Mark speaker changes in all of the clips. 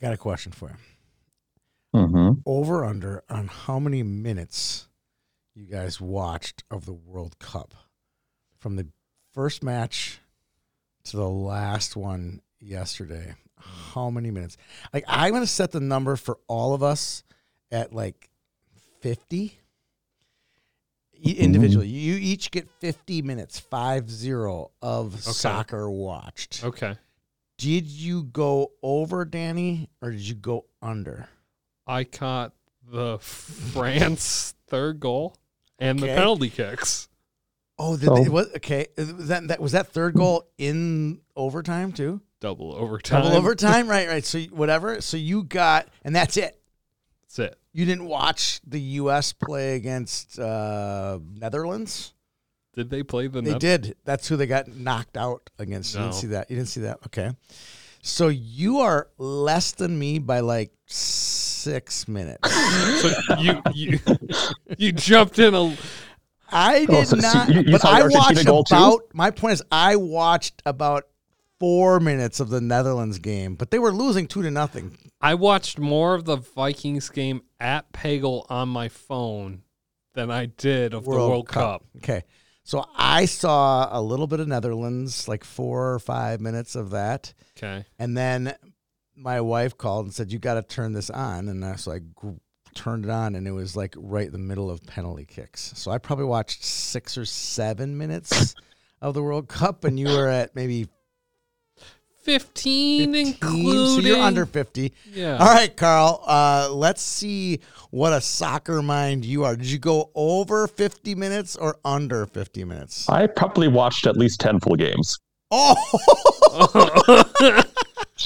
Speaker 1: Got a question for you.
Speaker 2: Mm-hmm.
Speaker 1: Over under on how many minutes you guys watched of the World Cup from the first match to the last one yesterday. How many minutes? Like I'm gonna set the number for all of us at like 50 E- individually. You each get 50 minutes, five zero of soccer watched.
Speaker 3: Okay.
Speaker 1: Did you go over, Danny, or did you go under?
Speaker 3: I caught the France third goal and
Speaker 1: Okay.
Speaker 3: the penalty kicks.
Speaker 1: Oh, did they-
Speaker 2: So-
Speaker 1: what? Okay, was that that was that third goal in overtime too?
Speaker 3: Double overtime.
Speaker 1: Double overtime, right? Right. So you- whatever. So you got, and that's it.
Speaker 3: That's it.
Speaker 1: You didn't watch the U.S. play against uh, Netherlands.
Speaker 3: Did they play the
Speaker 1: They
Speaker 3: Neth-
Speaker 1: did. That's who they got knocked out against. You didn't
Speaker 3: No.
Speaker 1: see that. You didn't see that. Okay. So you are less than me by like six minutes.
Speaker 3: So you you you jumped in a
Speaker 1: I did
Speaker 2: Oh, so- so
Speaker 1: not.
Speaker 2: you- you
Speaker 1: but
Speaker 2: saw
Speaker 1: I
Speaker 2: Argentina
Speaker 1: watched
Speaker 2: goal too?
Speaker 1: about. My point is, I watched about four minutes of the Netherlands game, but they were losing two to nothing.
Speaker 3: I watched more of the Vikings game at Pagel on my phone than I did of the World Cup.
Speaker 1: Okay, so I saw a little bit of Netherlands, like four or five minutes of that,
Speaker 3: Okay.
Speaker 1: and then my wife called and said, "You got to turn this on," and I so I gr- turned it on, and it was like right in the middle of penalty kicks. So I probably watched six or seven minutes of the World Cup, and you were at maybe
Speaker 3: 15,
Speaker 1: 15, so
Speaker 3: including
Speaker 1: you're under 50.
Speaker 3: Yeah.
Speaker 1: All right, Carl. Uh, let's see what a soccer mind you are. Did you go over 50 minutes or under 50 minutes?
Speaker 2: I probably watched at least 10 full games.
Speaker 1: Oh,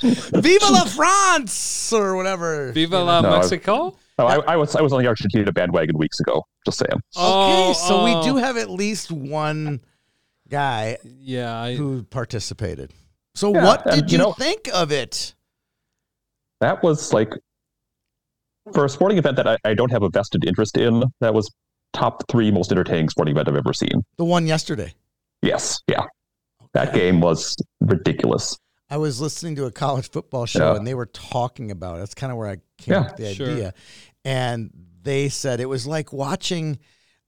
Speaker 1: Viva la France or whatever.
Speaker 3: Viva la
Speaker 2: No, I-
Speaker 3: Mexico.
Speaker 2: No, Oh, I, I was I was on the Argentina bandwagon weeks ago. Just saying.
Speaker 3: Oh,
Speaker 1: okay, so
Speaker 3: oh.
Speaker 1: we do have at least one guy
Speaker 3: Yeah, I,
Speaker 1: who participated. So
Speaker 2: Yeah,
Speaker 1: what
Speaker 2: and
Speaker 1: did
Speaker 2: you
Speaker 1: you,
Speaker 2: know-
Speaker 1: think of it?
Speaker 2: That was like for a sporting event that I, I don't have a vested interest in. That was top three most entertaining sporting event I've ever seen.
Speaker 1: The one yesterday.
Speaker 2: Yes, yeah. That game was ridiculous.
Speaker 1: I was listening to a college football show
Speaker 2: Yeah.
Speaker 1: and they were talking about it. That's kind of where I came
Speaker 2: Yeah.
Speaker 1: up with the
Speaker 3: Sure.
Speaker 1: idea. And they said it was like watching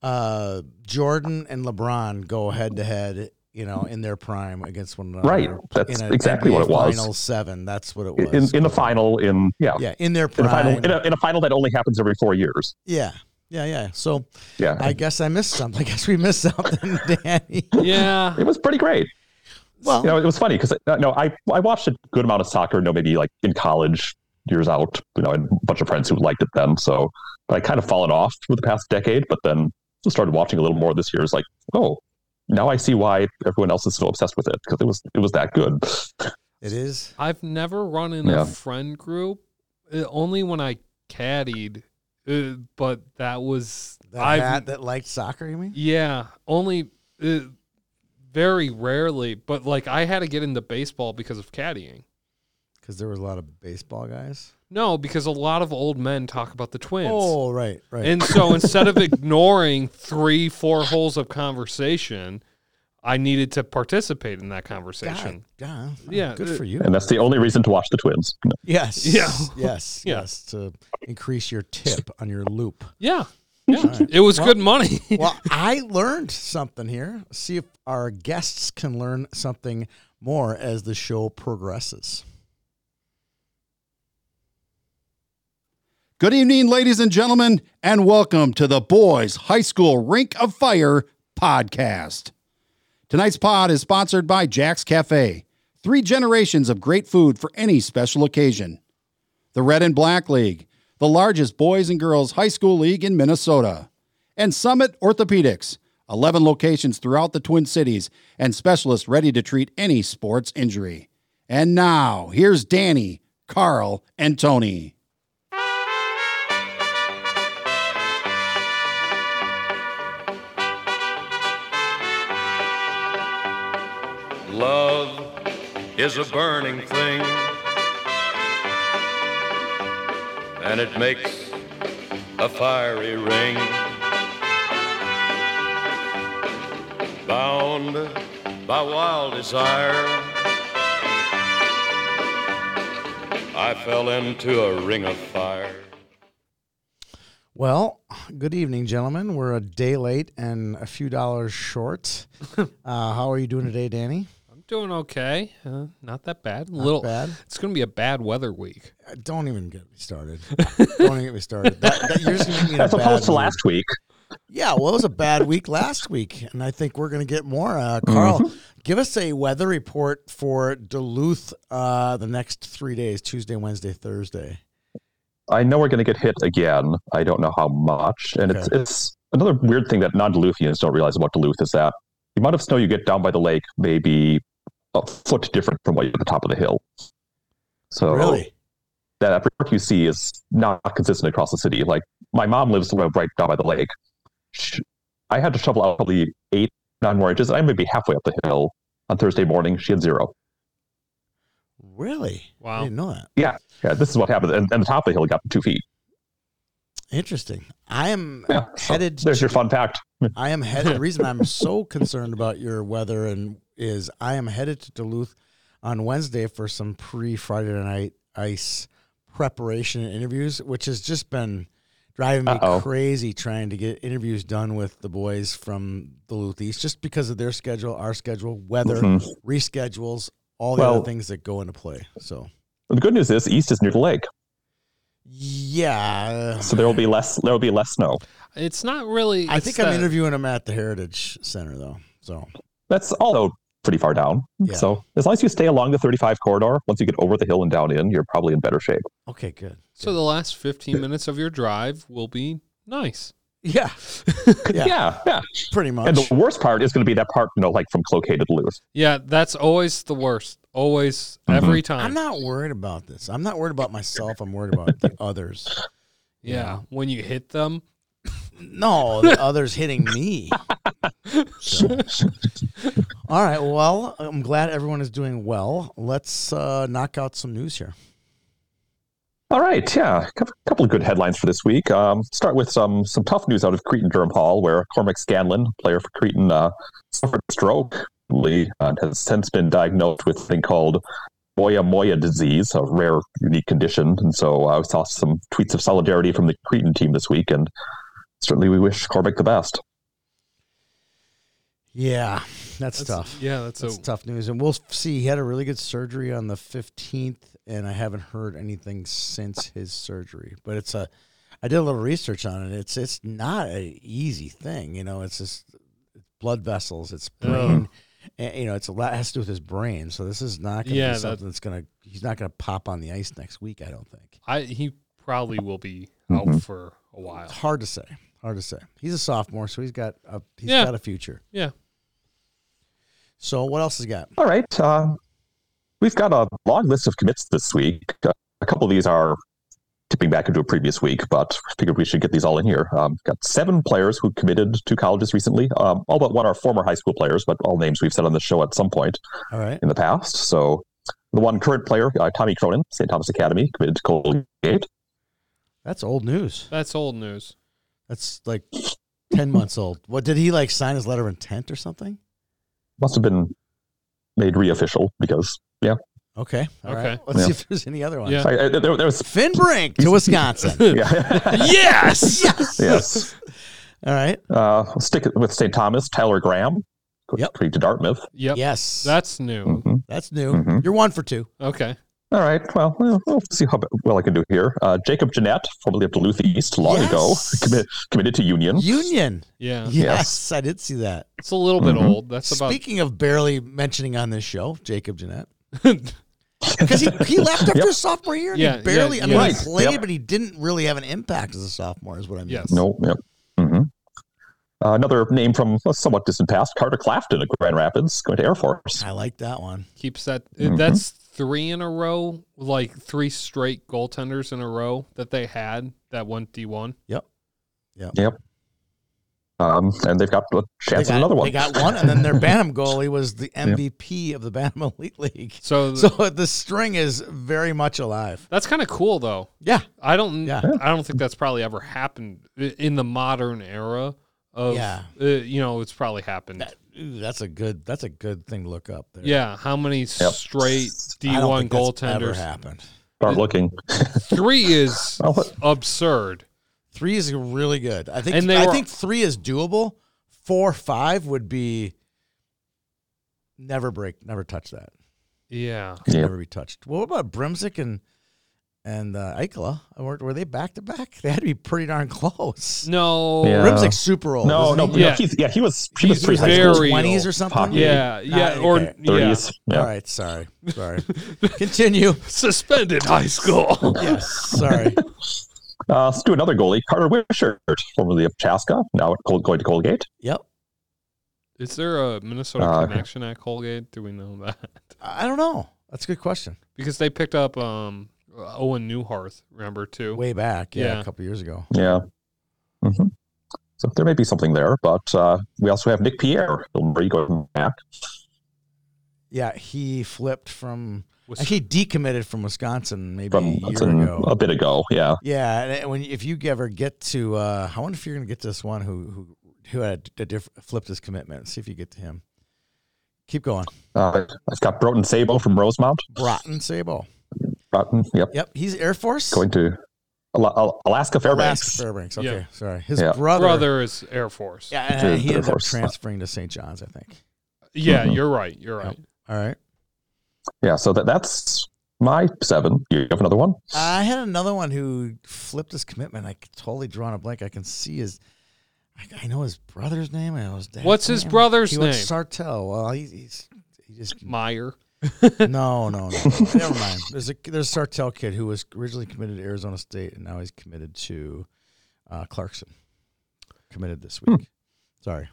Speaker 1: uh, Jordan and LeBron go head to head, you know, in their prime against one another.
Speaker 2: Right. That's exactly what it was.
Speaker 1: Final seven. That's what it was.
Speaker 2: In, in the final, in yeah,
Speaker 1: yeah, in their
Speaker 2: in a final,
Speaker 1: prime.
Speaker 2: in a, in a final that only happens every four years.
Speaker 1: yeah. Yeah, yeah. So
Speaker 2: Yeah,
Speaker 1: I guess I missed something. I guess we missed something, Danny.
Speaker 3: yeah.
Speaker 2: it was pretty great.
Speaker 1: Well,
Speaker 2: you know, it was funny because uh, no, I I watched a good amount of soccer. You know, maybe like in college years out. You know, and a bunch of friends who liked it then. So I kind of fallen off for the past decade, but then just started watching a little more this year. It's like, oh, now I see why everyone else is so obsessed with it because it was it was that good.
Speaker 1: it is.
Speaker 3: I've never run in
Speaker 2: Yeah.
Speaker 3: a friend group. uh, only when I caddied, uh, but that was
Speaker 1: The
Speaker 3: I've
Speaker 1: hat that liked soccer, you mean?
Speaker 3: Yeah, only uh, very rarely. But like, I had to get into baseball because of caddying.
Speaker 1: Because there was a lot of baseball guys.
Speaker 3: No, because a lot of old men talk about the twins.
Speaker 1: Oh, right, right.
Speaker 3: And so instead of ignoring three, four holes of conversation, I needed to participate in that conversation.
Speaker 1: Yeah,
Speaker 3: Yeah,
Speaker 1: Good
Speaker 3: uh,
Speaker 1: for you.
Speaker 2: And that's the only reason to watch the Twins.
Speaker 1: Yes.
Speaker 3: Yeah.
Speaker 1: Yes.
Speaker 3: Yeah.
Speaker 1: Yes. To increase your tip on your loop.
Speaker 3: Yeah. Yeah.
Speaker 1: right.
Speaker 3: It was
Speaker 1: Well-
Speaker 3: good money.
Speaker 1: Well, I learned something here. See if our guests can learn something more as the show progresses.
Speaker 4: Good evening, ladies and gentlemen, and welcome to the Boys High School Rink of Fire podcast. Tonight's pod is sponsored by Jack's Cafe, three generations of great food for any special occasion. The Red and Black League, the largest boys and girls high school league in Minnesota, and Summit Orthopedics, 11 locations throughout the Twin Cities, and specialists ready to treat any sports injury. And now, here's Danny, Carl, and Tony.
Speaker 5: Love is a burning thing, and it makes a fiery ring. Bound by wild desire, I fell into a ring of fire.
Speaker 1: Well, good evening, gentlemen. We're a day late and a few dollars short. uh, how are you doing today, Danny?
Speaker 3: I'm doing okay. Uh, not that bad. Little
Speaker 1: bad.
Speaker 3: It's going to be a bad weather week.
Speaker 1: Uh, Don't even get me started. Don't even get me started. That, that, you're just gonna get me in a
Speaker 2: As opposed
Speaker 1: bad
Speaker 2: to
Speaker 1: mood.
Speaker 2: last week.
Speaker 1: Yeah, well, it was a bad week last week, and I think we're going to get more. Uh, Carl, give us a weather report for Duluth uh, the next three days Tuesday, Wednesday, Thursday.
Speaker 2: I know we're going to get hit again. I don't know how much. And it's, it's another weird thing that non Duluthians don't realize about Duluth is that the amount of snow you get down by the lake may be a foot different from what you get at the top of the hill. So
Speaker 1: Really?
Speaker 2: that report you see is not consistent across the city. Like my mom lives right down by the lake. Sh I had to shovel out probably eight, nine more inches. I may be halfway up the hill on Thursday morning. She had zero.
Speaker 1: Really? I
Speaker 3: Wow.
Speaker 1: didn't know that.
Speaker 2: Yeah, this is what happened. And, and the top of the hill got two feet.
Speaker 1: Interesting. I am
Speaker 2: Yeah, so
Speaker 1: headed.
Speaker 2: There's your
Speaker 1: to-
Speaker 2: fun fact.
Speaker 1: I am headed. The reason I'm so concerned about your weather and is I am headed to Duluth on Wednesday for some pre Friday night ice preparation and interviews, which has just been driving me
Speaker 2: Uh-oh.
Speaker 1: crazy trying to get interviews done with the boys from Duluth East just because of their schedule, our schedule, weather,
Speaker 2: Mhm.
Speaker 1: reschedules, all the
Speaker 2: Well-
Speaker 1: other things that go into play. So,
Speaker 2: The good news is east is near the lake,
Speaker 1: yeah.
Speaker 2: so there will be less. There will be less snow.
Speaker 3: It's not really.
Speaker 1: I
Speaker 3: it's
Speaker 1: think
Speaker 2: uh,
Speaker 3: the-
Speaker 1: I'm interviewing them at the Heritage Center, though. So,
Speaker 2: That's also pretty far down.
Speaker 1: Yeah.
Speaker 2: So as long as you stay along the 35 corridor, once you get over the hill and down in, you're probably in better shape.
Speaker 1: okay, good.
Speaker 3: So the last 15 minutes of your drive will be nice.
Speaker 1: Yeah, Yeah.
Speaker 2: yeah. yeah.
Speaker 1: pretty much.
Speaker 2: And the worst part is going to be that part, you know, like from Cloquet to Duluth.
Speaker 3: Yeah, that's always the worst. Always, every time.
Speaker 1: I'm not worried about this. I'm not worried about myself. I'm worried about the others.
Speaker 3: yeah. when you hit them.
Speaker 1: No, the others hitting me. So. All right. Well, I'm glad everyone is doing well. Let's uh, knock out some news here.
Speaker 2: All right, yeah, a couple of good headlines for this week. Um, start with some some tough news out of Creighton Durham Hall, where Cormac Scanlon, player for Creighton, uh, suffered a stroke and has since been diagnosed with a thing called Moya Moya disease, a rare, unique condition. And so I saw some tweets of solidarity from the Creighton team this week, and certainly we wish Cormac the best.
Speaker 1: Yeah, that's,
Speaker 3: That's-
Speaker 1: tough.
Speaker 3: Yeah, that's,
Speaker 1: That's
Speaker 3: a.
Speaker 1: tough news. And we'll see. He had a really good surgery on the 15th, and I haven't heard anything since his surgery. But it's a, I did a little research on it. It's it's not an easy thing. You know, it's just it's blood vessels, it's brain. And, you know, it's a lot has to do with his brain. So this is not going to
Speaker 3: Yeah,
Speaker 1: be
Speaker 3: that-
Speaker 1: something that's going to, he's not going to pop on the ice next week, I don't think.
Speaker 3: I he probably will be out
Speaker 2: Mhm.
Speaker 3: for a while.
Speaker 1: It's hard to say. Hard to say. He's a sophomore, so he's got a, he's
Speaker 3: Yeah.
Speaker 1: got a future.
Speaker 3: Yeah.
Speaker 1: So what else has he got?
Speaker 2: All right. Uh, we've got a long list of commits this week. Uh, a couple of these are tipping back into a previous week, but I figured we should get these all in here. Um, got seven players who committed to colleges recently. Um, all but one are former high school players, but all names we've said on the show at some point
Speaker 1: All right.
Speaker 2: in the past. So the one current player, uh, Tommy Cronin, St. Thomas Academy, committed to Colgate.
Speaker 1: That's old news.
Speaker 3: That's old news.
Speaker 1: That's like ten months old. What did he like sign his letter of intent or something?
Speaker 2: Must have been made re-official because yeah,
Speaker 1: Okay. all right.
Speaker 3: Okay.
Speaker 1: Let's see
Speaker 2: Yeah.
Speaker 1: if there's any other ones.
Speaker 3: Yeah.
Speaker 2: Sorry, uh, there, there was
Speaker 1: Finn Brink to Wisconsin.
Speaker 2: yeah.
Speaker 3: yes.
Speaker 2: yes.
Speaker 1: All right.
Speaker 2: Uh, we'll stick it with St. Thomas, Tyler Graham,
Speaker 1: Yep.
Speaker 2: quickly to Dartmouth.
Speaker 3: Yep.
Speaker 1: Yes.
Speaker 3: That's new.
Speaker 2: Mhm.
Speaker 1: That's new.
Speaker 2: Mhm.
Speaker 1: You're one for two.
Speaker 3: Okay.
Speaker 2: All right. Well, we'll, we'll see how well I can do here. Uh, Jacob Jeanette, formerly of Duluth East, long ago,
Speaker 1: Yes.
Speaker 2: committed, committed to Union.
Speaker 1: Union.
Speaker 3: Yeah.
Speaker 1: Yes, I did see that.
Speaker 3: It's a little bit
Speaker 2: Mhm.
Speaker 3: old. That's about.
Speaker 1: Speaking of barely mentioning on this show, Jacob Jeanette. Because he, he left after
Speaker 2: Yep.
Speaker 1: his sophomore year and
Speaker 3: Yeah,
Speaker 1: he barely,
Speaker 3: yeah,
Speaker 1: I mean,
Speaker 2: right.
Speaker 1: he played,
Speaker 2: Yep.
Speaker 1: but he didn't really have an impact as a sophomore, is what I mean.
Speaker 3: Yes.
Speaker 2: No. Yep. hmm Uh, another name from a somewhat distant past, Carter Clafton of Grand Rapids, going to Air Force.
Speaker 1: I like that one.
Speaker 3: keeps that. eh,
Speaker 2: Mhm.
Speaker 3: That's three in a row, like three straight goaltenders in a row that they had that went D one.
Speaker 2: Um, and they've got a chance
Speaker 1: they
Speaker 2: at
Speaker 1: got,
Speaker 2: another one.
Speaker 1: They got one, and then their Bantam goalie was the MVP of the Bantam Elite League.
Speaker 3: So,
Speaker 1: So the string is very much alive.
Speaker 3: that's kind of cool though.
Speaker 1: Yeah.
Speaker 3: I don't.
Speaker 1: Yeah.
Speaker 3: I don't think that's probably ever happened i- in the modern era. Of
Speaker 1: Yeah.
Speaker 3: uh, you know, it's probably happened.
Speaker 1: That- ooh, that's a good that's a good thing to look up there.
Speaker 3: yeah, how many straight D
Speaker 1: I don't
Speaker 3: one
Speaker 1: think that's ever
Speaker 3: goaltenders?
Speaker 1: happened.
Speaker 2: Start looking.
Speaker 3: Three is
Speaker 2: Well, what-
Speaker 3: absurd.
Speaker 1: Three is really good. I think
Speaker 3: And they
Speaker 1: I
Speaker 3: were-
Speaker 1: think three is doable. Four, five would be never break, never touch that.
Speaker 3: Yeah.
Speaker 1: Could
Speaker 2: Yeah.
Speaker 1: Never be touched. Well, what about Brimsick and and uh, Eichla? Were, were they back to back? They had to be pretty darn close.
Speaker 3: No.
Speaker 2: Yeah.
Speaker 1: Brimsick's super old.
Speaker 2: No,
Speaker 1: isn't
Speaker 2: no,
Speaker 1: he?
Speaker 2: no,
Speaker 3: Yeah.
Speaker 2: he's, yeah, he was. He was
Speaker 3: He's
Speaker 2: pretty high
Speaker 3: very-
Speaker 2: school,
Speaker 1: twenties or something.
Speaker 2: popular.
Speaker 3: Yeah. Yeah.
Speaker 1: Nah,
Speaker 3: or
Speaker 1: okay.
Speaker 3: yeah.
Speaker 2: thirties. Yeah.
Speaker 1: All right. Sorry. Sorry. Continue.
Speaker 3: suspended high school.
Speaker 1: Yes. Sorry.
Speaker 2: Uh, let's do another goalie, Carter Wishart, formerly of Chaska, now at Col- going to Colgate.
Speaker 1: Yep.
Speaker 3: Is there a Minnesota
Speaker 2: Uh,
Speaker 3: connection at Colgate? Do we know that?
Speaker 1: I I don't know. That's a good question.
Speaker 3: Because they picked up um, Owen Newhart, remember too?
Speaker 1: Way back, yeah,
Speaker 3: Yeah.
Speaker 1: a couple years ago.
Speaker 2: Yeah. hmm So there may be something there, but uh, we also have Nick Pierre, Ilbury going back.
Speaker 1: Yeah, he flipped from.
Speaker 3: Was-
Speaker 1: He decommitted from Wisconsin maybe
Speaker 2: from
Speaker 1: a year
Speaker 2: that's an-
Speaker 1: ago.
Speaker 2: a bit ago. Yeah.
Speaker 1: Yeah, and it- when if you ever get to, uh, I wonder if you're going to get this one who who who had a diff- flipped his commitment. See if you get to him. Keep going,
Speaker 2: Uh, I've got Broughton Sabo from Rosemount.
Speaker 1: Broughton Sable.
Speaker 2: Broughton, yep,
Speaker 1: Yep, he's Air Force.
Speaker 2: going to Ala- Al- Alaska Fairbanks.
Speaker 1: Alaska Fairbanks. Okay,
Speaker 3: Yeah.
Speaker 1: sorry. His
Speaker 2: Yeah.
Speaker 1: brother.
Speaker 3: Brother is Air Force.
Speaker 1: Yeah, and he
Speaker 2: Air
Speaker 1: ended up
Speaker 2: Force.
Speaker 1: transferring to St. John's, I think.
Speaker 3: Yeah,
Speaker 2: Mhm.
Speaker 3: you're right. You're right.
Speaker 1: All right.
Speaker 2: Yeah, so that that's my seven. You have another one?
Speaker 1: I had another one who flipped his commitment. I totally drawn a blank. I can see his. I, I know his brother's name. I know his dad's
Speaker 3: What's his
Speaker 1: name.
Speaker 3: brother's
Speaker 1: he
Speaker 3: name?
Speaker 1: Went Sartell. Well, he, he's he just
Speaker 3: Meyer.
Speaker 1: no, no, no. Never mind. There's a there's a Sartell kid who was originally committed to Arizona State and now he's committed to uh, Clarkson. Committed this week. Sorry,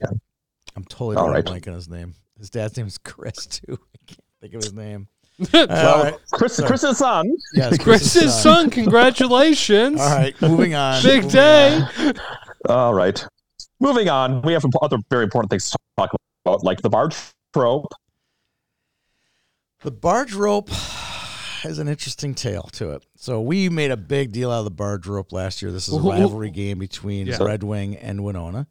Speaker 1: I'm totally
Speaker 2: All
Speaker 1: drawing a
Speaker 2: right.
Speaker 1: blank on his name. His dad's name is Chris too. I can't think of his name.
Speaker 2: well,
Speaker 1: All right.
Speaker 2: Chris, Chris's son.
Speaker 1: Yes,
Speaker 3: Chris's son, congratulations.
Speaker 1: All right, moving on.
Speaker 3: Big
Speaker 1: Moving
Speaker 3: day.
Speaker 1: on.
Speaker 2: All right. Moving on, we have other very important things to talk about, like the barge trope.
Speaker 1: The barge rope has an interesting tale to it. So we made a big deal out of the barge rope last year. This is a
Speaker 3: Who- who-
Speaker 1: rivalry game between
Speaker 3: Yeah.
Speaker 1: Red Wing and Winona.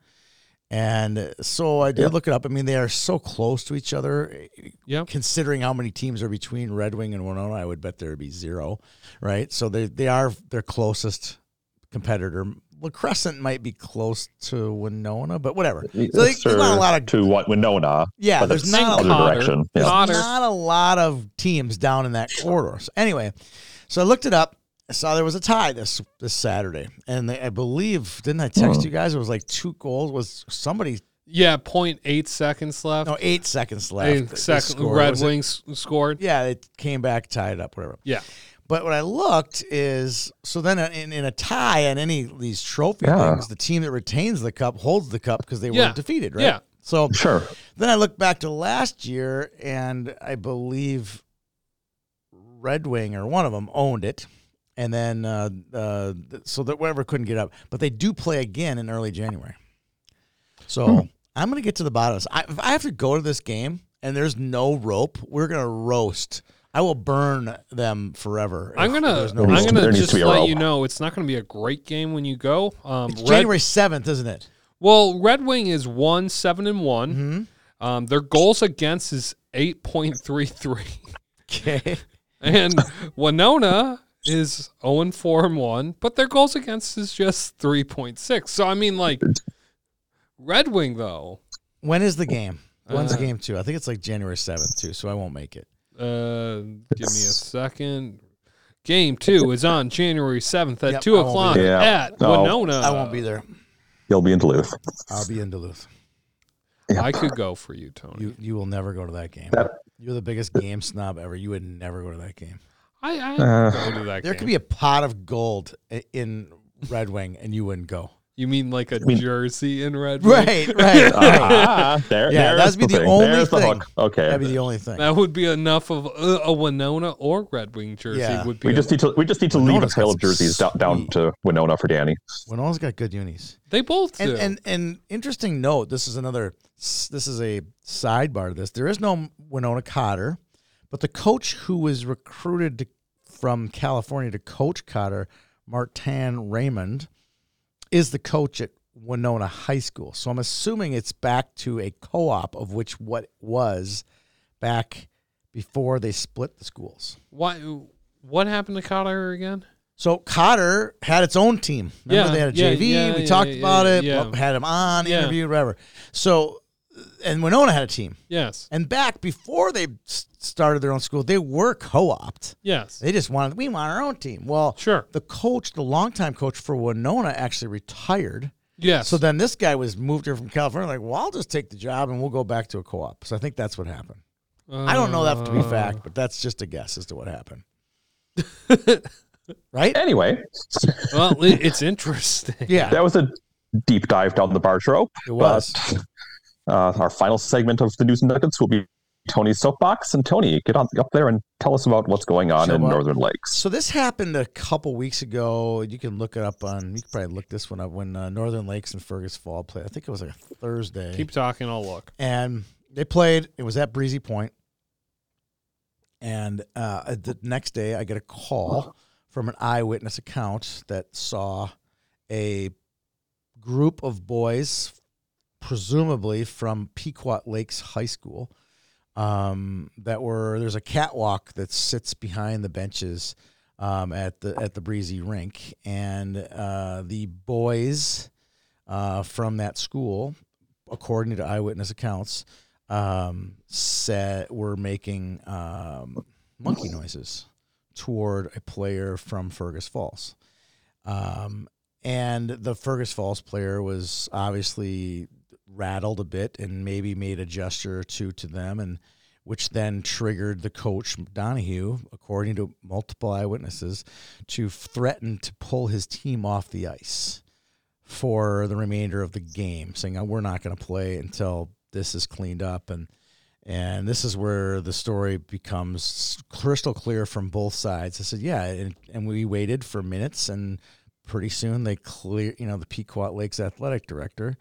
Speaker 1: And so I did
Speaker 2: Yep.
Speaker 1: look it up. I mean, they are so close to each other.
Speaker 3: Yep.
Speaker 1: Considering how many teams are between Red Wing and Winona, I would bet there'd be zero, right? So they they are their closest competitor. La Crescent might be close to Winona, but whatever. So they- there's not a lot of
Speaker 2: to what Winona.
Speaker 1: yeah.
Speaker 2: but
Speaker 1: There's
Speaker 2: it's
Speaker 1: not a
Speaker 2: other
Speaker 1: lot.
Speaker 3: Cotter.
Speaker 2: direction. Yeah.
Speaker 3: Cotter.
Speaker 1: Not a lot of teams down in that corridor. So anyway, so I looked it up. I saw there was a tie this this Saturday, and they, I believe didn't I
Speaker 3: Hmm.
Speaker 1: text you guys? It was like two goals. Was somebody
Speaker 3: Yeah, 0.8 seconds left.
Speaker 1: no eight seconds left?
Speaker 3: Eight
Speaker 1: They
Speaker 3: sec-
Speaker 1: scored.
Speaker 3: Red
Speaker 1: Was it-
Speaker 3: Wings scored.
Speaker 1: Yeah, it came back, tied up, whatever.
Speaker 3: Yeah.
Speaker 1: But what I looked is so then in, in a tie on any of these trophy
Speaker 2: Yeah.
Speaker 1: things, the team that retains the cup holds the cup because they
Speaker 3: Yeah.
Speaker 1: were defeated, right?
Speaker 3: Yeah.
Speaker 1: So
Speaker 2: Sure.
Speaker 1: Then I look back to last year, and I believe Red Wing or one of them owned it, and then uh, uh, th- so that whatever couldn't get up. But they do play again in early January. So I'm gonna get to the bottom of this. I, if I have to go to this game and there's no rope, we're gonna roast. I will burn them forever.
Speaker 3: I'm
Speaker 1: if
Speaker 3: gonna
Speaker 1: there's no
Speaker 2: There
Speaker 3: I'm
Speaker 2: needs
Speaker 1: rope.
Speaker 2: to-
Speaker 3: gonna
Speaker 2: there needs to
Speaker 3: just
Speaker 2: be a
Speaker 3: let
Speaker 2: rope.
Speaker 3: you know it's not gonna be a great game when you go. Um,
Speaker 1: It's
Speaker 3: Red-
Speaker 1: January seventh, isn't it?
Speaker 3: Well, Red Wing is one seven and one.
Speaker 1: Mhm.
Speaker 3: Um, their goals against is eight point three three,
Speaker 1: Okay.
Speaker 3: and Winona is zero and four and one, but their goals against is just three point six. So I mean, like Red Wing though,
Speaker 1: When is the game? When's
Speaker 3: Uh,
Speaker 1: the game too? I think it's like January seventh too, so I won't make it.
Speaker 3: uh, give me a second. Game two is on January seventh at
Speaker 1: Yep,
Speaker 3: two
Speaker 1: I won't be
Speaker 3: o'clock
Speaker 2: there. Yeah.
Speaker 3: at
Speaker 2: No.
Speaker 3: Winona.
Speaker 1: I won't be there.
Speaker 2: He'll be in Duluth.
Speaker 1: I'll be in Duluth.
Speaker 2: Yeah.
Speaker 3: I could go for you, Tony.
Speaker 1: You you will never go to that game.
Speaker 2: That-
Speaker 1: You're the biggest game snob ever. You would never go to that game.
Speaker 3: I, I
Speaker 2: Uh,
Speaker 3: go to that
Speaker 1: There
Speaker 3: game.
Speaker 1: could be a pot of gold i- in Red Wing, and you wouldn't go.
Speaker 3: you mean like a
Speaker 2: mean-
Speaker 3: jersey in Red Wing?
Speaker 1: Right, right.
Speaker 2: ah, there,
Speaker 1: Yeah,
Speaker 2: there's
Speaker 1: that'd be the
Speaker 2: thing.
Speaker 1: only
Speaker 2: there's The
Speaker 1: thing.
Speaker 2: hook. Okay.
Speaker 1: That'd be the only thing.
Speaker 3: That would be enough of uh, a Winona or Red Wing jersey.
Speaker 1: Yeah.
Speaker 3: Would be.
Speaker 2: we just need to we just need to leave a
Speaker 1: Winona's
Speaker 2: trail
Speaker 1: got
Speaker 2: of jerseys
Speaker 1: some
Speaker 2: down, down
Speaker 1: sweet-
Speaker 2: to Winona for Danny.
Speaker 1: Winona's got good unis.
Speaker 3: they both
Speaker 1: And,
Speaker 3: do.
Speaker 1: and and interesting note. This is another. s- This is a sidebar to this. There is no Winona Cotter, but the coach who was recruited to, from California to coach Cotter, Martin Raymond, is the coach at Winona High School. So I'm assuming it's back to a co-op of which what was back before they split the schools.
Speaker 3: Why? What happened to Cotter again?
Speaker 1: So Cotter had its own team. Remember
Speaker 3: Yeah,
Speaker 1: they had a
Speaker 3: yeah,
Speaker 1: JV.
Speaker 3: yeah,
Speaker 1: we
Speaker 3: yeah,
Speaker 1: talked
Speaker 3: yeah,
Speaker 1: about it.
Speaker 3: yeah.
Speaker 1: Had him on
Speaker 3: Yeah.
Speaker 1: interviewed, whatever. So, and Winona had a team.
Speaker 3: Yes.
Speaker 1: And back before they s- started their own school, they were co-opt.
Speaker 3: Yes.
Speaker 1: They just wanted we want our own team. Well,
Speaker 3: Sure.
Speaker 1: The coach, the longtime coach for Winona, actually retired.
Speaker 3: Yes.
Speaker 1: So then this guy was moved here from California. Like, well, I'll just take the job and we'll go back to a co-op. So I think that's what happened. I don't know that to be
Speaker 3: Uh,
Speaker 1: fact, but that's just a guess as to what happened. right?
Speaker 2: Anyway,
Speaker 3: Well, it, it's interesting.
Speaker 1: Yeah,
Speaker 2: that was a deep dive down the bar trope.
Speaker 1: it was.
Speaker 2: But, uh, our final segment of the news and nuggets will be Tony's soapbox. And Tony, get on up there and tell us about what's going on
Speaker 1: Sure,
Speaker 2: in
Speaker 1: Bob.
Speaker 2: Northern Lakes.
Speaker 1: So this happened a couple weeks ago. You can look it up on. You can probably look this one up when uh, Northern Lakes and Fergus Fall played. I think it was like a Thursday.
Speaker 3: Keep talking. I'll look.
Speaker 1: and they played. It was at Breezy Point. And uh, the next day, I get a call from an eyewitness account that saw a group of boys, presumably from Pequot Lakes High School, um, that were there's a catwalk that sits behind the benches um, at the at the Breezy Rink, and uh, the boys uh, from that school according to eyewitness accounts, um, said were making um, monkey noises toward a player from Fergus Falls. Um, and the Fergus Falls player was obviously rattled a bit and maybe made a gesture or two to them, and which then triggered the coach Donahue, according to multiple eyewitnesses, to threaten to pull his team off the ice for the remainder of the game, saying "Oh, we're not going to play until this is cleaned up. And and this is where the story becomes crystal clear from both sides. I said, yeah, and, and we waited for minutes, and pretty soon they clear, you know, the Pequot Lakes athletic director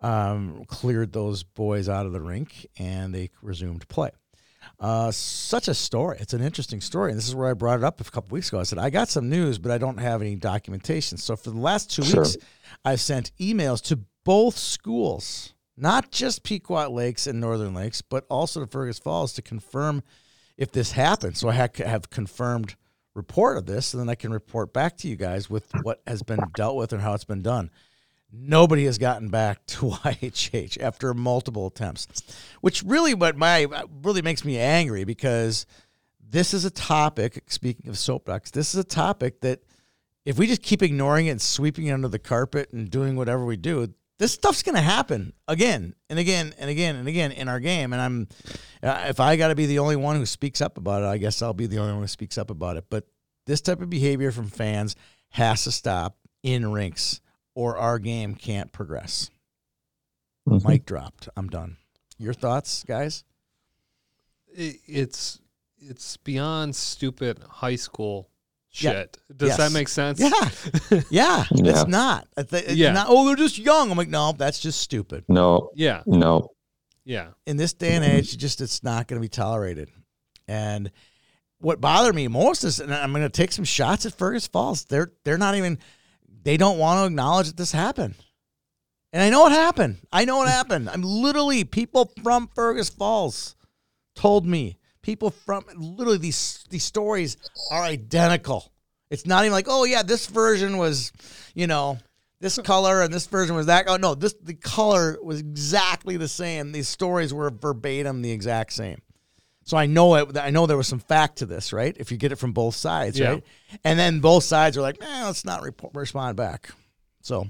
Speaker 1: um, cleared those boys out of the rink, and they resumed play. Uh, such a story. It's an interesting story. And this is where I brought it up a couple weeks ago. I said, I got some news, but I don't have any documentation. So for the last two
Speaker 2: Sure.
Speaker 1: weeks, I've sent emails to both schools, not just Pequot Lakes and Northern Lakes, but also to Fergus Falls to confirm if this happened. So I ha- have confirmed report of this, and then I can report back to you guys with what has been dealt with and how it's been done nobody has gotten back to YHH after multiple attempts, which really what my really makes me angry because this is a topic. Speaking of soapbox, this is a topic that if we just keep ignoring it and sweeping it under the carpet and doing whatever we do, this stuff's going to happen again and again and again and again in our game. And I'm, uh, if I got to be the only one who speaks up about it, I guess I'll be the only one who speaks up about it. But this type of behavior from fans has to stop in rinks or our game can't progress. Mic dropped. I'm done. Your thoughts, guys?
Speaker 3: It, it's it's beyond stupid high school
Speaker 1: Yeah.
Speaker 3: shit. Does
Speaker 1: Yes.
Speaker 3: that make sense?
Speaker 1: Yeah. Yeah.
Speaker 2: Yeah.
Speaker 1: It's not. I thi- It's
Speaker 3: Yeah.
Speaker 1: not. Oh, they're just young. I'm like, no, that's just stupid.
Speaker 2: No,
Speaker 3: Yeah.
Speaker 2: no.
Speaker 3: Yeah.
Speaker 1: in this day and age, just it's not going to be tolerated. And what bothered me most is, and I'm going to take some shots at Fergus Falls. They're they're not even they don't want to acknowledge that this happened. And I know it happened. I know it happened. I'm literally people from Fergus Falls told me people from literally these these stories are identical. It's not even like, oh yeah, this version was, you know, this color and this version was that. Oh no, this the color was exactly the same. These stories were verbatim the exact same. So I know it. I know there was some fact to this, right? If you get it from both sides,
Speaker 3: Yeah.
Speaker 1: right? And then both sides are like, eh, let's not report, respond back. So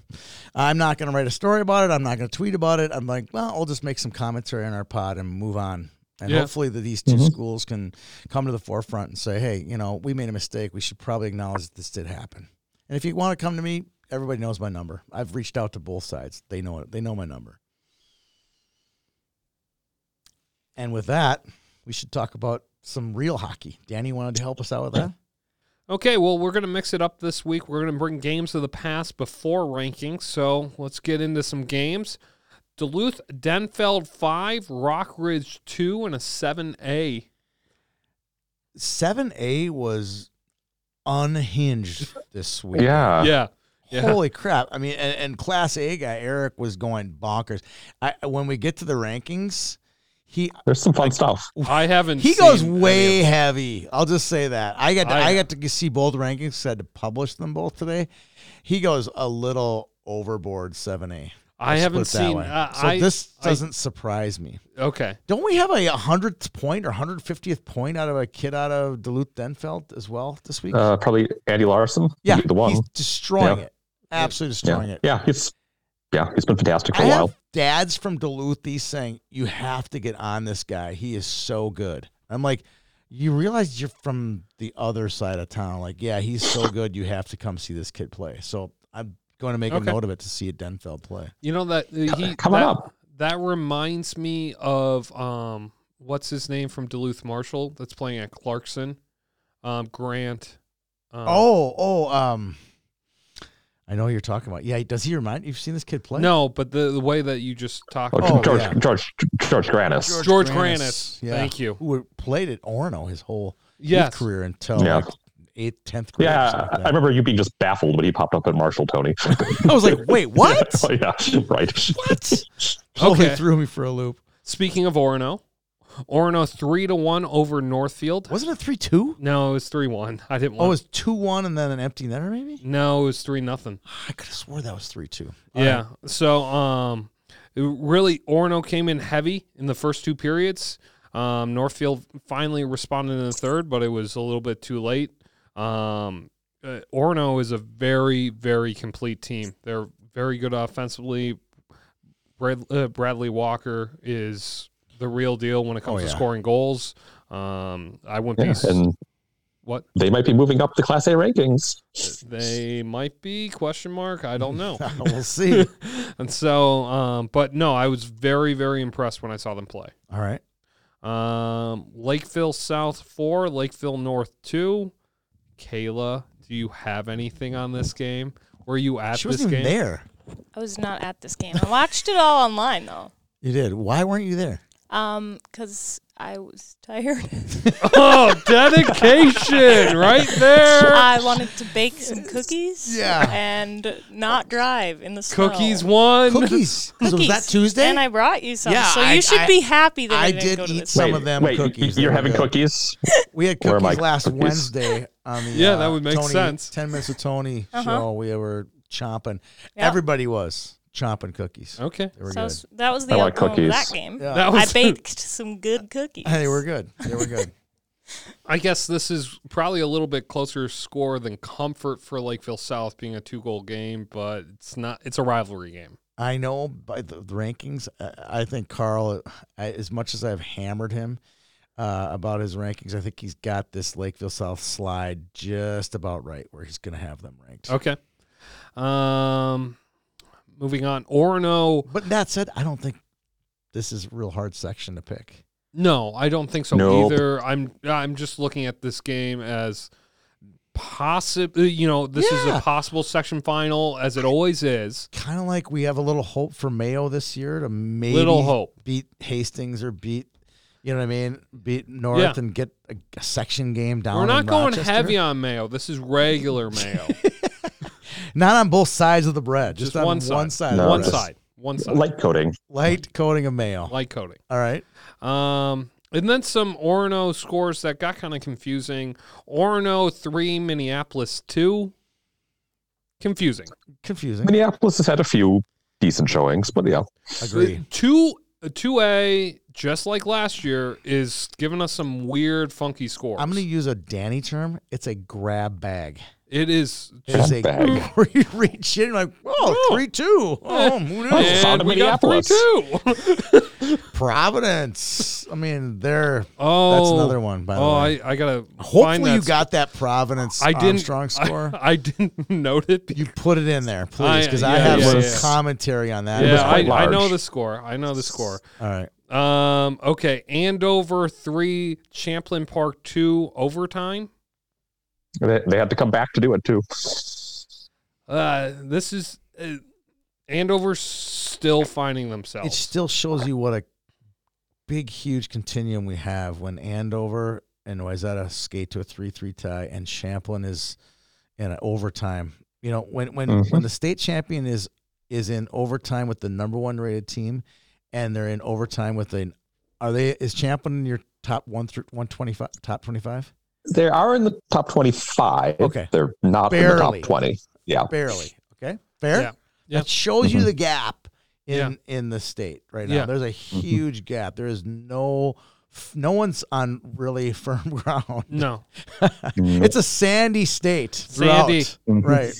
Speaker 1: I'm not going to write a story about it. I'm not going to tweet about it. I'm like, well, I'll just make some commentary on our pod and move on. And
Speaker 3: Yeah.
Speaker 1: hopefully that these 2 schools can come to the forefront and say, hey, you know, we made a mistake. We should probably acknowledge that this did happen. And if you want to come to me, everybody knows my number. I've reached out to both sides. They know it. They know my number. And with that, we should talk about some real hockey. Danny wanted to help us out with that.
Speaker 3: Okay, well, we're going to mix it up this week. We're going to bring games of the past before rankings. So let's get into some games. Duluth, Denfeld 5, Rockridge 2, and a 7A.
Speaker 1: Seven A was unhinged this week.
Speaker 2: Yeah.
Speaker 3: yeah. Yeah.
Speaker 1: Holy crap. I mean, and, and Class A guy, Eric, was going bonkers. I, when we get to the rankings, He
Speaker 2: There's some fun stuff.
Speaker 3: I haven't.
Speaker 1: he goes
Speaker 3: seen any
Speaker 1: way
Speaker 3: of-
Speaker 1: heavy. I'll just say that. I got to,
Speaker 3: I
Speaker 1: I,
Speaker 3: know.
Speaker 1: got to see both rankings. Said to publish them both today. He goes a little overboard. Seven A.
Speaker 3: I haven't seen. Uh,
Speaker 1: so
Speaker 3: I,
Speaker 1: this
Speaker 3: I-
Speaker 1: doesn't surprise me.
Speaker 3: Okay.
Speaker 1: Don't we have a hundredth point or hundred fiftieth point out of a kid out of Duluth Denfeld as well this week?
Speaker 2: Uh, probably Andy Larson.
Speaker 1: yeah,
Speaker 2: the one.
Speaker 1: he's destroying
Speaker 2: Yeah.
Speaker 1: it. Absolutely
Speaker 2: Yeah,
Speaker 1: destroying it.
Speaker 2: yeah, he's yeah, he's been fantastic for
Speaker 1: I
Speaker 2: a while.
Speaker 1: have dads from Duluth these saying you have to get on this guy. He is so good. I'm like, you realize you're from the other side of town. Like, yeah, he's so good. You have to come see this kid play. So I'm going to make
Speaker 3: Okay.
Speaker 1: a note of it to see a Denfeld play.
Speaker 3: You know that uh, he
Speaker 2: come on
Speaker 3: that,
Speaker 2: up.
Speaker 3: That reminds me of um, what's his name from Duluth Marshall that's playing at Clarkson, um, Grant. Um,
Speaker 1: oh, oh, um, I know who you're talking about. Yeah, does he remind you've seen this kid play?
Speaker 3: no, but the, the way that you just talked
Speaker 2: Oh,
Speaker 1: Oh,
Speaker 3: about
Speaker 2: George,
Speaker 1: yeah.
Speaker 2: George, George Granis.
Speaker 1: George
Speaker 3: George
Speaker 1: Granis.
Speaker 3: Granis.
Speaker 1: Yeah.
Speaker 3: Thank you.
Speaker 1: who played at Orono his whole youth
Speaker 3: Yes.
Speaker 1: career until
Speaker 2: Yeah.
Speaker 1: like eighth, tenth grade. or
Speaker 2: Yeah,
Speaker 1: something like
Speaker 2: I
Speaker 1: that.
Speaker 2: remember you being just baffled when he popped up at Marshall Tony.
Speaker 1: I was like, wait, what?
Speaker 2: oh, yeah, right.
Speaker 1: What? Totally
Speaker 3: Okay.
Speaker 1: threw me for a loop.
Speaker 3: Speaking of Orono, Orono three to one over Northfield.
Speaker 1: Wasn't it three two?
Speaker 3: No, it was three one. I didn't
Speaker 1: Oh, it
Speaker 3: want.
Speaker 1: was two one and then an empty netter, maybe?
Speaker 3: no, it was three nothing.
Speaker 1: I could have swore that was three two.
Speaker 3: yeah. So um, it really Orono came in heavy in the first two periods. Um, Northfield finally responded in the third, but it was a little bit too late. Um, uh, Orono is a very very complete team. They're very good offensively. Brad, uh, Bradley Walker is the real deal when it comes
Speaker 1: Oh,
Speaker 3: to
Speaker 1: yeah.
Speaker 3: scoring goals. Um, I wouldn't be
Speaker 2: Yeah,
Speaker 3: s-
Speaker 2: and
Speaker 3: what
Speaker 2: they might be moving up the Class A rankings.
Speaker 3: they might be question mark. I don't know.
Speaker 1: we'll see.
Speaker 3: and so, um, but no, I was very, very impressed when I saw them play.
Speaker 1: All right.
Speaker 3: Um, Lakeville South four, Lakeville North two. Kayla, do you have anything on this game? Were you at
Speaker 1: she
Speaker 3: this
Speaker 1: wasn't
Speaker 3: game?
Speaker 1: even there.
Speaker 6: I was not at this game. I watched it all online though,
Speaker 1: You did. Why weren't you there?
Speaker 6: um, because I was tired.
Speaker 3: Oh, dedication right there.
Speaker 6: I wanted to bake some cookies.
Speaker 1: Yeah.
Speaker 6: And not drive in the snow.
Speaker 3: Cookies won.
Speaker 1: Cookies. so was
Speaker 6: Cookies.
Speaker 1: that Tuesday?
Speaker 6: And I brought you some.
Speaker 1: Yeah,
Speaker 6: so you
Speaker 1: I-
Speaker 6: should
Speaker 1: I-
Speaker 6: be happy that
Speaker 1: I
Speaker 6: I didn't
Speaker 1: did
Speaker 6: go to
Speaker 1: eat
Speaker 6: this.
Speaker 1: some of them
Speaker 2: wait,
Speaker 1: cookies
Speaker 2: You're
Speaker 1: that
Speaker 2: having
Speaker 1: were good.
Speaker 2: cookies?
Speaker 1: we had
Speaker 2: Where are
Speaker 1: cookies
Speaker 2: my
Speaker 1: last
Speaker 2: cookies?
Speaker 1: Wednesday on the
Speaker 3: Yeah,
Speaker 1: uh,
Speaker 3: that would make
Speaker 1: Tony-
Speaker 3: sense.
Speaker 1: Ten minutes with Tony show. We were chomping.
Speaker 6: Uh-huh. Yeah.
Speaker 1: Everybody was chomping cookies.
Speaker 3: Okay.
Speaker 1: They were
Speaker 6: So
Speaker 1: good.
Speaker 6: s- that was the
Speaker 2: I want
Speaker 6: outcome of that
Speaker 2: cookies.
Speaker 6: game.
Speaker 1: Yeah.
Speaker 3: That
Speaker 6: I
Speaker 3: was
Speaker 6: baked some good cookies.
Speaker 1: Hey, they were good. They were good.
Speaker 3: I guess this is probably a little bit closer score than comfort for Lakeville South being a two goal game, but it's not. It's a rivalry game.
Speaker 1: I know by the, the rankings. I, I think Carl, I, as much as I've hammered him uh, about his rankings, I think he's got this Lakeville South slide just about right where he's going to have them ranked.
Speaker 3: Okay. Um, moving on. Orono.
Speaker 1: But that said, I don't think this is a real hard section to pick.
Speaker 3: No, I don't think so
Speaker 2: Nope.
Speaker 3: either. I'm I'm just looking at this game as possible. You know, this is
Speaker 1: Yeah.
Speaker 3: a possible section final, as it always is.
Speaker 1: Kind of like we have a little hope for Mayo this year to maybe
Speaker 3: Little hope.
Speaker 1: beat Hastings or beat. You know what I mean? Beat North
Speaker 3: Yeah
Speaker 1: and get a, a section game down.
Speaker 3: We're not
Speaker 1: in
Speaker 3: going
Speaker 1: Rochester.
Speaker 3: heavy on mayo. This is regular mayo.
Speaker 1: Not on both sides of the bread. Just,
Speaker 3: just
Speaker 1: on
Speaker 3: one side.
Speaker 1: One side. of
Speaker 2: No,
Speaker 1: the
Speaker 3: one
Speaker 1: bread.
Speaker 2: just-
Speaker 3: side. One side.
Speaker 2: Light coating.
Speaker 1: Light coating of mayo.
Speaker 3: Light coating.
Speaker 1: All right.
Speaker 3: Um, and then some Orono scores that got kind of confusing. Orono three, Minneapolis two. Confusing.
Speaker 1: confusing.
Speaker 2: Minneapolis has had a few decent showings, but yeah,
Speaker 1: Agree.
Speaker 3: Two two A, just like last year, is giving us some weird, funky scores.
Speaker 1: I'm going to use a Danny term. It's a grab bag.
Speaker 3: It is.
Speaker 1: It's a
Speaker 2: bag.
Speaker 1: where you reach in like, oh, three two. Oh, who knew?
Speaker 2: Oh, it's on
Speaker 3: and we got three
Speaker 2: Minneapolis.
Speaker 3: two.
Speaker 1: Providence. I mean, they're
Speaker 3: Oh,
Speaker 1: that's another one. By the
Speaker 3: oh,
Speaker 1: way,
Speaker 3: I, I gotta. find
Speaker 1: hopefully
Speaker 3: that
Speaker 1: you
Speaker 3: sc-
Speaker 1: got that Providence
Speaker 3: I didn't.
Speaker 1: Armstrong score.
Speaker 3: I, I didn't note it.
Speaker 1: you put it in there, please, because I,
Speaker 3: yeah,
Speaker 1: have
Speaker 2: yeah,
Speaker 1: some
Speaker 2: yeah.
Speaker 1: commentary on that.
Speaker 2: It was
Speaker 3: Yeah, I,
Speaker 2: quite
Speaker 3: I
Speaker 2: large.
Speaker 3: know the score. I know the score.
Speaker 1: All right.
Speaker 3: Um. Okay. Andover three, Champlain Park two, overtime.
Speaker 2: they, they had to come back to do it too.
Speaker 3: Uh, this is uh, Andover's still finding themselves.
Speaker 1: It still shows you what a big, huge continuum we have when Andover and Wayzata skate to a three-three tie, and Champlin is in an overtime. You know, when when
Speaker 2: Mhm.
Speaker 1: when the state champion is is in overtime with the number one rated team, and they're in overtime with an Are they? Is Champlin in your top one through one twenty five? Top twenty five?
Speaker 2: They are in the top 25.
Speaker 1: Okay.
Speaker 2: They're not in the
Speaker 1: Barely.
Speaker 2: top 20. Yeah.
Speaker 1: Barely. Okay. Fair.
Speaker 3: Yeah. Yeah.
Speaker 1: That shows you the gap
Speaker 3: Yeah.
Speaker 1: in in the state right now.
Speaker 3: Yeah. Mm-hmm.
Speaker 1: There's a huge gap. There is no. f- No one's on really firm ground.
Speaker 3: No.
Speaker 1: It's a sandy state.
Speaker 3: Mm-hmm. Sandy. Mm-hmm.
Speaker 1: throughout. Right.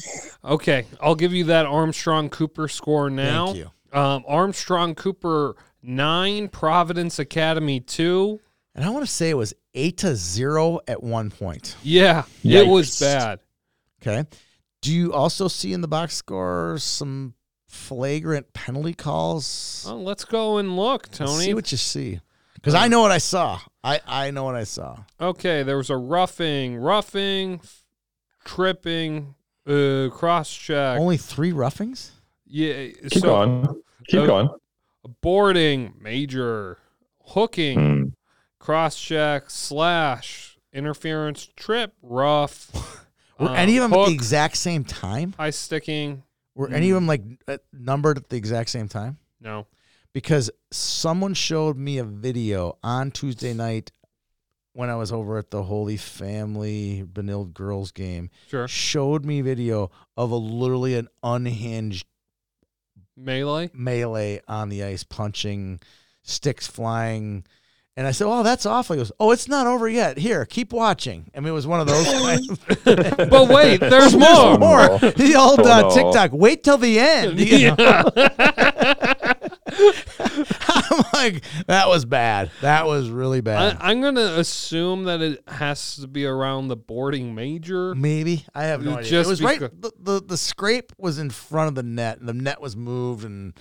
Speaker 3: Okay, I'll give you that Armstrong Cooper score now.
Speaker 1: Thank you.
Speaker 3: Um, Armstrong Cooper nine, Providence Academy two.
Speaker 1: And I want to say it was eight to zero at one point.
Speaker 3: Yeah, it was
Speaker 2: Yikes.
Speaker 3: bad.
Speaker 1: Okay. Do you also see in the box score some flagrant penalty calls?
Speaker 3: Well, let's go and look, Tony. Uh,
Speaker 1: See what you see. Because I know what I saw. I, I know what I saw.
Speaker 3: okay, there was a roughing, roughing, tripping, uh, cross check.
Speaker 1: Only three roughings?
Speaker 3: yeah,
Speaker 2: Keep
Speaker 3: so
Speaker 2: going. Keep
Speaker 3: Uh,
Speaker 2: going.
Speaker 3: boarding, major, hooking,
Speaker 2: Hmm.
Speaker 3: cross check, slash, interference, trip, rough.
Speaker 1: Were
Speaker 3: um,
Speaker 1: any of them at
Speaker 3: hook,
Speaker 1: the exact same time?
Speaker 3: high sticking?
Speaker 1: Were any of them like uh, numbered at the exact same time?
Speaker 3: No.
Speaker 1: Because someone showed me a video on Tuesday night when I was over at the Holy Family Benilde girls game.
Speaker 3: Sure.
Speaker 1: Showed me video of a literally an unhinged
Speaker 3: Melee?
Speaker 1: melee on the ice, punching, sticks flying. And I said, Oh, that's awful. He goes, Oh, it's not over yet. Here, keep watching. I mean, it was one of those. kind of-
Speaker 3: But wait, there's more.
Speaker 1: There's more.
Speaker 2: Oh, no.
Speaker 1: The old
Speaker 2: Oh,
Speaker 1: uh,
Speaker 2: no.
Speaker 1: TikTok, wait till the end. you know? I'm like, That was bad. That was really
Speaker 3: I,
Speaker 1: bad.
Speaker 3: I'm gonna assume that it has to be around the boarding major.
Speaker 1: Maybe. I have no idea. It
Speaker 3: Just
Speaker 1: was right.
Speaker 3: becau-
Speaker 1: The, the, the scrape was in front of the net, and the net was moved, and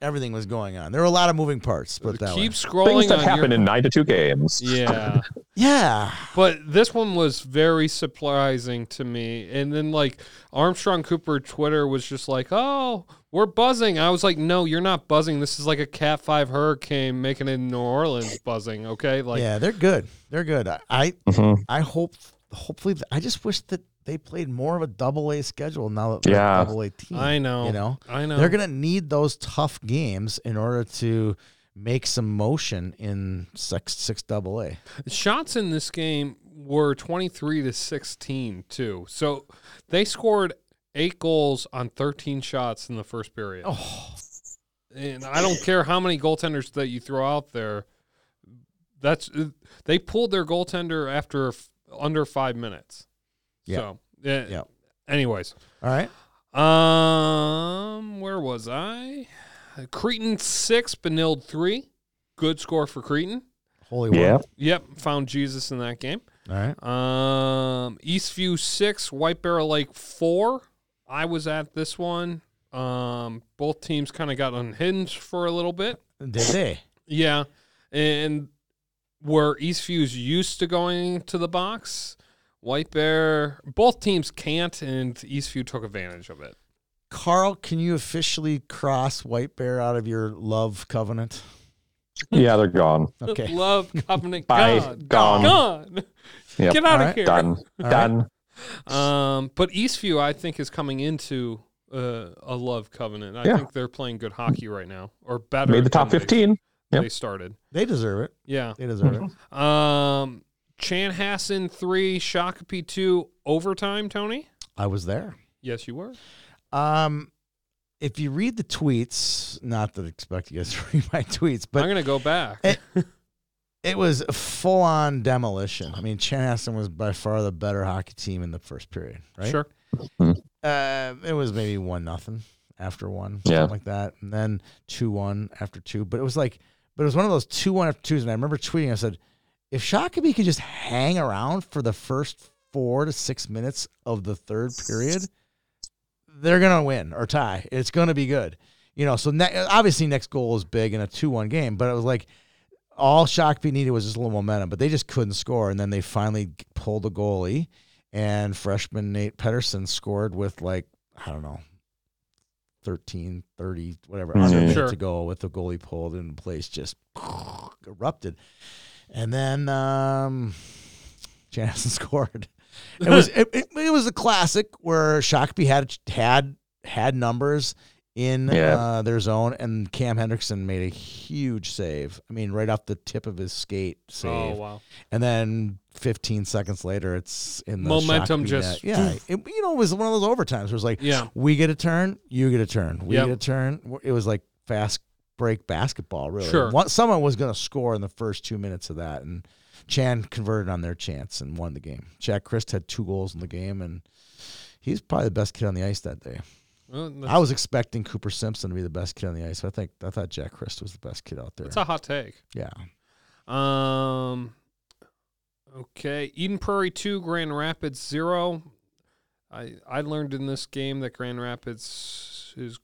Speaker 1: everything was going on. There were a lot of moving parts, put it that
Speaker 3: Keep
Speaker 1: way.
Speaker 3: scrolling
Speaker 2: Things that
Speaker 3: on
Speaker 2: happen
Speaker 3: your.
Speaker 2: in 9 to 2 games.
Speaker 3: yeah,
Speaker 1: Yeah.
Speaker 3: but this one was very surprising to me. And then like Armstrong Cooper Twitter was just like, "Oh, we're buzzing." I was like, "No, you're not buzzing. This is like a Cat Five hurricane making it in New Orleans buzzing." Okay, like
Speaker 1: yeah, they're good. They're good. I, I
Speaker 2: Mhm.
Speaker 1: I hope, hopefully, th- I just wish that they played more of a double A schedule now that
Speaker 2: Yeah.
Speaker 1: they're a double A team.
Speaker 3: I know,
Speaker 1: You know,
Speaker 3: I know.
Speaker 1: they're going to need those tough games in order to make some motion in six, six double A.
Speaker 3: shots in this game were 23 to 16 too so they scored eight goals on 13 shots in the first period oh. and i don't care how many goaltenders that you throw out there that's uh, they pulled their goaltender after f- under five minutes
Speaker 1: Yeah.
Speaker 3: so yeah
Speaker 1: Yeah.
Speaker 3: anyways
Speaker 1: All right.
Speaker 3: um where was i cretan six benilde three good score for cretan
Speaker 1: Holy
Speaker 2: Yeah.
Speaker 1: one.
Speaker 3: yep found jesus in that game
Speaker 1: All right.
Speaker 3: um, Eastview six, White Bear Lake four. I was at this one. Um, both teams kind of got unhinged for a little bit.
Speaker 1: Did they?
Speaker 3: Yeah, and where Eastview's used to going to the box, White Bear, both teams can't, and Eastview took advantage of it.
Speaker 1: Carl, can you officially cross White Bear out of your love covenant?
Speaker 2: Yeah, they're gone.
Speaker 1: Okay.
Speaker 3: Love covenant.
Speaker 2: Bye.
Speaker 3: God.
Speaker 2: Gone.
Speaker 3: Gone.
Speaker 2: Yep.
Speaker 3: Get out
Speaker 1: Alright.
Speaker 3: of here.
Speaker 2: Done.
Speaker 1: right.
Speaker 2: Done.
Speaker 3: Um, but Eastview, I think, is coming into uh, a love covenant. I
Speaker 2: Yeah.
Speaker 3: think they're playing good hockey right now, or better.
Speaker 2: Made the
Speaker 3: than
Speaker 2: top
Speaker 3: they-
Speaker 2: 15.
Speaker 3: They,
Speaker 2: Yep.
Speaker 3: started.
Speaker 1: They deserve it.
Speaker 3: Yeah.
Speaker 1: They deserve it.
Speaker 3: Um, Chanhassen three, Shakopee two, overtime. Tony.
Speaker 1: I was there.
Speaker 3: Yes, you were.
Speaker 1: Um, if you read the tweets, not that I expect you guys to read my tweets,
Speaker 3: I'm
Speaker 1: but
Speaker 3: gonna go back.
Speaker 1: Eh. it was full on demolition. I mean, Chanhassen was by far the better hockey team in the first period, right?
Speaker 3: Sure.
Speaker 1: Uh, it was maybe one nothing after one,
Speaker 2: Yeah.
Speaker 1: something like that, and then two one after two. But it was like, but it was one of those two one after twos, and I remember tweeting. I said, if Shakopee could just hang around for the first four to six minutes of the third period, they're gonna win or tie. It's gonna be good, you know. So ne- obviously, next goal is big in a two one game, but it was like. All Shakopee needed was just a little momentum, but they just couldn't score. And then they finally g- pulled a goalie, and freshman Nate Pedersen scored with like I don't know 13 30 whatever
Speaker 2: Mhm.
Speaker 1: under a minute
Speaker 3: Sure.
Speaker 1: to go with the goalie pulled and the place just erupted and then um Janison scored it was it, it, it was a classic where Shakopee had had had numbers in
Speaker 2: Yeah.
Speaker 1: uh, their zone, and Cam Hendrickson made a huge save. I mean, right off the tip of his skate save.
Speaker 3: Oh wow.
Speaker 1: And then 15 seconds later, it's in the
Speaker 3: Momentum
Speaker 1: shock
Speaker 3: just-
Speaker 1: net. yeah. It, you know, it was one of those overtimes where it's like,
Speaker 3: Yeah.
Speaker 1: we get a turn, you get a turn, we
Speaker 3: Yep.
Speaker 1: get a turn. It was like fast break basketball, really.
Speaker 3: Sure.
Speaker 1: One, someone was going to score in the first two minutes of that, and Chan converted on their chance and won the game. Jack Christ had two goals in the game, and he's probably the best kid on the ice that day.
Speaker 3: Well, that's,
Speaker 1: I was expecting Cooper Simpson to be the best kid on the ice, but I think I thought Jack Christ was the best kid out there.
Speaker 3: that's a hot take.
Speaker 1: yeah.
Speaker 3: Um. Okay, Eden Prairie two, Grand Rapids zero. I I learned in this game that Grand Rapids is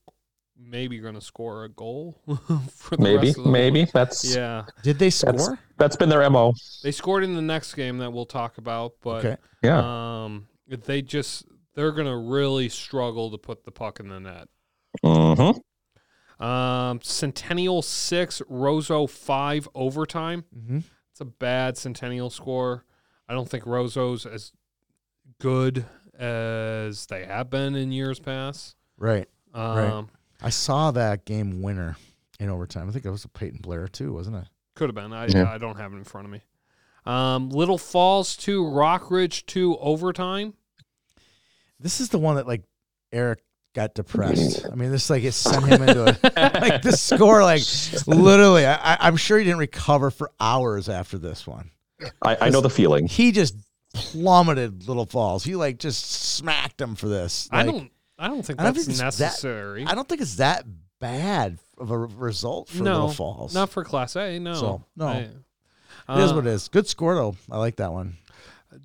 Speaker 3: maybe going to score a goal for the
Speaker 2: Maybe,
Speaker 3: rest of the
Speaker 2: maybe that's
Speaker 3: Yeah,
Speaker 1: Did they
Speaker 2: that's
Speaker 1: score?
Speaker 2: that's been their mo.
Speaker 3: they scored in the next game that we'll talk about, but
Speaker 1: Okay.
Speaker 2: Yeah,
Speaker 3: um, they just they're going to really struggle to put the puck in the net.
Speaker 2: hmm
Speaker 3: Um, Centennial six, Roseau five overtime.
Speaker 1: Mm-hmm.
Speaker 3: It's a bad Centennial score. I don't think Roso's as good as they have been in years past.
Speaker 1: Right.
Speaker 3: Um,
Speaker 1: I saw that game winner in overtime. I think it was a Peyton Blair too, wasn't it?
Speaker 3: Could have been. I,
Speaker 2: Yeah.
Speaker 3: I don't have it in front of me. Um, Little Falls 2, Rockridge 2, overtime.
Speaker 1: This is the one that like Eric got depressed. I mean, this like it sent him into a like this score like literally. I, I- I'm sure he didn't recover for hours after this one.
Speaker 2: I, I know the feeling.
Speaker 1: He just plummeted Little Falls. He like just smacked him for this.
Speaker 3: I
Speaker 1: Like,
Speaker 3: don't I don't think
Speaker 1: I don't
Speaker 3: that's
Speaker 1: think it's that-
Speaker 3: necessary.
Speaker 1: I don't think it's that bad of a re- result for
Speaker 3: No,
Speaker 1: Little Falls.
Speaker 3: Not for Class A, no.
Speaker 1: So, no.
Speaker 3: I-
Speaker 1: it is
Speaker 3: Uh,
Speaker 1: what it is. Good score though. I like that one.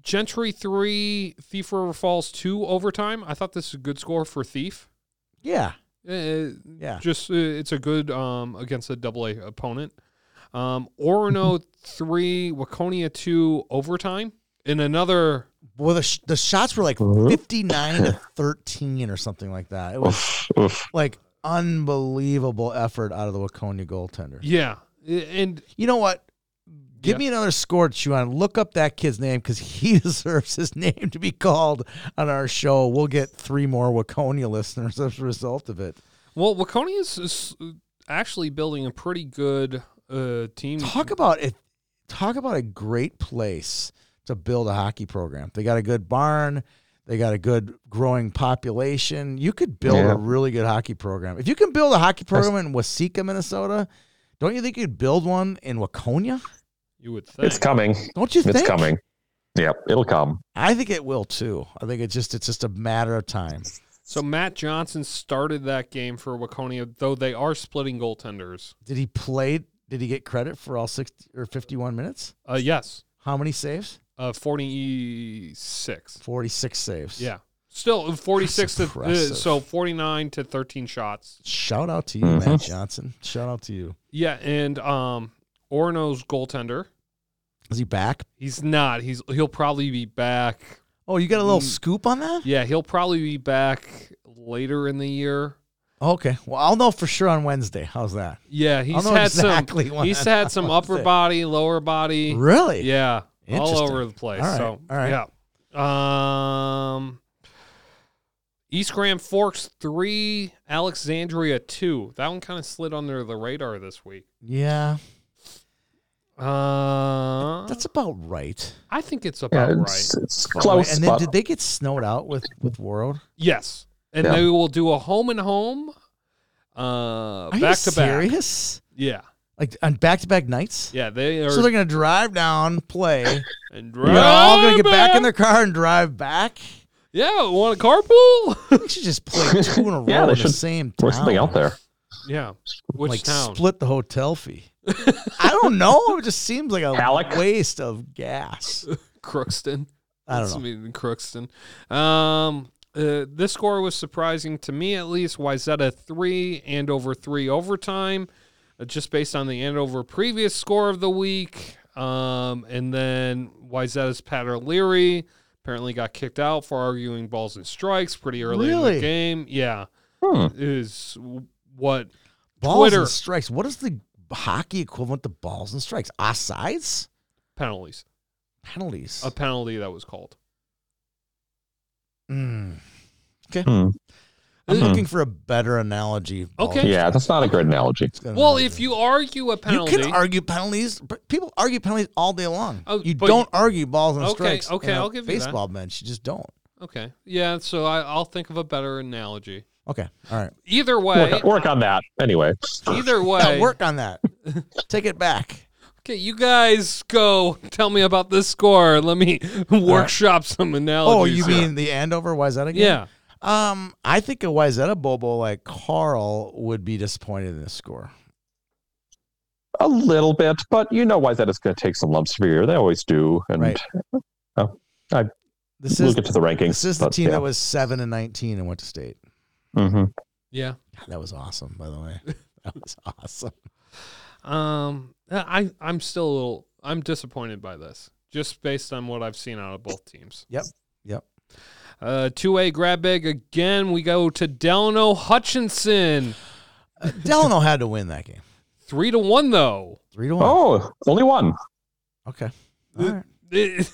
Speaker 3: Gentry 3, Thief River Falls 2, overtime. I thought this is a good score for Thief.
Speaker 1: Yeah.
Speaker 3: Uh,
Speaker 1: Yeah.
Speaker 3: just uh, it's a good um against a double A opponent. Um, Orono three, Waconia two, overtime in another.
Speaker 1: Well, the, sh- the shots were like 59 to 13 or something like that. It was
Speaker 2: Oof, oof.
Speaker 1: like unbelievable effort out of the Waconia goaltender.
Speaker 3: Yeah, I- and
Speaker 1: You know what? Give
Speaker 3: Yeah.
Speaker 1: me another score to chew on. Look up that kid's name because he deserves his name to be called on our show. We'll get three more Waconia listeners as a result of it.
Speaker 3: well, Waconia is, is actually building a pretty good uh team.
Speaker 1: Talk about it. Talk about a great place to build a hockey program. They got a good barn. They got a good growing population. You could build
Speaker 2: Yeah.
Speaker 1: a really good hockey program. If you can build a hockey program in Waseca, Minnesota, don't you think you'd build one in Waconia?
Speaker 3: You would think.
Speaker 2: It's coming.
Speaker 1: Don't you think?
Speaker 2: It's coming. Yep, it'll come.
Speaker 1: I think it will too. I think it's just it's just a matter of time.
Speaker 3: so Matt Johnson started that game for Waconia, though they are splitting goaltenders.
Speaker 1: Did he play? Did he get credit for all sixty or fifty-one minutes?
Speaker 3: Uh, yes,
Speaker 1: How many saves?
Speaker 3: uh, forty six.
Speaker 1: Forty-six saves.
Speaker 3: Yeah, still forty six to uh,
Speaker 1: impressive.
Speaker 3: so forty nine to thirteen shots.
Speaker 1: Shout out to you,
Speaker 2: Mhm.
Speaker 1: Matt Johnson. Shout out to you.
Speaker 3: Yeah, and um Orno's goaltender.
Speaker 1: Is he back?
Speaker 3: He's not. He's he'll probably be back.
Speaker 1: Oh, you got a little
Speaker 3: Mm.
Speaker 1: scoop on that?
Speaker 3: Yeah, he'll probably be back later in the year.
Speaker 1: Okay. Well, I'll know for sure on Wednesday. How's that?
Speaker 3: Yeah,
Speaker 1: I'll
Speaker 3: he's
Speaker 1: know
Speaker 3: had
Speaker 1: exactly
Speaker 3: some
Speaker 1: when
Speaker 3: he's
Speaker 1: that
Speaker 3: had some upper
Speaker 1: it.
Speaker 3: body, lower body.
Speaker 1: Really?
Speaker 3: Yeah. All
Speaker 1: Interesting.
Speaker 3: over the place.
Speaker 1: All right,
Speaker 3: So
Speaker 1: all right.
Speaker 3: yeah. Um East Grand Forks three, Alexandria two. That one kind of slid under the radar this week.
Speaker 1: Yeah.
Speaker 3: Uh,
Speaker 1: That's about right.
Speaker 3: I think it's
Speaker 2: Yeah,
Speaker 3: about right.
Speaker 2: it's, it's close.
Speaker 1: And then
Speaker 2: but-
Speaker 1: did they get snowed out with with World?
Speaker 3: Yes. And
Speaker 2: Yeah.
Speaker 3: they will do a home and home uh
Speaker 1: Are
Speaker 3: back
Speaker 1: you
Speaker 3: to back.
Speaker 1: serious?
Speaker 3: Yeah.
Speaker 1: Like on back to back nights?
Speaker 3: Yeah, they are
Speaker 1: So they're gonna drive down, play.
Speaker 3: and
Speaker 1: They're all gonna
Speaker 3: drive
Speaker 1: get back in their car and drive back.
Speaker 3: Yeah, want a carpool?
Speaker 1: They should just play two in a row
Speaker 2: Yeah,
Speaker 1: in
Speaker 2: they
Speaker 1: the
Speaker 2: should
Speaker 1: same town.
Speaker 2: Throw something out there.
Speaker 3: yeah. Which
Speaker 1: like
Speaker 3: town?
Speaker 1: split the hotel fee. I don't know. It just seems like a
Speaker 2: Halleck?
Speaker 1: waste of gas.
Speaker 3: Crookston.
Speaker 1: I don't
Speaker 3: That's
Speaker 1: know.
Speaker 3: me in Crookston. Um uh, this score was surprising to me at least. Wyzetta three, Andover three overtime, uh, just based on the Andover previous score of the week. Um, and then Wyzetta's Pat O'Leary apparently got kicked out for arguing balls and strikes pretty early in
Speaker 1: Really?
Speaker 3: the game. Yeah,
Speaker 2: Hmm.
Speaker 3: is w- what
Speaker 1: Balls
Speaker 3: Twitter.
Speaker 1: and strikes. What is the hockey equivalent to balls and strikes? Offsides?
Speaker 3: penalties
Speaker 1: Penalties.
Speaker 3: a penalty that was called.
Speaker 1: Mm. Okay.
Speaker 2: Hmm.
Speaker 1: Hmm. I'm
Speaker 3: Mm.
Speaker 1: looking for a better analogy. Paul.
Speaker 3: Okay.
Speaker 2: Yeah, that's not a great analogy.
Speaker 1: It's got an
Speaker 3: Well,
Speaker 1: analogy.
Speaker 3: if you argue a penalty,
Speaker 1: you can argue penalties, but people argue penalties all day long.
Speaker 3: Oh,
Speaker 1: you
Speaker 3: but-
Speaker 1: don't argue balls and
Speaker 3: Okay,
Speaker 1: strikes. in
Speaker 3: okay,
Speaker 1: a
Speaker 3: I'll give you that.
Speaker 1: baseball bench. You just don't.
Speaker 3: okay, yeah. So I, I'll think of a better analogy.
Speaker 1: Okay, all right.
Speaker 3: Either way,
Speaker 2: Work, work on that anyway.
Speaker 3: either way,
Speaker 1: Yeah, work on that. Take it back.
Speaker 3: Okay, you guys go tell me about this score. Let me workshop some
Speaker 1: Oh,
Speaker 3: analogies.
Speaker 1: you
Speaker 3: here.
Speaker 1: mean the Andover Wyzetta game?
Speaker 3: yeah.
Speaker 1: Um, I think a Wyzetta Bobo like Carl would be disappointed in this score.
Speaker 2: A little bit, but you know why that is going to take some lumps for you. They always do. And oh,
Speaker 1: Right. This
Speaker 2: we'll
Speaker 1: is
Speaker 2: get to the rankings.
Speaker 1: this is the team that was seven and nineteen and went to state.
Speaker 2: hmm
Speaker 3: Yeah.
Speaker 1: God, That was awesome, by the way. That was awesome.
Speaker 3: Um I I'm still a little I'm disappointed by this. Just based on what I've seen out of both teams.
Speaker 1: Yep. Yep.
Speaker 3: Uh two A grab bag again. We go to Delano Hutchinson.
Speaker 1: Uh, Delano had to win that game.
Speaker 3: Three to one though.
Speaker 1: Three to one.
Speaker 2: Oh, only one.
Speaker 1: Okay. All right.
Speaker 3: It-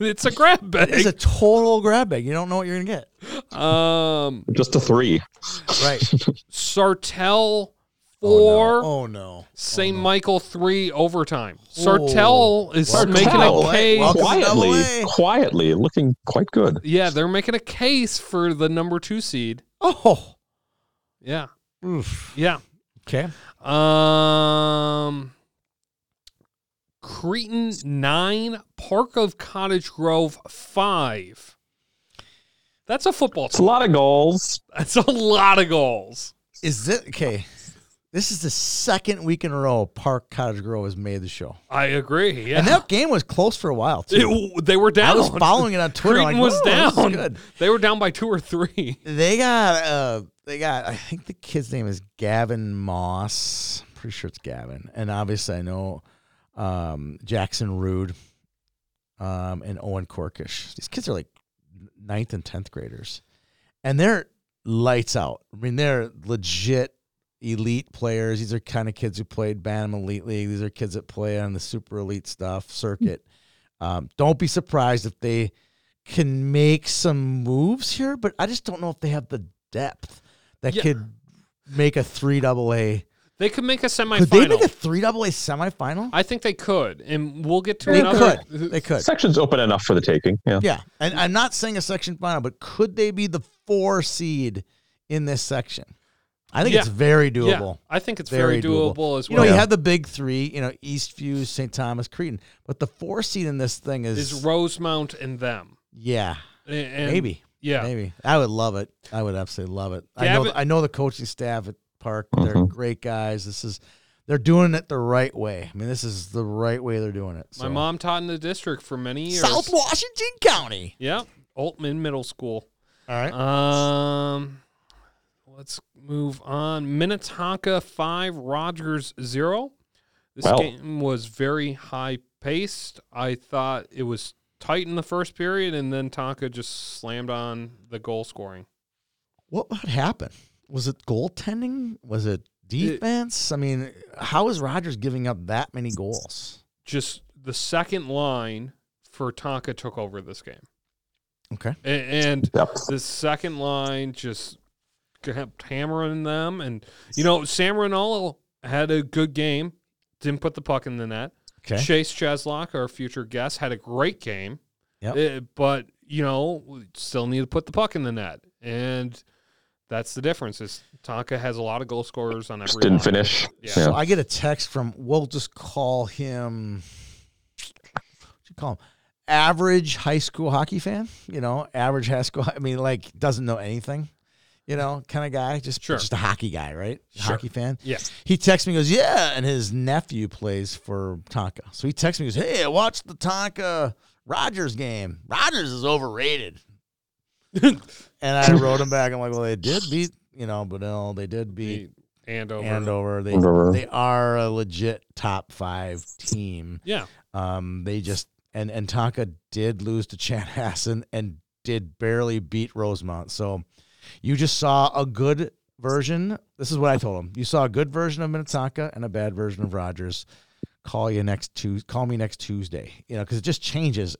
Speaker 3: it's a grab
Speaker 1: It's a
Speaker 3: bag.
Speaker 1: total grab bag. You don't know what you're gonna get.
Speaker 3: um
Speaker 2: Just a three.
Speaker 1: Right.
Speaker 3: Sartell
Speaker 1: Or
Speaker 3: four.
Speaker 1: Oh no.
Speaker 3: St.
Speaker 1: Oh, no. Oh.
Speaker 3: Michael three overtime. Sartell is
Speaker 1: Sartell. eh?
Speaker 3: making a
Speaker 2: Well,
Speaker 3: case.
Speaker 1: Welcome to
Speaker 2: Quietly,
Speaker 1: AA.
Speaker 2: quietly, looking quite good.
Speaker 3: Yeah, they're making a case for the number two seed.
Speaker 1: Oh.
Speaker 3: Yeah,
Speaker 1: Oof.
Speaker 3: yeah.
Speaker 1: Okay.
Speaker 3: Um, Cretan nine, Park of Cottage Grove five. That's a football
Speaker 2: It's a
Speaker 3: team.
Speaker 2: lot of goals.
Speaker 3: That's a lot of goals.
Speaker 1: Is it okay? This is the second week in a row Park Cottage Grove has made the show,
Speaker 3: I agree. Yeah,
Speaker 1: and that game was close for a while too.
Speaker 3: It- they were
Speaker 1: I
Speaker 3: down.
Speaker 1: was following it on Twitter.
Speaker 3: Cretan
Speaker 1: like,
Speaker 3: was
Speaker 1: "Whoa, this is
Speaker 3: down.
Speaker 1: Good.
Speaker 3: They were down by two or three.
Speaker 1: They got uh, they got. I think the kid's name is Gavin Moss. I'm pretty sure it's Gavin, and obviously I know um, Jackson Rude, um, and Owen Corkish. These kids are like ninth and tenth graders, and they're lights out. I mean, they're legit elite players. These are kind of kids who played Bantam Elite League. These are kids that play on the super elite stuff circuit. Um, don't be surprised if they can make some moves here, but I just don't know if they have the depth that
Speaker 3: Yeah.
Speaker 1: could make a three double A.
Speaker 3: They could make
Speaker 1: Could
Speaker 3: a
Speaker 1: they make
Speaker 3: semifinal.
Speaker 1: a
Speaker 3: I
Speaker 1: three double A semifinal?
Speaker 3: think they could, and we'll get to
Speaker 1: They
Speaker 3: another.
Speaker 1: could. They could.
Speaker 2: Section's open enough for the taking. Yeah.
Speaker 1: Yeah, and I'm not saying a section final, but could they be the four seed in this section? I think it's
Speaker 3: Yeah.
Speaker 1: very doable.
Speaker 3: Yeah, I think it's very,
Speaker 1: Very
Speaker 3: doable.
Speaker 1: doable.
Speaker 3: as
Speaker 1: You
Speaker 3: well.
Speaker 1: know, you have the big three, you know, Eastview, St. Thomas, Cretan, but the four seed in this thing is,
Speaker 3: is Rosemount and them.
Speaker 1: yeah,
Speaker 3: A- and-
Speaker 1: maybe,
Speaker 3: Yeah.
Speaker 1: maybe. I would love it. I would absolutely love it. I
Speaker 3: Gavin-
Speaker 1: know, I know the coaching staff at Park. They're great guys. This is, they're doing it the right way. I mean, this is the right way they're doing it.
Speaker 3: My
Speaker 1: so.
Speaker 3: mom taught in the district for many years.
Speaker 1: South Washington County. Uh,
Speaker 3: Yeah. Altman Middle School.
Speaker 1: All right.
Speaker 3: Um, let's move on. Minnetonka 5, Rogers 0. This
Speaker 2: Wow.
Speaker 3: game was very high paced. I thought it was tight in the first period, and then Tonka just slammed on the goal scoring.
Speaker 1: What would happen? Was it goaltending? Was it defense? I mean, how is Rogers giving up that many goals?
Speaker 3: Just the second line for Tonka took over this game.
Speaker 1: Okay.
Speaker 3: A- and
Speaker 2: Yep.
Speaker 3: the second line just kept hammering them. And, you know, Sam Rinaldo had a good game, didn't put the puck in the net.
Speaker 1: Okay.
Speaker 3: Chase Cheslock, our future guest, had a great game.
Speaker 1: Yep.
Speaker 3: Eh, but, you know, we still need to put the puck in the net. And that's the difference is Tonka has a lot of goal scorers on every
Speaker 2: Just didn't
Speaker 3: line.
Speaker 2: finish.
Speaker 3: Yeah.
Speaker 2: Yeah.
Speaker 1: So I get a text from, we'll just call him, what you call him? Average high school hockey fan, you know, average high school. I mean, like, doesn't know anything, you know, kind of guy. Just,
Speaker 3: Sure.
Speaker 1: just a hockey guy, right?
Speaker 3: Sure.
Speaker 1: Hockey fan.
Speaker 3: Yeah.
Speaker 1: He texts me, he goes, Yeah. And his nephew plays for Tonka. So he texts me, he goes, Hey, I watched the Tonka Rogers game. Rogers is overrated. and I wrote him back. I'm like, Well, they did beat, you know, but no, they did beat
Speaker 3: And over.
Speaker 1: Andover. They,
Speaker 2: Andover.
Speaker 1: they are a legit top five team.
Speaker 3: Yeah.
Speaker 1: Um, they just, and, and Tonka did lose to Chanhassen and did barely beat Rosemont. So you just saw a good version. This is what I told him. You saw a good version of Minnetonka and a bad version of Rogers. Call you next Tuesday. Call me next Tuesday. You know, because it just changes.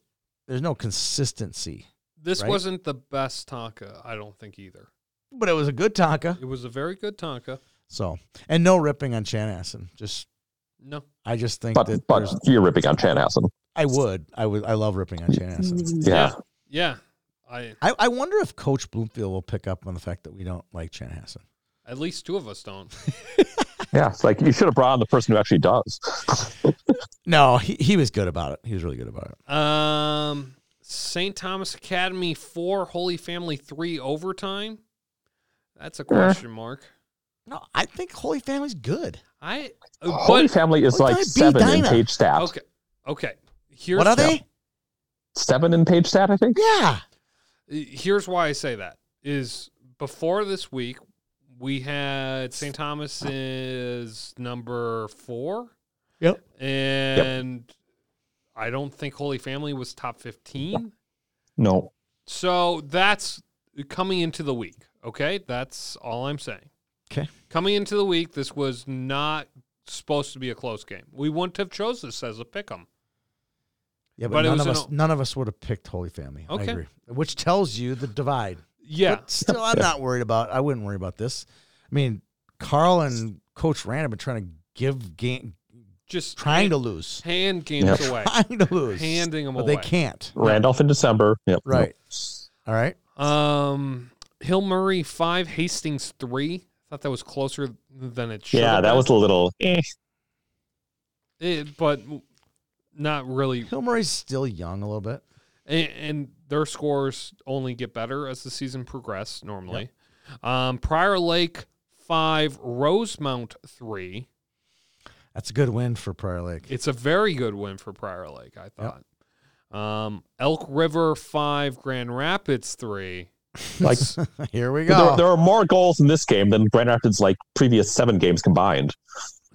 Speaker 1: There's no consistency.
Speaker 3: This
Speaker 1: Right?
Speaker 3: wasn't the best Tonka, I don't think, either.
Speaker 1: but it was a good Tonka.
Speaker 3: It was a very good Tonka.
Speaker 1: So, and no ripping on Shanahan. Just,
Speaker 3: No.
Speaker 1: I just think
Speaker 2: But
Speaker 1: that
Speaker 2: but
Speaker 1: there's-
Speaker 2: you're ripping on Chanhassen.
Speaker 1: I would, I would, I love ripping on Shanahan.
Speaker 2: Yeah.
Speaker 3: Yeah. I
Speaker 1: I, I wonder if Coach Bloomfield will pick up on the fact that we don't like Shanahan.
Speaker 3: at least two of us don't.
Speaker 2: yeah, It's like you should have brought on the person who actually does.
Speaker 1: Oh, No, he, he was good about it. He was really good about it.
Speaker 3: Um, St. Thomas Academy four, Holy Family three overtime. That's a question mark.
Speaker 1: No, I think Holy Family's good.
Speaker 3: I uh,
Speaker 2: Holy
Speaker 3: but
Speaker 2: Family is
Speaker 1: Holy Family
Speaker 2: like
Speaker 1: beat
Speaker 2: seven in
Speaker 1: Dinah.
Speaker 2: page stat.
Speaker 3: okay, okay. Here's
Speaker 1: what are they?
Speaker 2: Seven in page stat, I think.
Speaker 1: Yeah.
Speaker 3: Uh, here's why I say that is before this week we had St. Thomas is number four.
Speaker 1: Yep.
Speaker 3: And I don't think Holy Family was top fifteen.
Speaker 2: No.
Speaker 3: So that's coming into the week. Okay. That's all I'm saying.
Speaker 1: 'Kay.
Speaker 3: Coming into the week, this was not supposed to be a close game. We wouldn't have chose this as a pick 'em.
Speaker 1: Yeah, but,
Speaker 3: But it
Speaker 1: none of
Speaker 3: was an
Speaker 1: us
Speaker 3: o-
Speaker 1: none of us would have picked Holy Family. I
Speaker 3: Okay.
Speaker 1: agree. Which tells you the divide.
Speaker 3: Yeah.
Speaker 1: But still I'm not worried about I wouldn't worry about this. I mean, Carl and Coach Rand have been trying to give game
Speaker 3: just
Speaker 1: trying to
Speaker 3: hand,
Speaker 1: lose.
Speaker 3: hand games
Speaker 2: Yeah.
Speaker 3: away.
Speaker 1: Trying to lose.
Speaker 3: Handing 'em
Speaker 1: but
Speaker 3: away.
Speaker 1: They can't.
Speaker 2: Randolph in December. Yep.
Speaker 1: Right. All right.
Speaker 3: Um, Hill Murray five, Hastings three. Thought that was closer than it should.
Speaker 2: Yeah,
Speaker 3: have
Speaker 2: that
Speaker 3: been.
Speaker 2: was a little. eh.
Speaker 3: It, but w- not really.
Speaker 1: Hill Murray's still young a little bit.
Speaker 3: And, and their scores only get better as the season progressed. Normally, um, Prior Lake five, Rosemount three.
Speaker 1: That's a good win for Prior Lake.
Speaker 3: It's a very good win for Prior Lake. I thought. Um, Elk River five, Grand Rapids three.
Speaker 2: Like
Speaker 1: Here we go.
Speaker 2: there, there are more goals in this game than Grand Rapids like previous seven games combined.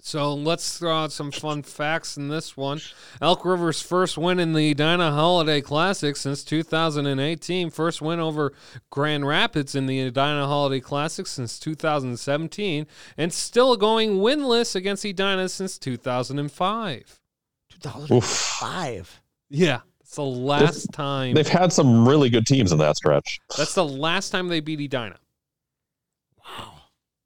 Speaker 3: So let's throw out some fun facts in this one. Elk River's first win in the Edina Holiday Classic since 2018. First win over Grand Rapids in the Edina Holiday Classic since 2017. And still going winless against Edina since 2005.
Speaker 1: 2005.
Speaker 3: Yeah. It's the last time.
Speaker 2: They've had some really good teams in that stretch.
Speaker 3: That's the last time they beat Edina.
Speaker 1: Wow.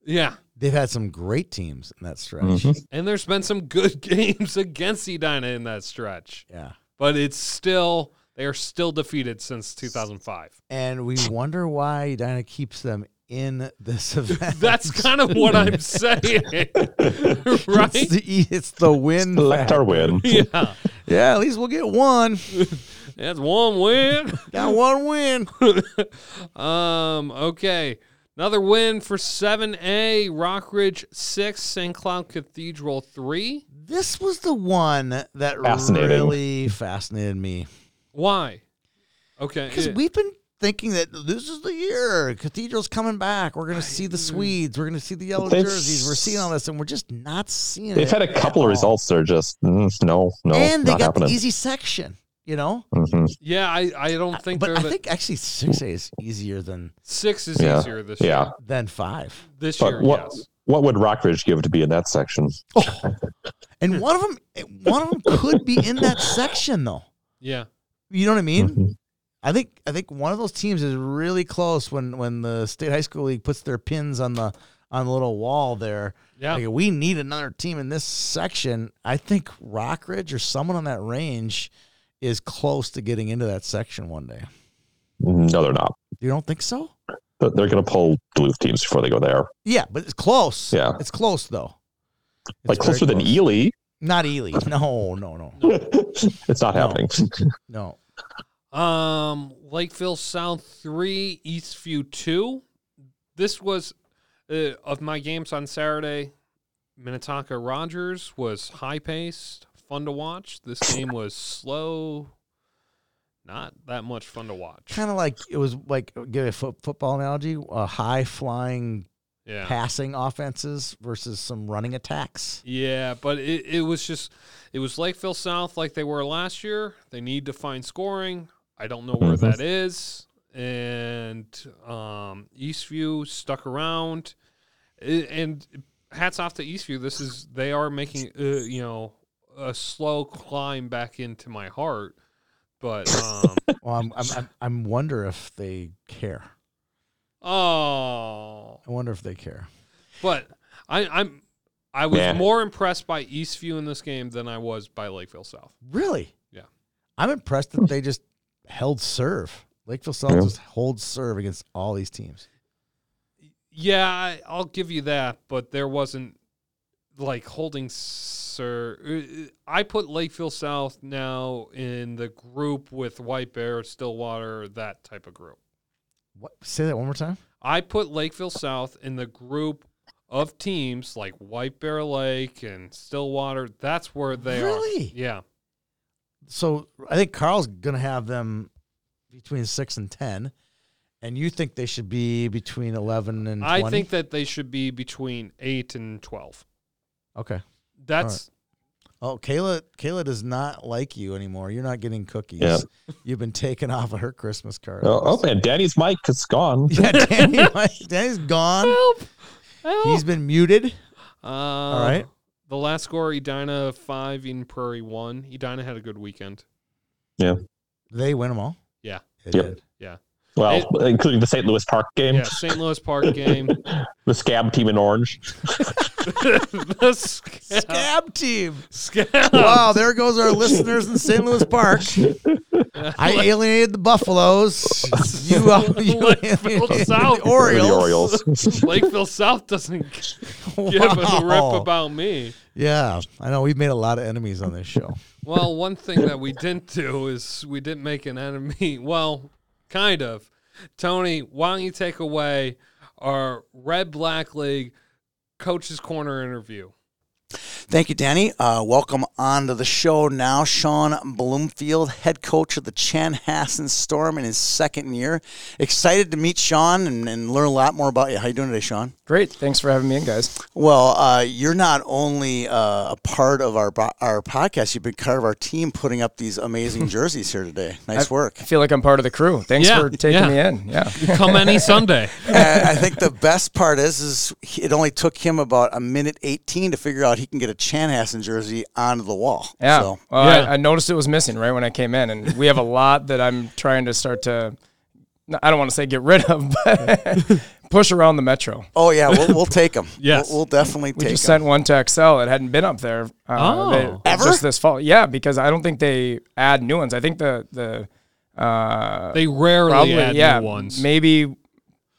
Speaker 3: Yeah.
Speaker 1: They've had some great teams in that stretch.
Speaker 2: Mhm.
Speaker 3: And there's been some good games against Edina in that stretch.
Speaker 1: Yeah.
Speaker 3: But it's still, they are still defeated since 2005.
Speaker 1: And we wonder why Edina keeps them in this event.
Speaker 3: That's kind of what I'm saying,
Speaker 1: It's
Speaker 3: right?
Speaker 1: the, e- it's the win.
Speaker 2: Select
Speaker 1: factor.
Speaker 2: our win.
Speaker 3: Yeah,
Speaker 1: Yeah, at least we'll get one.
Speaker 3: that's one win.
Speaker 1: Got one win.
Speaker 3: Um, okay, another win for seven A Rockridge six, St. Cloud Cathedral three.
Speaker 1: This was the one that
Speaker 2: Fascinating.
Speaker 1: really fascinated me
Speaker 3: Why? Okay,
Speaker 1: because
Speaker 3: yeah.
Speaker 1: we've been thinking that this is the year Cathedral's coming back. We're gonna see the Swedes. We're gonna see the yellow
Speaker 2: They've-
Speaker 1: jerseys. We're seeing all this, and we're just not seeing
Speaker 2: They've
Speaker 1: it.
Speaker 2: had a couple
Speaker 1: at
Speaker 2: of
Speaker 1: all.
Speaker 2: results that are just mm, no, no,
Speaker 1: and they
Speaker 2: not
Speaker 1: got
Speaker 2: happening.
Speaker 1: the easy section. You know,
Speaker 2: Mhm.
Speaker 3: yeah, I, I don't think
Speaker 1: Uh, but
Speaker 3: they're
Speaker 1: I
Speaker 3: the,
Speaker 1: think actually six A is easier than
Speaker 3: six is
Speaker 2: Yeah.
Speaker 3: easier this
Speaker 2: Yeah,
Speaker 3: year.
Speaker 1: than five.
Speaker 3: This
Speaker 2: but
Speaker 3: year,
Speaker 2: what
Speaker 3: yes.
Speaker 2: what would Rockridge give to be in that section?
Speaker 3: Hmm.
Speaker 1: And one of them, one of them could be in that section though.
Speaker 3: Yeah,
Speaker 1: You know what I mean?
Speaker 2: Mhm.
Speaker 1: I think I think one of those teams is really close when when the state high school league puts their pins on the on the little wall there.
Speaker 3: yeah.
Speaker 1: Like, we need another team in this section. I think Rockridge or someone on that range is close to getting into that section one day.
Speaker 2: Mm-hmm. No, they're not.
Speaker 1: You don't think so?
Speaker 2: They're going to pull Duluth teams before they go there.
Speaker 1: Yeah, but it's close.
Speaker 2: Yeah.
Speaker 1: it's close though. It's
Speaker 2: like
Speaker 1: very
Speaker 2: closer than E?
Speaker 1: close.
Speaker 2: Ely,
Speaker 1: Not Ely. No, no, no,
Speaker 2: it's not
Speaker 1: No.
Speaker 2: happening.
Speaker 1: no.
Speaker 3: Um, Lakeville South three, Eastview two. This was uh, of my games on Saturday. Minnetonka Rogers was high paced, fun to watch. This game was slow, not that much fun to watch.
Speaker 1: Kind of like it was like give a fo- football analogy, uh, high flying
Speaker 3: Yeah,
Speaker 1: passing offenses versus some running attacks.
Speaker 3: yeah, but it, it was just it was Lakeville South like they were last year. They need to find scoring. I don't know where
Speaker 2: Mhm.
Speaker 3: that is. And um, Eastview stuck around. I- and hats off to Eastview. This is they are making uh, you know a slow climb back into my heart, but um,
Speaker 1: Well, I'm, I'm, I'm, I'm wonder if they care.
Speaker 3: oh
Speaker 1: I wonder if they care.
Speaker 3: But I, I'm I was
Speaker 2: Yeah.
Speaker 3: more impressed by Eastview in this game than I was by Lakeville South.
Speaker 1: Really?
Speaker 3: Yeah.
Speaker 1: I'm impressed that they just held serve. Lakeville South
Speaker 2: Yeah.
Speaker 1: just holds serve against all these teams.
Speaker 3: Yeah, I, I'll give you that, but there wasn't like holding sir. uh, I put Lakeville South now in the group with White Bear, Stillwater, that type of group.
Speaker 1: What? Say that one more time.
Speaker 3: I put Lakeville South in the group of teams like White Bear Lake and Stillwater. That's where they
Speaker 1: Really?
Speaker 3: are. Yeah.
Speaker 1: So I think Carl's going to have them between six and 10. And you think they should be between 11 and 20?
Speaker 3: I think that they should be between 8 and 12.
Speaker 1: Okay.
Speaker 3: That's
Speaker 1: Oh, Kayla, Kayla does not like you anymore. You're not getting cookies.
Speaker 2: Yeah.
Speaker 1: You've been taken off of her Christmas card.
Speaker 2: Oh, oh man, Danny's mic is gone.
Speaker 1: Yeah, Danny, Danny's gone.
Speaker 3: help. Help.
Speaker 1: He's been muted.
Speaker 3: Uh,
Speaker 1: All right.
Speaker 3: The last score, Edina five, Eden Prairie one. Edina had a good weekend.
Speaker 1: They win them all.
Speaker 3: Yeah.
Speaker 1: They
Speaker 2: Yep.
Speaker 1: did.
Speaker 2: Well, including the St. Louis Park game,
Speaker 3: Yeah, St. Louis Park game.
Speaker 2: the scab team in orange.
Speaker 3: the scab.
Speaker 1: Scab team.
Speaker 3: scab.
Speaker 1: Wow, there goes our listeners in St. Louis Park. I alienated the Buffaloes. You, uh, you
Speaker 3: Lakeville
Speaker 1: alienated
Speaker 3: South.
Speaker 1: the Orioles.
Speaker 2: The Orioles.
Speaker 3: Lakeville South doesn't give a
Speaker 1: Wow.
Speaker 3: rip about me.
Speaker 1: Yeah, I know. We've made a lot of enemies on this show.
Speaker 3: Well, one thing that we didn't do is we didn't make an enemy. Well, kind of. Tony, why don't you take away our Red Black League Coach's Corner interview?
Speaker 7: Thank you, Danny. Uh, welcome on to the show now. Sean Bloomfield, head coach of the Chanhassen Storm in his second year. Excited to meet Sean and, and learn a lot more about you. How you doing today, Sean?
Speaker 8: Great. Thanks for having me in, guys.
Speaker 7: Well, uh, you're not only uh, a part of our bo- our podcast, you've been part of our team putting up these amazing jerseys here today. Nice work.
Speaker 8: I feel like I'm part of the crew. Thanks
Speaker 3: Yeah,
Speaker 8: for taking
Speaker 3: yeah.
Speaker 8: me in. Yeah.
Speaker 3: Come any Sunday.
Speaker 7: and I think the best part is, is he- it only took him about a minute 18 to figure out he can get a Chanhassen jersey onto the wall.
Speaker 8: Yeah.
Speaker 7: So,
Speaker 8: Well, I-
Speaker 3: Yeah.
Speaker 8: I, noticed it was missing right when I came in, and we have a lot that I'm trying to start to. no, I don't want to say get rid of, but push around the metro.
Speaker 7: oh yeah, we'll, we'll take them.
Speaker 3: Yes.
Speaker 7: we'll, we'll definitely
Speaker 8: We
Speaker 7: take
Speaker 8: just
Speaker 7: 'em.
Speaker 8: sent one to Excel that hadn't been up there. uh,
Speaker 3: Oh.
Speaker 8: they-
Speaker 7: Ever?
Speaker 8: Just this fall. Yeah, because I don't think they add new ones. I think the the uh,
Speaker 3: They rarely
Speaker 8: probably
Speaker 3: add
Speaker 8: yeah
Speaker 3: new ones.
Speaker 8: maybe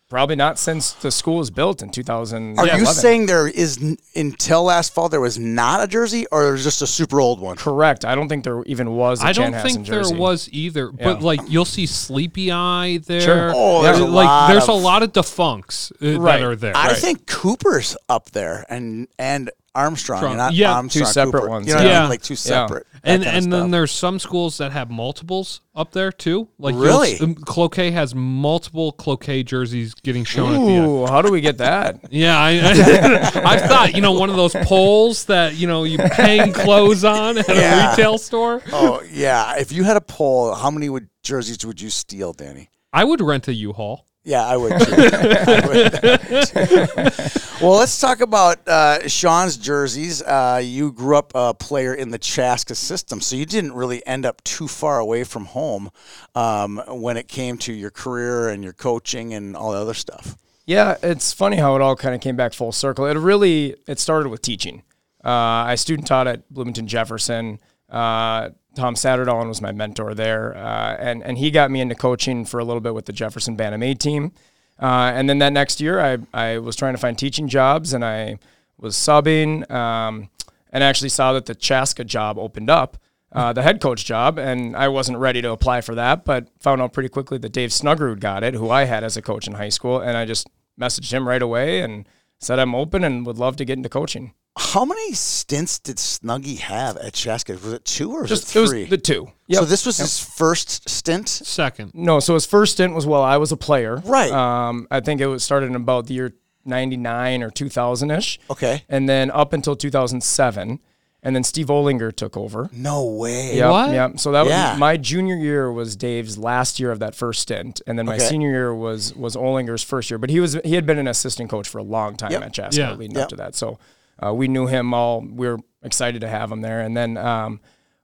Speaker 8: probably not since the school was built in 2000.
Speaker 7: Are you saying there is n- until last fall there was not a jersey, or there's just a super old one?
Speaker 8: Correct. I don't think there even was. I
Speaker 3: I don't think there was either, but
Speaker 8: Yeah.
Speaker 3: like you'll see Sleepy Eye there.
Speaker 8: Sure.
Speaker 7: Oh, there's a
Speaker 3: like
Speaker 7: lot
Speaker 3: there's a
Speaker 7: of-
Speaker 3: lot of defunks uh,
Speaker 8: Right.
Speaker 3: that are there.
Speaker 7: I think Cooper's up there, and and Armstrong,
Speaker 3: Trump.
Speaker 7: not
Speaker 3: Yeah.
Speaker 7: Armstrong,
Speaker 8: Two separate
Speaker 7: Cooper.
Speaker 8: ones,
Speaker 7: You know what I
Speaker 3: yeah.
Speaker 7: mean? Like two separate. that
Speaker 3: and
Speaker 7: kinda
Speaker 3: and then
Speaker 7: stuff.
Speaker 3: there's some schools that have multiples up there too. Like you'll
Speaker 7: Really?
Speaker 3: s- um, Cloquet has multiple Cloquet jerseys getting shown at the end.
Speaker 8: Ooh, how do we get that?
Speaker 3: Yeah, I, I, I've thought you know one of those poles that you know you hang clothes on at a
Speaker 7: Yeah.
Speaker 3: retail store.
Speaker 7: oh yeah, if you had a poll, how many would jerseys would you steal, Danny?
Speaker 3: I would rent a U-Haul.
Speaker 7: Yeah, I would. Too. I would. well, let's talk about uh, Sean's jerseys. Uh, you grew up a player in the Chaska system, so you didn't really end up too far away from home um, when it came to your career and your coaching and all the other stuff.
Speaker 8: Yeah, it's funny how it all kind of came back full circle. It really it started with teaching. Uh, I student taught at Bloomington Jefferson. Uh, Tom Satterdahn was my mentor there, uh, and and he got me into coaching for a little bit with the Jefferson Bantam A team. Uh, and then that next year, I I was trying to find teaching jobs, and I was subbing, um, and actually saw that the Chaska job opened up. uh, the head coach job, and I wasn't ready to apply for that, but found out pretty quickly that Dave Snuggerud got it, who I had as a coach in high school, and I just messaged him right away and said I'm open and would love to get into coaching.
Speaker 7: How many stints did Snuggy have at Chaska? Was it two or was
Speaker 8: Just
Speaker 7: it
Speaker 8: it was
Speaker 7: three?
Speaker 8: the two. Yep.
Speaker 7: So this was his first stint.
Speaker 3: Second,
Speaker 8: no, so his first stint was while I was a player.
Speaker 7: Right.
Speaker 8: Um, I think it was started in about the year '99 or 2000 ish,
Speaker 7: Okay.
Speaker 8: and then up until 2007, and then Steve Olinger took over.
Speaker 7: No way.
Speaker 8: Yep,
Speaker 3: What?
Speaker 8: Yep. So that
Speaker 7: Yeah.
Speaker 8: was my junior year was Dave's last year of that first stint, and then my
Speaker 7: Okay.
Speaker 8: senior year was was Olinger's first year. But he was he had been an assistant coach for a long time
Speaker 7: Yep.
Speaker 8: at Chaska
Speaker 3: Yeah.
Speaker 8: leading
Speaker 7: Yep.
Speaker 8: up to that. So uh, we knew him all. We were excited to have him there, and then um,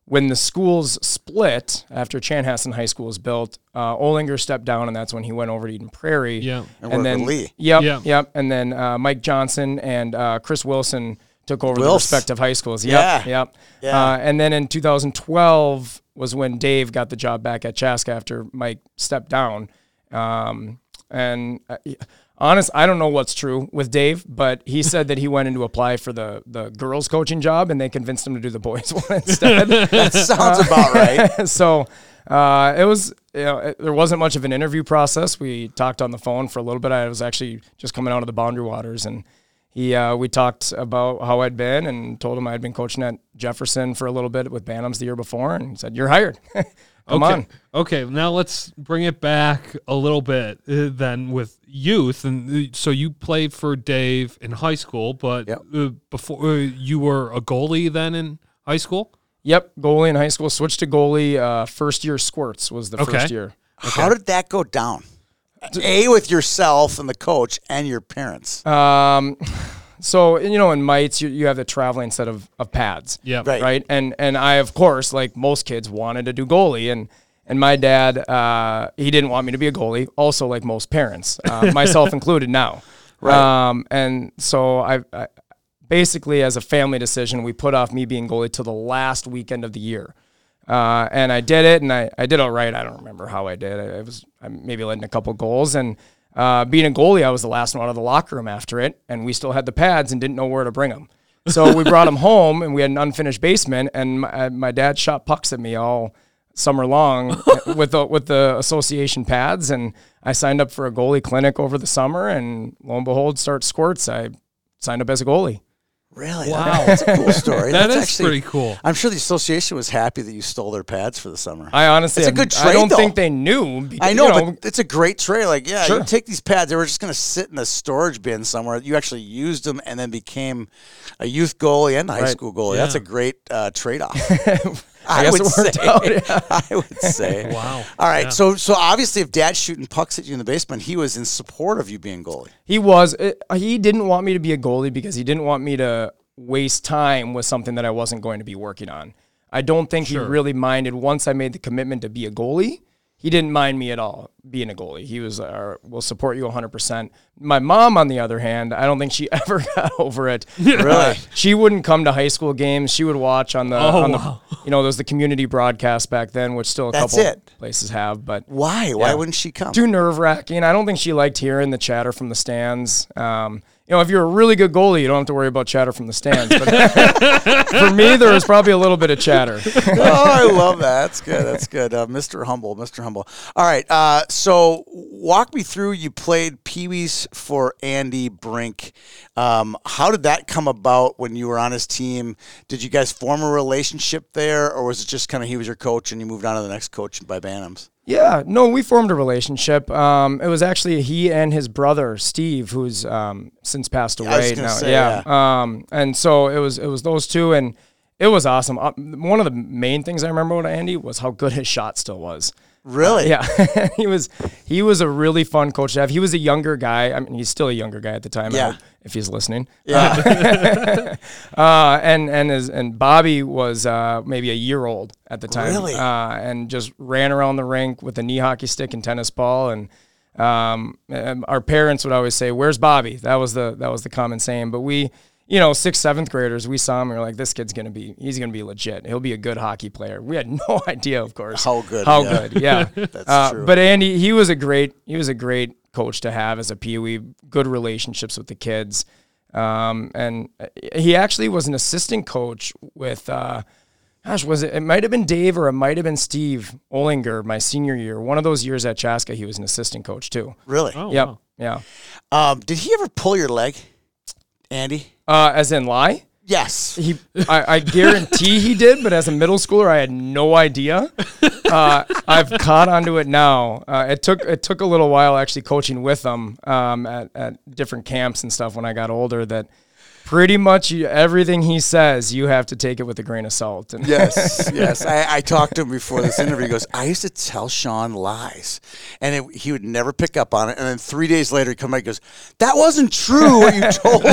Speaker 8: when the schools split after Chanhassen High School was built, uh, Olinger stepped down, and that's when he went over to Eden Prairie.
Speaker 3: Yeah.
Speaker 7: And worked with
Speaker 8: then
Speaker 7: Lee.
Speaker 8: Yep,
Speaker 3: Yeah.
Speaker 8: yep. And then uh, Mike Johnson and uh, Chris Wilson took over the
Speaker 7: Wilfs.
Speaker 8: respective high schools. Yep,
Speaker 7: Yeah.
Speaker 8: yep.
Speaker 7: Yeah.
Speaker 8: Uh, and then in 2012 was when Dave got the job back at Chaska after Mike stepped down. Um, and uh, honest, I don't know what's true with Dave, but he said that he went in to apply for the the girls coaching job, and they convinced him to do the boys one instead.
Speaker 7: That sounds about right.
Speaker 8: so uh, it was you know, it, there wasn't much of an interview process. We talked on the phone for a little bit. I was actually just coming out of the Boundary Waters, and he uh, we talked about how I'd been and told him I'd been coaching at Jefferson for a little bit with Bantams the year before, and said you're hired. Come
Speaker 3: okay.
Speaker 8: on.
Speaker 3: Okay, now let's bring it back a little bit uh, then with youth. And uh, so you played for Dave in high school, but
Speaker 7: Yep.
Speaker 3: uh, before uh, you were a goalie then in high school.
Speaker 8: Yep, goalie in high school. Switched to goalie. Uh, first year squirts was the
Speaker 3: Okay.
Speaker 8: first year.
Speaker 7: How did that go down? A with yourself and the coach and your parents.
Speaker 8: Um, so you know, in mites, you, you have the traveling set of, of pads.
Speaker 3: Yeah.
Speaker 7: Right.
Speaker 8: right? And and I, of course, like most kids, wanted to do goalie, and and my dad, uh, he didn't want me to be a goalie. Also, like most parents, uh, myself included, now. Right. Um, and so I, I basically, as a family decision, we put off me being goalie till the last weekend of the year. Uh, and I did it, and I, I did all right. I don't remember how I did. I, I was I maybe led in a couple goals, and uh, being a goalie, I was the last one out of the locker room after it, and we still had the pads and didn't know where to bring them. So we brought them home, and we had an unfinished basement, and my, uh, my dad shot pucks at me all summer long with the, with the association pads, and I signed up for a goalie clinic over the summer, and lo and behold, start squirts. I signed up as a goalie.
Speaker 7: Really? Wow. That's a cool story.
Speaker 3: That
Speaker 7: That's
Speaker 3: is pretty
Speaker 7: actually,
Speaker 3: cool.
Speaker 7: I'm sure the association was happy that you stole their pads for the summer. I,
Speaker 8: I honestly,
Speaker 7: It's a
Speaker 8: have-
Speaker 7: good
Speaker 8: I
Speaker 7: trade,
Speaker 8: don't
Speaker 7: though.
Speaker 8: think they knew. Because,
Speaker 7: know, but it's a great trade. Like, yeah,
Speaker 8: Sure.
Speaker 7: you take these pads. They were just going to sit in a storage bin somewhere. You actually used them and then became a youth goalie and a high
Speaker 8: Right.
Speaker 7: school goalie. That's a great uh, trade off.
Speaker 8: I guess it worked out,
Speaker 7: I would say.
Speaker 3: Wow.
Speaker 7: All right. So, so obviously, if Dad's shooting pucks at you in the basement, he was in support of you being goalie.
Speaker 8: He was. It, he didn't want me to be a goalie because he didn't want me to waste time with something that I wasn't going to be working on. I don't think he really minded once I made the commitment to be a goalie. He didn't mind me at all being a goalie. He was, uh, we'll support you 100%. My mom, on the other hand, I don't think she ever got over it.
Speaker 7: Really?
Speaker 8: she wouldn't come to high school games. She would watch on the, on the you know, there's the community broadcast back then, which still a
Speaker 7: That's
Speaker 8: couple
Speaker 7: it.
Speaker 8: places have. But
Speaker 7: Why? Why wouldn't she come?
Speaker 8: too nerve wracking. I don't think she liked hearing the chatter from the stands. Um, you know, if you're a really good goalie, you don't have to worry about chatter from the stands. But for me, there was probably a little bit of chatter.
Speaker 7: oh, I love that. That's good. That's good. Uh, Mr. Humble, Mr. Humble. All right. Uh, so walk me through. You played Pee Wee's for Andy Brink. Um, how did that come about when you were on his team? Did you guys form a relationship there, or was it just kind of he was your coach and you moved on to the next coach by Bantams?
Speaker 8: Yeah, no, we formed a relationship. Um, it was actually he and his brother Steve, who's um, since passed away
Speaker 7: I was gonna
Speaker 8: now.
Speaker 7: say,
Speaker 8: yeah. Um, and so it was it was those two, and it was awesome. Uh, one of the main things I remember about Andy was how good his shot still was.
Speaker 7: Really?
Speaker 8: Yeah, he was he was a really fun coach to have. He was a younger guy. I mean, he's still a younger guy at the time. I
Speaker 7: Yeah.
Speaker 8: hope, if he's listening.
Speaker 7: Yeah.
Speaker 8: Uh, and and his, and Bobby was uh, maybe a year old at the time.
Speaker 7: Really?
Speaker 8: Uh, and just ran around the rink with a knee hockey stick and tennis ball. And um, and our parents would always say, "Where's Bobby?" That was the that was the common saying. But we. You know, sixth, seventh graders, we saw him and we are like, this kid's going to be, he's going to be legit. He'll be a good hockey player. We had no idea, of course.
Speaker 7: How good,
Speaker 8: How
Speaker 7: yeah.
Speaker 8: Oh, good. Yeah.
Speaker 7: That's
Speaker 8: Uh,
Speaker 7: true.
Speaker 8: But Andy, he was a great he was a great coach to have as a Pee Wee. Good relationships with the kids, um, and uh, he actually was an assistant coach with. Uh, gosh, was it? It might have been Dave or it might have been Steve Olinger. My senior year, one of those years at Chaska, he was an assistant coach too.
Speaker 7: really?
Speaker 3: Oh,
Speaker 8: yep.
Speaker 3: wow.
Speaker 8: Yeah.
Speaker 7: Um, did he ever pull your leg, Andy?
Speaker 8: Uh, as in lie.
Speaker 7: Yes.
Speaker 8: He, I, I guarantee he did, but as a middle schooler, I had no idea. Uh, I've caught onto it now. Uh, it took it took a little while actually coaching with them um, at, at different camps and stuff when I got older. That pretty much you, everything he says, you have to take it with a grain of salt. And
Speaker 7: Yes, yes. I, I talked to him before this interview. He goes, I used to tell Sean lies, and it, he would never pick up on it. And then three days later, he come back and goes, That wasn't true what you told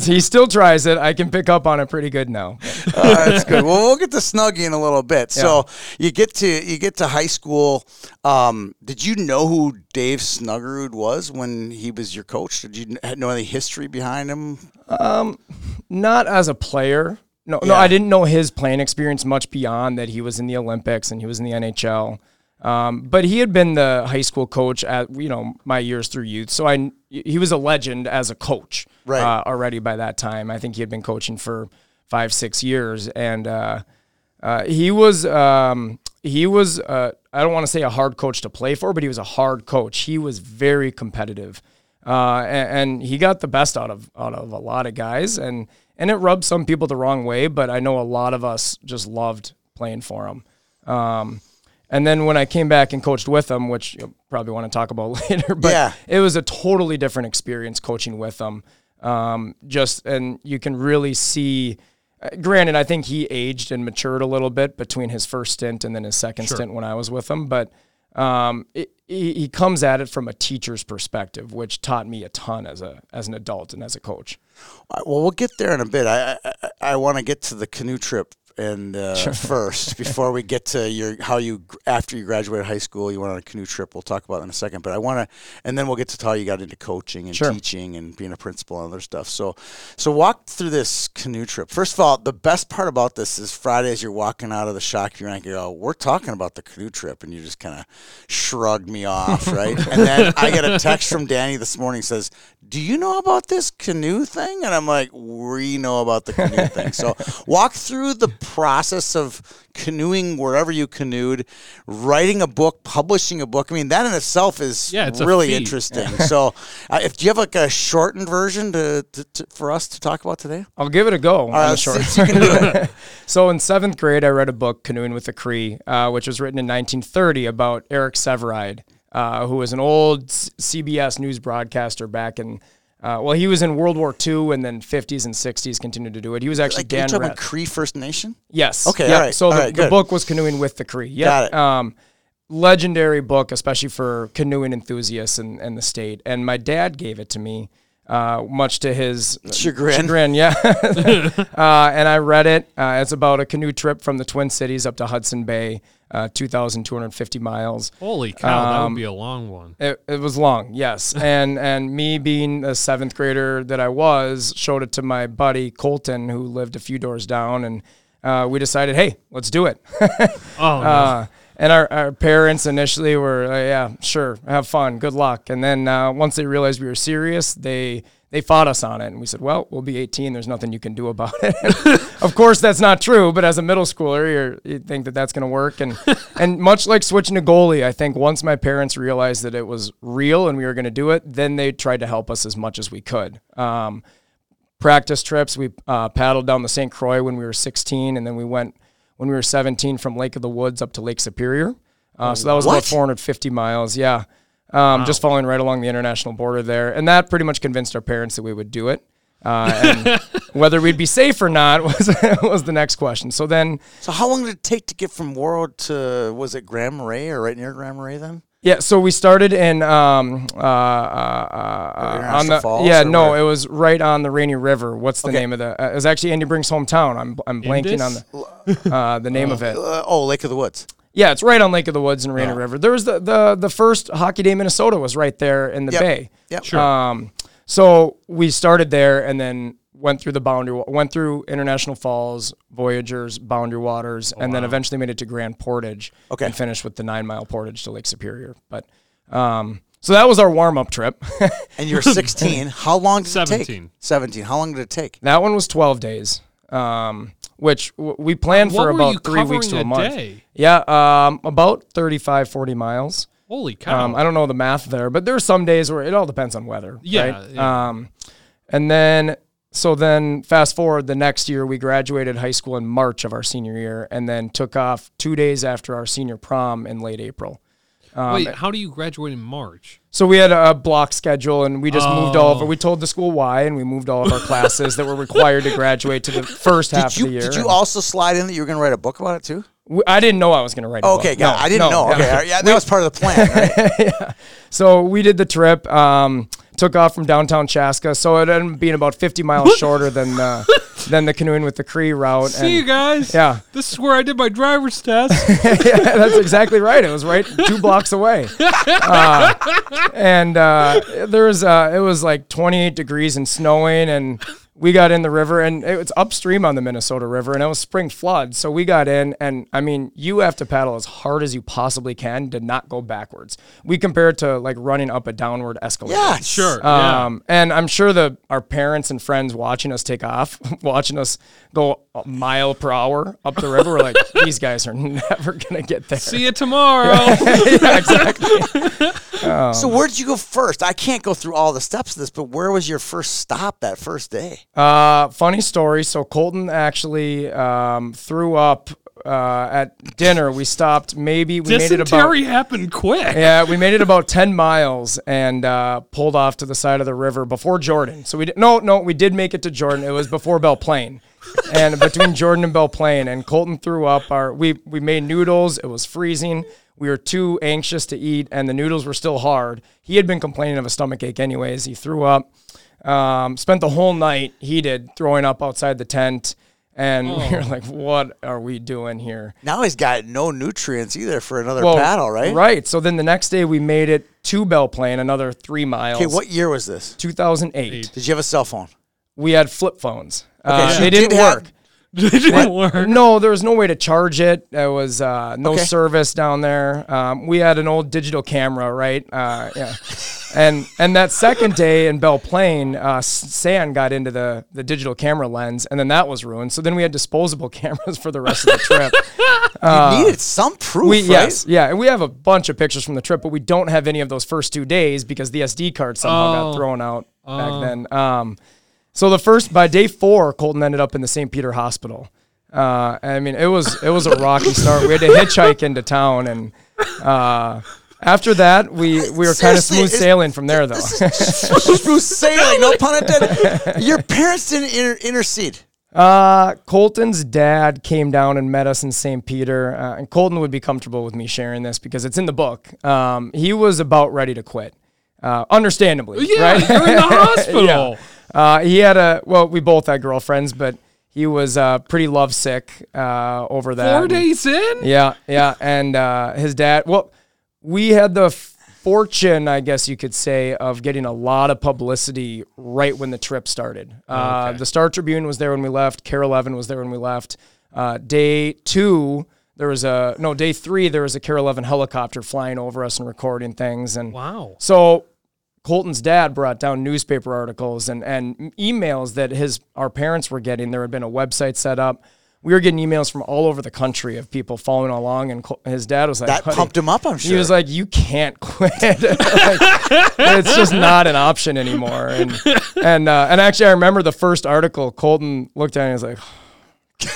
Speaker 7: me.
Speaker 8: he still tries it. I can pick up on it pretty good now.
Speaker 7: Uh, that's good. Well, we'll get to Snuggie in a little bit. So you get to you get to high school. Um, did you know who Dave Snuggerud was when he was your coach? Did you kn- know any history behind him?
Speaker 8: Not as a player. No, no, I didn't know his playing experience much beyond that. He was in the Olympics and he was in the NHL. Um, but he had been the high school coach at you know my years through youth, so I kn- he was a legend as a coach
Speaker 7: Right.
Speaker 8: uh, already by that time. I think he had been coaching for five six years, and uh, uh, he was um, he was uh, I don't want to say a hard coach to play for, but he was a hard coach. He was very competitive, uh, a- and, and he got the best out of out of a lot of guys, and and it rubbed some people the wrong way. But I know a lot of us just loved playing for him. Um, and then when I came back and coached with them, which you'll probably want to talk about later, but
Speaker 7: Yeah.
Speaker 8: it was a totally different experience coaching with them. Um, just and you can really see. uh, Granted, I think he aged and matured a little bit between his first stint and then his second stint when I was with him, but um, it, he, he comes at it from a teacher's perspective, which taught me a ton as a as an adult and as a coach.
Speaker 7: Uh, Well, we'll get there in a bit. I I, I- I want to get to the canoe trip and uh, first before we get to your how you gr- after you graduated high school you went on a canoe trip. We'll talk about that in a second. But I want to, and then we'll get to how you got into coaching and
Speaker 8: Sure.
Speaker 7: teaching and being a principal and other stuff. So, so walk through this canoe trip. First of all, the best part about this is Friday as you're walking out of the shock you're rank, you go, "We're talking about the canoe trip," and you just kind of shrugged me off, right? and then I get a text from Danny this morning says, "Do you know about this canoe thing?" And I'm like, "We know about the canoe thing." So walk through the process of canoeing wherever you canoed, writing a book, publishing a book. I mean, that in itself is
Speaker 3: Yeah, it's a
Speaker 7: really
Speaker 3: feat.
Speaker 7: interesting. so, uh, if do you have like a shortened version to, to, to for us to talk about today?
Speaker 8: I'll give it a go.
Speaker 7: All right,
Speaker 8: on the
Speaker 7: let's
Speaker 8: short.
Speaker 7: see if you can do it.
Speaker 8: So in seventh grade, I read a book, Canoeing with the Cree, uh, which was written in 1930 about Eric Severide, uh, who was an old C- CBS news broadcaster back in. Uh, well, he was in World War II and then 50s and 60s continued to do it. He was actually
Speaker 7: Like, you
Speaker 8: Dan
Speaker 7: talking
Speaker 8: Rather.
Speaker 7: about Cree First Nation?
Speaker 8: Yes.
Speaker 7: Okay, all right,
Speaker 8: So
Speaker 7: all
Speaker 8: the,
Speaker 7: right,
Speaker 8: the
Speaker 7: good.
Speaker 8: book was canoeing with the Cree. Yeah.
Speaker 7: Got it.
Speaker 8: Um, legendary book, especially for canoeing enthusiasts in, in the state. And my dad gave it to me, uh, much to his
Speaker 7: Chagrin.
Speaker 8: Chagrin, yeah. uh, and I read it. Uh, it's about a canoe trip from the Twin Cities up to Hudson Bay, uh, 2,250 miles.
Speaker 3: Holy cow, that
Speaker 8: Um,
Speaker 3: would be a long one.
Speaker 8: It, it was long, yes. And and me being a seventh grader that I was, showed it to my buddy Colton, who lived a few doors down, and uh, we decided, hey, let's do it.
Speaker 3: Oh, no.
Speaker 8: Uh, and our, our parents initially were, uh, yeah, sure, have fun, good luck. And then uh, once they realized we were serious, they they fought us on it, and we said, well, we'll be 18. There's nothing you can do about it. of course, that's not true. But as a middle schooler, you're, you think that that's going to work. And and much like switching to goalie, I think once my parents realized that it was real and we were going to do it, then they tried to help us as much as we could. Um, practice trips. We uh, paddled down the St. Croix when we were 16, and then we went when we were 17 from Lake of the Woods up to Lake Superior. Uh, so that was
Speaker 7: What?
Speaker 8: about 450 miles. Yeah. Um, Just following right along the international border there. And that pretty much convinced our parents that we would do it. Uh, and whether we'd be safe or not was, was the next question. So then
Speaker 7: So, how long did it take to get from Warroad to was it Grand Marais or right near Grand Marais then?
Speaker 8: Yeah, so we started in um, uh, uh, uh, on
Speaker 7: International
Speaker 8: the
Speaker 7: Falls
Speaker 8: yeah
Speaker 7: or
Speaker 8: no,
Speaker 7: where?
Speaker 8: it was right on the Rainy River. What's the
Speaker 7: Okay.
Speaker 8: name of the? Uh, it was actually Andy Brink's hometown. I'm I'm blanking on the uh, the name of it.
Speaker 7: Uh, oh, Lake of the Woods.
Speaker 8: Yeah, it's right on Lake of the Woods and Rainy River. There was the, the the first Hockey Day Minnesota was right there in the
Speaker 7: Yep.
Speaker 8: bay.
Speaker 7: Yep.
Speaker 3: Sure.
Speaker 8: Um, so we started there and then went through the boundary, wa- went through International Falls, Voyagers, Boundary Waters, and then eventually made it to Grand Portage.
Speaker 7: Okay.
Speaker 8: And finished with the nine mile portage to Lake Superior. But um, so that was our warm up trip.
Speaker 7: And you were 16. how long did it take?
Speaker 3: 17.
Speaker 7: 17. How long did it take?
Speaker 8: that one was twelve days, um, which w- we planned
Speaker 3: What
Speaker 8: for
Speaker 3: were you
Speaker 8: about three weeks
Speaker 3: covering
Speaker 8: to
Speaker 3: a
Speaker 8: a month.
Speaker 3: day?
Speaker 8: Yeah, um, about 35, 40 miles.
Speaker 3: Holy cow.
Speaker 7: Oh.
Speaker 8: Um, I don't know the math there, but there are some days where it all depends on weather.
Speaker 3: Yeah,
Speaker 8: right?
Speaker 3: yeah.
Speaker 8: Um, and then so then fast forward the next year, we graduated high school in March of our senior year, and then took off two days after our senior prom in late April.
Speaker 3: Wait, how do you graduate in March?
Speaker 8: So we had a block schedule, and we just moved all
Speaker 7: Oh.
Speaker 8: over. We told the school why, and we moved all of our classes that were required to graduate to the first half
Speaker 7: Did you
Speaker 8: of the year.
Speaker 7: did you also slide in that you were going to write a book about it too?
Speaker 8: We- I didn't know I was going to write. a
Speaker 7: Okay,
Speaker 8: book.
Speaker 7: got
Speaker 8: No,
Speaker 7: it. I
Speaker 8: no,
Speaker 7: didn't know.
Speaker 8: yeah.
Speaker 7: Okay, all right, yeah, that was part of the plan. right?
Speaker 8: So we did the trip. Um, took off from downtown Chaska. So it ended up being about 50 miles shorter than uh, than the canoeing with the Cree route.
Speaker 3: See you guys.
Speaker 8: Yeah.
Speaker 3: This is where I did my driver's test.
Speaker 8: yeah, that's exactly right. It was right two blocks away, Uh, and uh, there was uh, it was like 28 degrees and snowing, and we got in the river, and it was upstream on the Minnesota River, and it was spring flood, so we got in, and I mean, you have to paddle as hard as you possibly can to not go backwards. We compare it to like running up a downward escalator.
Speaker 7: Yeah,
Speaker 3: sure. yeah.
Speaker 8: Um, And I'm sure the our parents and friends watching us take off, watching us go a mile per hour up the river, were like, these guys are never gonna get there.
Speaker 3: See you tomorrow.
Speaker 8: yeah, exactly.
Speaker 7: So
Speaker 8: Um,
Speaker 7: where did you go first? I can't go through all the steps of this, but where was your first stop that first day?
Speaker 8: Uh, funny story. So Colton actually um, threw up uh, at dinner. We stopped. Maybe we made it about.
Speaker 3: Dysentery happened quick.
Speaker 8: Yeah, we made it about ten miles and uh, pulled off to the side of the river before Jordan. So we did, no, no, we did make it to Jordan. It was before Belle Plaine, and between Jordan and Belle Plaine, and Colton threw up. Our we we made noodles. It was freezing. We were too anxious to eat, and the noodles were still hard. He had been complaining of a stomach ache anyways. He threw up. Um, spent the whole night he did throwing up outside the tent, and we were like, "What are we doing here?"
Speaker 7: Now he's got no nutrients either for another
Speaker 8: Well,
Speaker 7: paddle, right?
Speaker 8: Right. So then the next day we made it to Belle Plaine, another three miles.
Speaker 7: Okay, what year was this?
Speaker 8: 2008.
Speaker 7: Did you have a cell phone?
Speaker 8: We had flip phones.
Speaker 7: Okay,
Speaker 8: Uh,
Speaker 7: so
Speaker 8: they
Speaker 7: you
Speaker 8: didn't
Speaker 7: did have-
Speaker 8: work.
Speaker 3: It didn't work.
Speaker 8: No, there was no way to charge it. There was uh, no
Speaker 7: Okay.
Speaker 8: service down there. Um, we had an old digital camera, right? Uh, yeah. and and that second day in Belle Plaine, uh, s- sand got into the the digital camera lens, and then that was ruined. So then we had disposable cameras for the rest of the trip.
Speaker 7: you needed some proof,
Speaker 8: Uh, We
Speaker 7: right?
Speaker 8: yes, yeah, and we have a bunch of pictures from the trip, but we don't have any of those first two days because the SD card somehow
Speaker 7: Oh.
Speaker 8: got thrown out back then. Um, so the first by day four, Colton ended up in the St. Peter Hospital. Uh, I mean, it was it was a rocky start. We had to hitchhike into town, and uh, after that, we we were kind of
Speaker 7: Seriously,
Speaker 8: smooth
Speaker 7: it's-
Speaker 8: sailing from there, though.
Speaker 7: Smooth sailing, no pun intended. Your parents didn't inter- intercede.
Speaker 8: Uh, Colton's dad came down and met us in St. Peter, uh, and Colton would be comfortable with me sharing this because it's in the book. Um, he was about ready to quit, uh, understandably.
Speaker 3: Yeah,
Speaker 8: right?
Speaker 3: you're in the hospital.
Speaker 8: Uh, he had a well, we both had girlfriends, but he was uh, pretty lovesick uh, over that.
Speaker 3: Four
Speaker 8: And-
Speaker 3: days in?
Speaker 8: yeah, yeah. And uh, his dad, well, we had the fortune, I guess you could say, of getting a lot of publicity right when the trip started. Uh, The Star Tribune was there when we left, Carol Evan was there when we left. Uh, day two, there was a, no, day three, there was a Carol Evan helicopter flying over us and recording things. And
Speaker 3: Wow.
Speaker 8: so Colton's dad brought down newspaper articles and, and emails that his our parents were getting. There had been a website set up. We were getting emails from all over the country of people following along, and Col- his dad was like,
Speaker 7: That
Speaker 8: "Buddy,"
Speaker 7: pumped him up, I'm sure.
Speaker 8: He was like, "You can't quit. Like, it's just not an option anymore." And and uh, and actually, I remember the first article. Colton looked at it and he was like,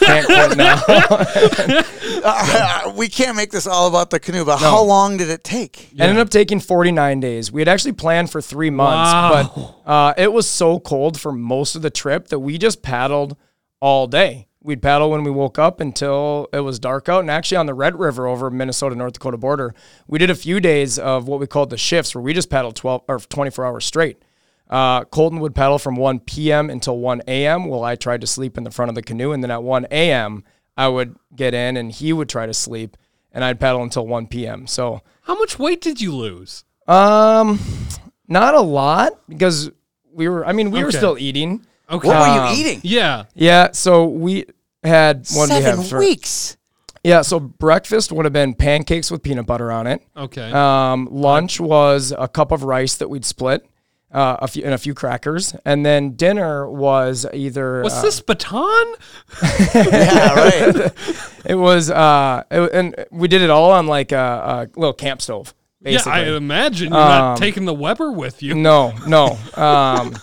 Speaker 8: "Can't quit now."
Speaker 7: Uh, we can't make this all about the canoe, but how long did it take?
Speaker 8: Ended up taking 49 days. We had actually planned for three months, but uh, it was so cold for most of the trip that we just paddled all day. We'd paddle when we woke up until it was dark out. And actually, on the Red River over Minnesota North Dakota border, we did a few days of what we called the shifts, where we just paddled 12 or 24 hours straight. Uh, Colton would paddle from 1 p.m. until 1 a.m. while I tried to sleep in the front of the canoe. And then at 1 a.m., I would get in and he would try to sleep, and I'd paddle until 1 p.m. So
Speaker 3: How much weight did you lose?
Speaker 8: um, not a lot because we were. I mean, we were
Speaker 3: Okay.
Speaker 8: still eating.
Speaker 3: Okay.
Speaker 7: What were you eating?
Speaker 3: yeah.
Speaker 8: Yeah. So we had Um, one. we
Speaker 7: Seven
Speaker 8: have for-
Speaker 7: weeks.
Speaker 8: Yeah. So breakfast would have been pancakes with peanut butter on it.
Speaker 3: Okay.
Speaker 8: Um, lunch was a cup of rice that we'd split. Uh, a few and a few crackers, and then dinner was either
Speaker 3: Was
Speaker 8: uh,
Speaker 3: this baton?
Speaker 7: Yeah, right.
Speaker 8: it was uh, it- and we did it all on like a, a little camp stove. Basically.
Speaker 3: Yeah, I imagine you're not taking the Weber with you.
Speaker 8: No, no. Um,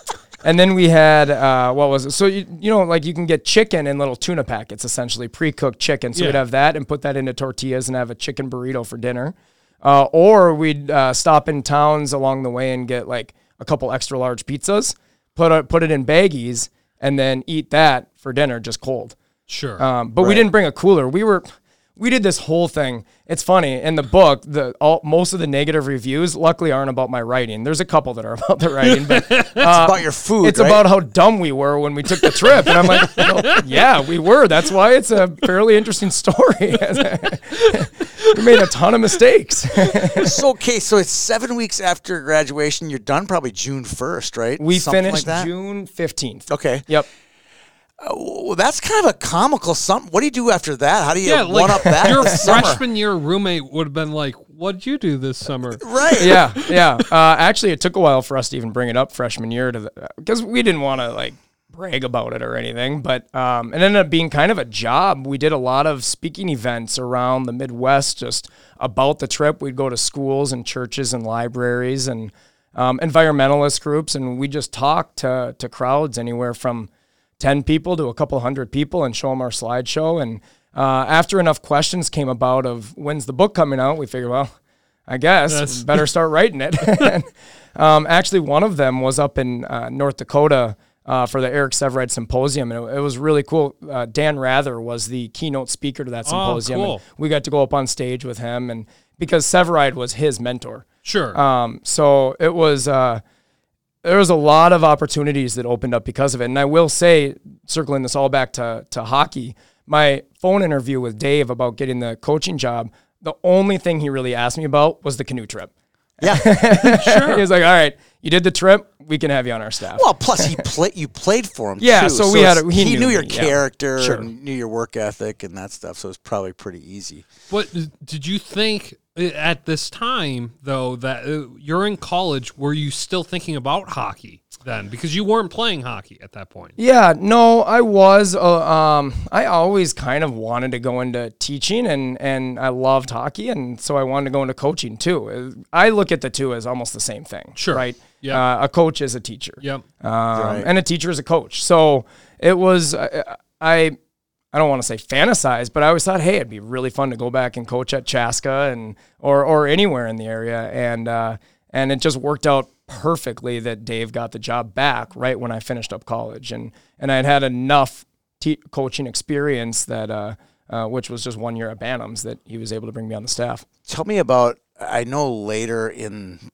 Speaker 8: and then we had uh, what was it? So you, you know, like you can get chicken in little tuna packets, essentially pre-cooked chicken. So we'd
Speaker 3: Yeah.
Speaker 8: have that and put that into tortillas and have a chicken burrito for dinner. Uh, or we'd uh, stop in towns along the way and get like a couple extra large pizzas, put a, put it in baggies, and then eat that for dinner just cold.
Speaker 3: Sure.
Speaker 8: uh, Um, but we didn't bring a cooler. We were we did this whole thing. It's funny in the book. The all most of the negative reviews, luckily, aren't about my writing. There's a couple that are about the writing, but uh,
Speaker 7: about your food.
Speaker 8: it's
Speaker 7: right?
Speaker 8: about how dumb we were when we took the trip. And I'm like, well, yeah, we were. That's why it's a fairly interesting story. we made a ton of mistakes.
Speaker 7: so okay. So it's seven weeks after graduation. You're done probably June first, right?
Speaker 8: We
Speaker 7: Something
Speaker 8: finished
Speaker 7: like that?
Speaker 8: June 15th.
Speaker 7: Okay.
Speaker 8: Yep.
Speaker 7: Well, that's kind of a comical something. What do you do after that? How do you
Speaker 3: Yeah,
Speaker 7: one up
Speaker 3: like
Speaker 7: that?
Speaker 3: your
Speaker 7: this summer?
Speaker 3: freshman year roommate would have been like, "What'd you do this summer?"
Speaker 7: right?
Speaker 8: Yeah. Yeah. Uh, actually, it took a while for us to even bring it up freshman year to because we didn't want to like brag about it or anything. But um, it ended up being kind of a job. We did a lot of speaking events around the Midwest just about the trip. We'd go to schools and churches and libraries and um, environmentalist groups, and we just talked to, to crowds anywhere from 10 people to a couple hundred people and show them our slideshow. And uh, after enough questions came about of when's the book coming out, we figured, well, I guess
Speaker 3: That's-
Speaker 8: better start writing it. um, actually, one of them was up in uh, North Dakota uh, for the Eric Severide Symposium, and it, it was really cool. Uh, Dan Rather was the keynote speaker to that symposium. and
Speaker 3: cool.
Speaker 8: We got to go up on stage with him, and because Severide was his mentor.
Speaker 3: Sure.
Speaker 8: Um, so it was uh, there was a lot of opportunities that opened up because of it. And I will say, circling this all back to to hockey, my phone interview with Dave about getting the coaching job, the only thing he really asked me about was the canoe trip. Yeah, he was like, "All right, you did the trip. We can have you on our staff."
Speaker 7: Well, plus he played. You played for him.
Speaker 8: Yeah,
Speaker 7: too,
Speaker 8: so we had
Speaker 7: it's-
Speaker 8: a-
Speaker 7: he,
Speaker 8: he
Speaker 7: knew,
Speaker 8: knew
Speaker 7: your
Speaker 8: me, yeah.
Speaker 7: character,
Speaker 8: Sure.
Speaker 7: and knew your work ethic, and that stuff. So it's probably pretty easy.
Speaker 3: But did you think uh, at this time though that uh, you're in college? Were you still thinking about hockey then? Because you weren't playing hockey at that point.
Speaker 8: Yeah, no, I was. Uh, um, I always kind of wanted to go into teaching, and and I loved hockey, and so I wanted to go into coaching too. Uh, I look at the two as almost the same thing.
Speaker 3: Sure.
Speaker 8: Right.
Speaker 3: Yeah.
Speaker 8: Uh, a coach is a teacher.
Speaker 3: Yep.
Speaker 8: Um,
Speaker 7: Right.
Speaker 8: And a teacher is a coach. So it was. I. I I don't want to say fantasize, but I always thought, hey, it'd be really fun to go back and coach at Chaska and or or anywhere in the area, and uh, and it just worked out perfectly that Dave got the job back right when I finished up college, and and I'd had enough te- coaching experience that uh, uh, which was just one year at Bantams that he was able to bring me on the staff.
Speaker 7: Tell me about. I know later in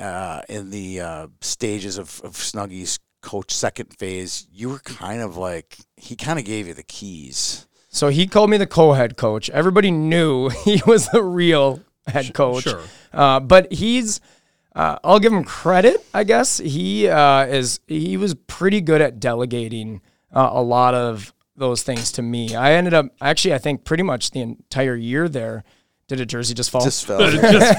Speaker 7: uh, in the uh, stages of, of Snuggy's coach second phase, you were kind of like he kind of gave you the keys.
Speaker 8: So he called me the co-head coach. Everybody knew he was the real head coach.
Speaker 3: sure.
Speaker 8: Uh, but he's, uh, I'll give him credit, I guess. He uh, is. He was pretty good at delegating uh, a lot of those things to me. I ended up actually, I think, pretty much the entire year there. Did a jersey just fall?
Speaker 7: Just fell.
Speaker 3: Just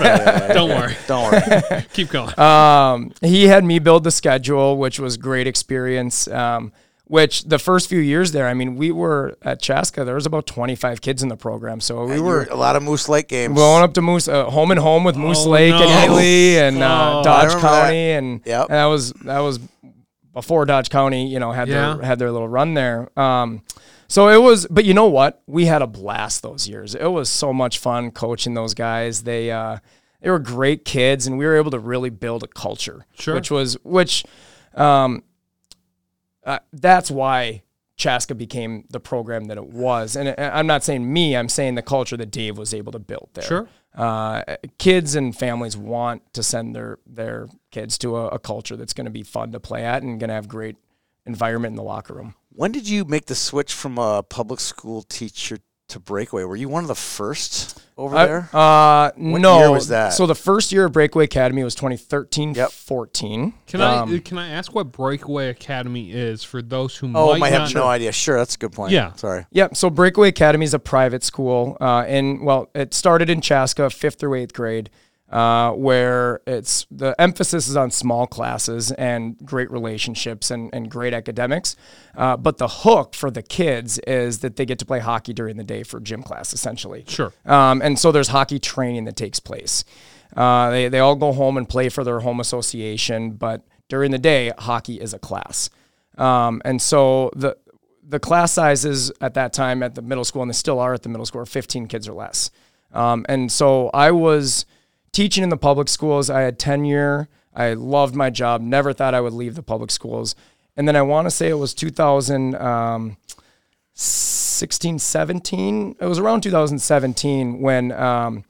Speaker 3: don't worry.
Speaker 7: Don't worry.
Speaker 3: Keep going.
Speaker 8: um, he had me build the schedule, which was great experience. Um, which the first few years there, I mean, we were at Chaska. There was about twenty five kids in the program, so we
Speaker 7: We
Speaker 8: were
Speaker 7: were a lot of Moose Lake games.
Speaker 8: Blowing up to Moose, uh, home and home with Moose
Speaker 3: Oh,
Speaker 8: Lake
Speaker 3: no.
Speaker 8: and Italy and uh,
Speaker 3: Oh.
Speaker 7: I
Speaker 8: Dodge
Speaker 7: remember that.
Speaker 8: County, and
Speaker 7: Yep.
Speaker 8: and that was that was before Dodge County, you know, had
Speaker 3: Yeah.
Speaker 8: their had their little run there. Um, so it was, but you know what? We had a blast those years. It was so much fun coaching those guys. They uh, they were great kids, and we were able to really build a culture,
Speaker 3: Sure.
Speaker 8: which was which. Um, uh, that's why Chaska became the program that it was. And I- I'm not saying me, I'm saying the culture that Dave was able to build there.
Speaker 3: Sure.
Speaker 8: Uh, kids and families want to send their, their kids to a, a culture that's going to be fun to play at and going to have great environment in the locker room.
Speaker 7: When did you make the switch from a public school teacher to breakaway? Were you one of the first over
Speaker 8: I-
Speaker 7: there?
Speaker 8: Uh, no.
Speaker 7: year was that?
Speaker 8: So the first year at Breakaway Academy was 2013
Speaker 7: Yep.
Speaker 8: 14.
Speaker 3: Can
Speaker 7: Um,
Speaker 3: I can I ask what Breakaway Academy is for those who
Speaker 7: Oh,
Speaker 3: might,
Speaker 7: might
Speaker 3: not
Speaker 7: have no idea. Sure, that's a good point.
Speaker 3: Yeah.
Speaker 7: sorry.
Speaker 8: Yep. So Breakaway Academy is a private school, uh, and well, it started in Chaska, fifth through eighth grade, uh, where it's the emphasis is on small classes and great relationships and, and great academics. Uh, but the hook for the kids is that they get to play hockey during the day for gym class, essentially.
Speaker 3: Sure.
Speaker 8: Um, and so there's hockey training that takes place. Uh, they, they all go home and play for their home association, but during the day, hockey is a class. Um, and so the the class sizes at that time at the middle school, and they still are at the middle school, are 15 kids or less. Um, and so I was teaching in the public schools. I had tenure. I loved my job. Never thought I would leave the public schools. And then I want to say it was 2000. Um, 16, 17. It was around 2017 when um,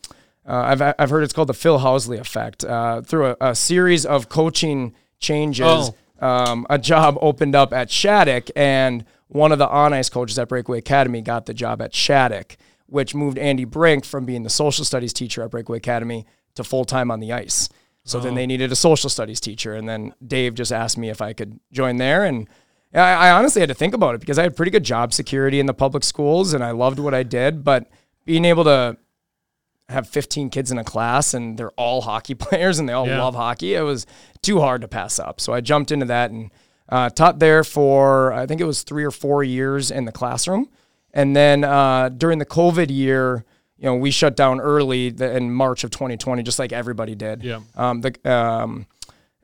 Speaker 8: uh, I've, I've heard it's called the Phil Housley effect. Uh, through a, a series of coaching changes,
Speaker 3: Oh.
Speaker 8: um, a job opened up at Shattuck, and one of the on ice coaches at Breakaway Academy got the job at Shattuck, which moved Andy Brink from being the social studies teacher at Breakaway Academy to full time on the ice. So then they needed a social studies teacher, and then Dave just asked me if I could join there, and I, I honestly had to think about it because I had pretty good job security in the public schools, and I loved what I did, but being able to have 15 kids in a class and they're all hockey players and they all
Speaker 3: Yeah.
Speaker 8: love hockey. It was too hard to pass up. So I jumped into that and uh, taught there for, I think it was three or four years in the classroom. And then uh, during the COVID year, you know, we shut down early th- in March of 2020, just like everybody did.
Speaker 3: Yeah.
Speaker 8: Um, the, um,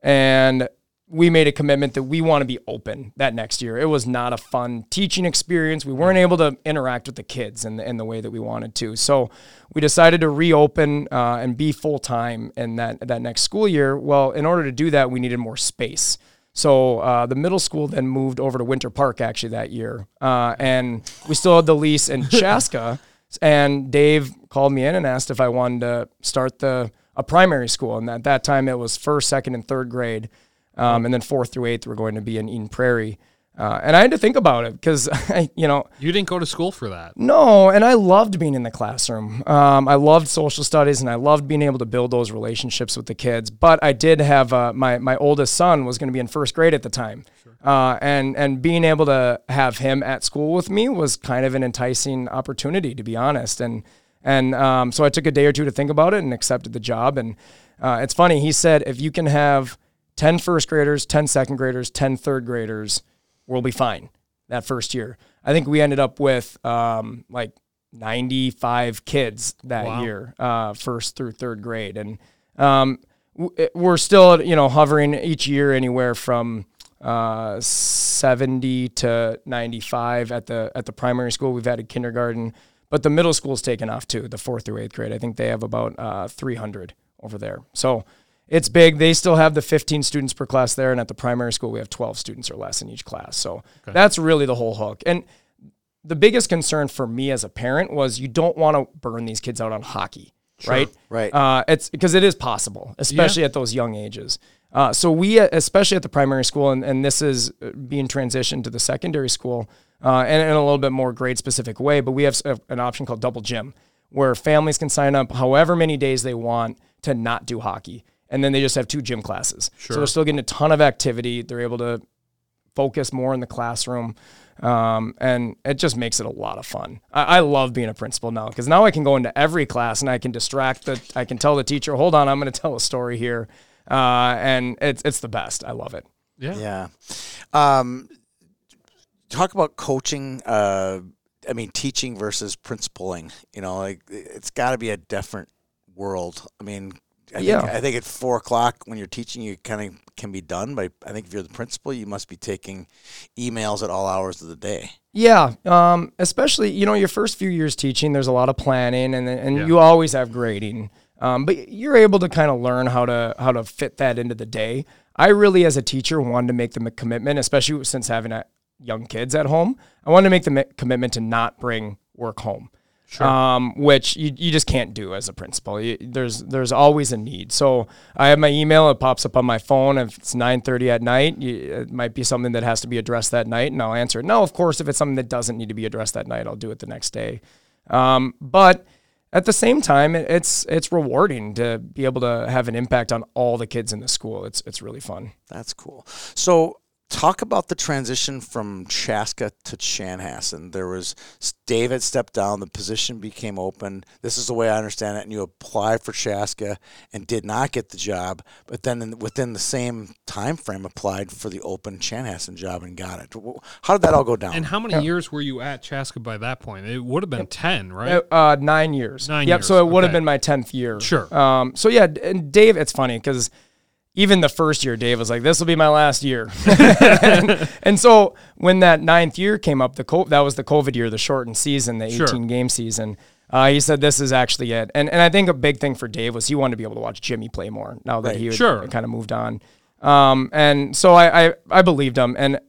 Speaker 8: and we made a commitment that we want to be open that next year. It was not a fun teaching experience. We weren't able to interact with the kids in the, in the way that we wanted to. So we decided to reopen uh, and be full time in that that next school year. Well, in order to do that, we needed more space. So uh, the middle school then moved over to Winter Park actually that year, uh, and we still had the lease in Chaska. and Dave called me in and asked if I wanted to start the a primary school, and at that time it was first, second, and third grade, um, and then fourth through eighth were going to be in Eden Prairie. Uh, and I had to think about it because I, you know,
Speaker 3: You didn't go to school for that.
Speaker 8: no, and I loved being in the classroom. Um, I loved social studies, and I loved being able to build those relationships with the kids. But I did have uh, my my oldest son was going to be in first grade at the time, uh, and and being able to have him at school with me was kind of an enticing opportunity, to be honest. And and um, so I took a day or two to think about it and accepted the job. And uh, it's funny, he said, if you can have 10 first graders, 10 second graders, 10 third graders, we'll be fine that first year. I think we ended up with um, like 95 kids that
Speaker 3: Wow.
Speaker 8: year, uh, first through third grade. And um, w- it- we're still, you know, hovering each year anywhere from uh, 70 to 95 at the at the primary school. We've added kindergarten, but the middle school's taken off too, the fourth through eighth grade. I think they have about uh, 300 over there. So it's big. They still have the 15 students per class there, and at the primary school we have 12 students or less in each class. So that's really the whole hook. And the biggest concern for me as a parent was you don't want to burn these kids out on hockey, right?
Speaker 7: Right.
Speaker 8: Uh, it's because it is possible, especially at those young ages. Uh, so we, uh, especially at the primary school, and, and this is uh, being transitioned to the secondary school, uh, and in a little bit more grade specific way. But we have s- a- an option called double gym, where families can sign up however many days they want to not do hockey, and then they just have two gym classes. So they're still getting a ton of activity. They're able to focus more in the classroom. Um, and it just makes it a lot of fun. I, I love being a principal now because now I can go into every class and I can distract the, I can tell the teacher, hold on, I'm going to tell a story here. Uh, and it's, it's the best. I love it.
Speaker 7: Yeah. Um, talk about coaching. Uh, I mean, teaching versus principling. You know, like it's got to be a different world. I mean, I
Speaker 8: Yeah.
Speaker 7: think I think at four o'clock when you're teaching, you kind of can be done. But I think if you're the principal, you must be taking emails at all hours of the day.
Speaker 8: Yeah, um, especially you know your first few years teaching, there's a lot of planning, and and
Speaker 3: Yeah.
Speaker 8: you always have grading, um, but you're able to kind of learn how to how to fit that into the day. I really, as a teacher, wanted to make the m- commitment, especially since having uh young kids at home. I wanted to make the mi- commitment to not bring work home, um, which you, you just can't do as a principal. You, there's there's always a need. So I have my email. It pops up on my phone. If it's 9:30 at night, you, it might be something that has to be addressed that night, and I'll answer it. No, of course, if it's something that doesn't need to be addressed that night, I'll do it the next day. Um, but at the same time, it, it's it's rewarding to be able to have an impact on all the kids in the school. It's it's really fun.
Speaker 7: That's cool. So talk about the transition from Chaska to Chanhassen. There was Dave had stepped down, the position became open. This is the way I understand it. And you applied for Chaska and did not get the job, but then in, within the same time frame applied for the open Chanhassen job and got it. Wh- How did that all go down?
Speaker 3: And how many years were you at Chaska by that point? It would have been 10, right?
Speaker 8: Uh, nine years.
Speaker 3: Nine
Speaker 8: yep.
Speaker 3: years,
Speaker 8: So it would have
Speaker 3: okay.
Speaker 8: been my tenth year.
Speaker 3: Sure.
Speaker 8: Um. So yeah, d- and Dave, it's funny because even the first year, Dave was like, "This will be my last year," and, and so when that ninth year came up, the co- that was the COVID year, the shortened season, the
Speaker 3: Sure.
Speaker 8: eighteen game season. Uh, he said this is actually it, and and I think a big thing for Dave was he wanted to be able to watch Jimmy play more now that he had
Speaker 3: Sure.
Speaker 8: kind of moved on. Um, and so I, I I believed him, and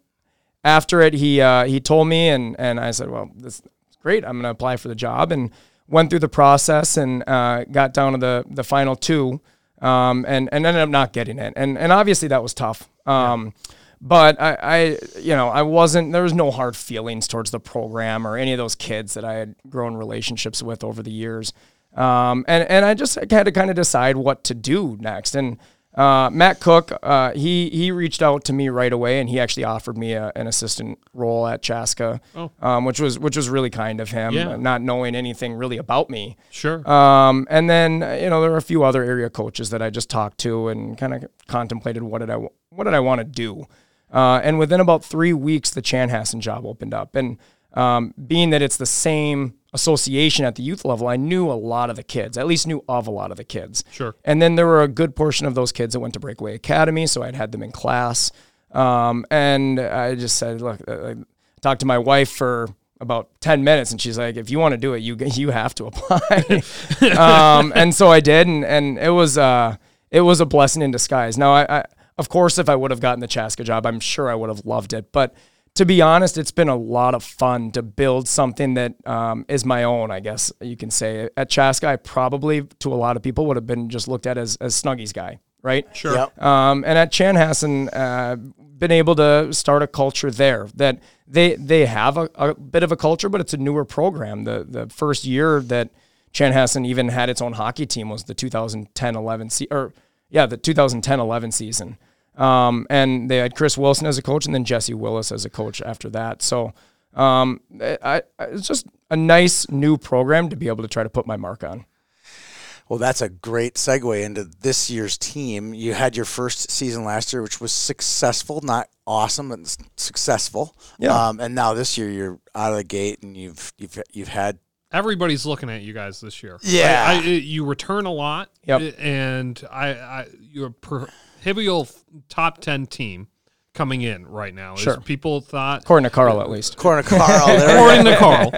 Speaker 8: after it, he uh, he told me, and and I said, well, this great, I'm going to apply for the job. And went through the process and uh, got down to the, the final two um, and, and ended up not getting it. And, and obviously that was tough. Um, But I, I, you know, I wasn't, there was no hard feelings towards the program or any of those kids that I had grown relationships with over the years. Um, and, and I just had to kind of decide what to do next. And uh, Matt Cook, uh, he, he reached out to me right away and he actually offered me a, an assistant role at Chaska, um, which was, which was really kind of him,
Speaker 3: Yeah.
Speaker 8: not knowing anything really about me.
Speaker 3: Sure.
Speaker 7: Uh,
Speaker 8: Um, and then uh, you know there were a few other area coaches that I just talked to and kind of contemplated what did I wa- what did I want to do. Uh, and within about three weeks, the Chanhassen job opened up. And um, being that it's the same association at the youth level, I knew a lot of the kids, at least knew of a lot of the kids.
Speaker 3: Sure.
Speaker 8: And then there were a good portion of those kids that went to Breakaway Academy, so I'd had them in class. Um, and I just said, look, uh, I I talked to my wife for about 10 minutes and she's like, if you want to do it, you, you have to apply. um, and so I did. And, and it was, uh, it was a blessing in disguise. Now I, I of course, if I would have gotten the Chaska job, I'm sure I would have loved it. But to be honest, it's been a lot of fun to build something that um, is my own, I guess you can say. At Chaska, I probably, to a lot of people, would have been just looked at as, as Snuggies guy, right?
Speaker 3: Sure.
Speaker 7: Yep.
Speaker 8: Um, and at Chanhassen, uh, been able to start a culture there that they they have a, a bit of a culture, but it's a newer program. The the first year that Chanhassen even had its own hockey team was the 2010-11 se- or yeah, the 2010-11 season. Um, and they had Chris Wilson as a coach, and then Jesse Willis as a coach after that. So um, I, I, it's just a nice new program to be able to try to put my mark on.
Speaker 7: Well, that's a great segue into this year's team. You had your first season last year, which was successful, not awesome, but s- successful.
Speaker 8: Yeah.
Speaker 7: Um, and now this year, you're out of the gate, and you've you've you've had
Speaker 3: Everybody's looking at you guys this year.
Speaker 7: Yeah.
Speaker 3: I, I, you return a lot. eh,
Speaker 8: Yep.
Speaker 3: And I, I you're a prohibitive top ten team coming in right now. Is
Speaker 8: Sure.
Speaker 3: People thought
Speaker 8: According to Carl, at least.
Speaker 7: Corner Carl. there we
Speaker 3: according to Carl.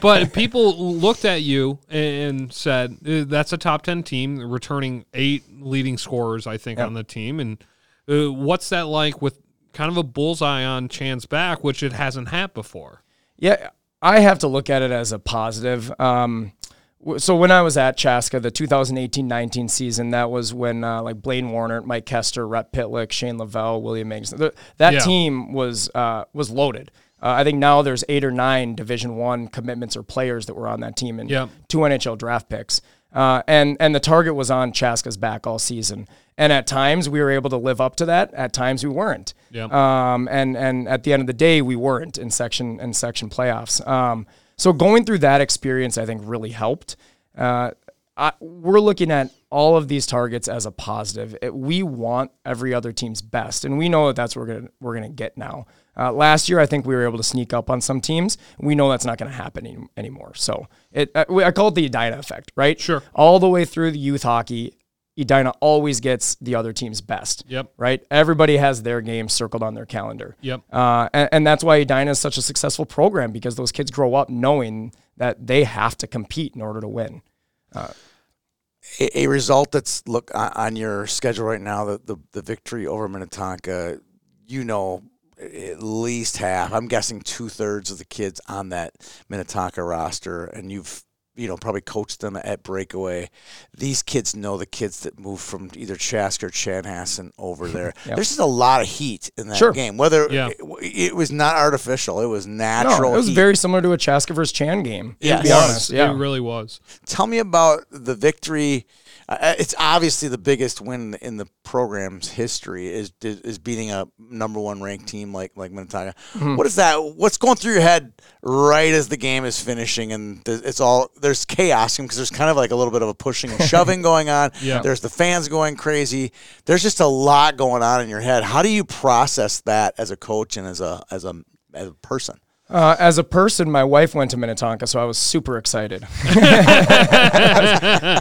Speaker 3: But people looked at you and said, "Eh, "That's a top ten team, returning eight leading scorers, I think, on the team." And uh, what's that like with kind of a bullseye on Chan's back, which it hasn't had before?
Speaker 8: Yeah, I have to look at it as a positive. Um, w- so when I was at Chaska, the 2018-19 season, that was when uh, like Blaine Warner, Mike Kester, Rhett Pitlick, Shane Lavelle, William Mings, th- that
Speaker 3: Yeah.
Speaker 8: team was uh, was loaded. Uh, I think now there's eight or nine Division One commitments or players that were on that team, and
Speaker 3: Yeah.
Speaker 8: two NHL draft picks. Uh, and and the target was on Chaska's back all season. And at times we were able to live up to that. At times we weren't.
Speaker 3: Yeah.
Speaker 8: Um, and and at the end of the day, we weren't in section and section playoffs. Um, so going through that experience, I think really helped. Uh, I, we're looking at all of these targets as a positive. It- we want every other team's best, and we know that that's what we're gonna we're gonna get now. Uh, last year, I think we were able to sneak up on some teams. We know that's not going to happen any, anymore. So it, I, I call it the Edina effect, right?
Speaker 3: Sure.
Speaker 8: All the way through the youth hockey, Edina always gets the other team's best.
Speaker 3: Yep.
Speaker 8: Right. Everybody has their game circled on their calendar.
Speaker 3: Yep.
Speaker 8: Uh, and, and that's why Edina is such a successful program because those kids grow up knowing that they have to compete in order to win.
Speaker 7: a, a result that's look on, on your schedule right now the, the the victory over Minnetonka you know at least half I'm guessing two thirds of the kids on that Minnetonka roster and you've you know probably coached them at breakaway these kids know the kids that move from either Chaska or Chanhassen over there there's just a lot of heat in that
Speaker 8: Sure.
Speaker 7: game whether
Speaker 3: Yeah.
Speaker 7: it, it was not artificial it was
Speaker 8: No,
Speaker 7: natural
Speaker 8: it was
Speaker 7: heat.
Speaker 8: very similar to a Chaska versus Chan game. to
Speaker 7: Yes.
Speaker 8: be
Speaker 3: It was.
Speaker 8: honest, yeah.
Speaker 3: It really was.
Speaker 7: tell me about the victory. Uh, it's obviously the biggest win in the program's history is is beating a number one ranked team like like Minnetonka. What is that? What's going through your head right as the game is finishing and th- it's all there's chaos because there's kind of like a little bit of a pushing and shoving going on.
Speaker 3: Yeah.
Speaker 7: There's the fans going crazy. There's just a lot going on in your head. How do you process that as a coach and as a as a as a person?
Speaker 8: Uh, as a person, my wife went to Minnetonka, so I was super excited.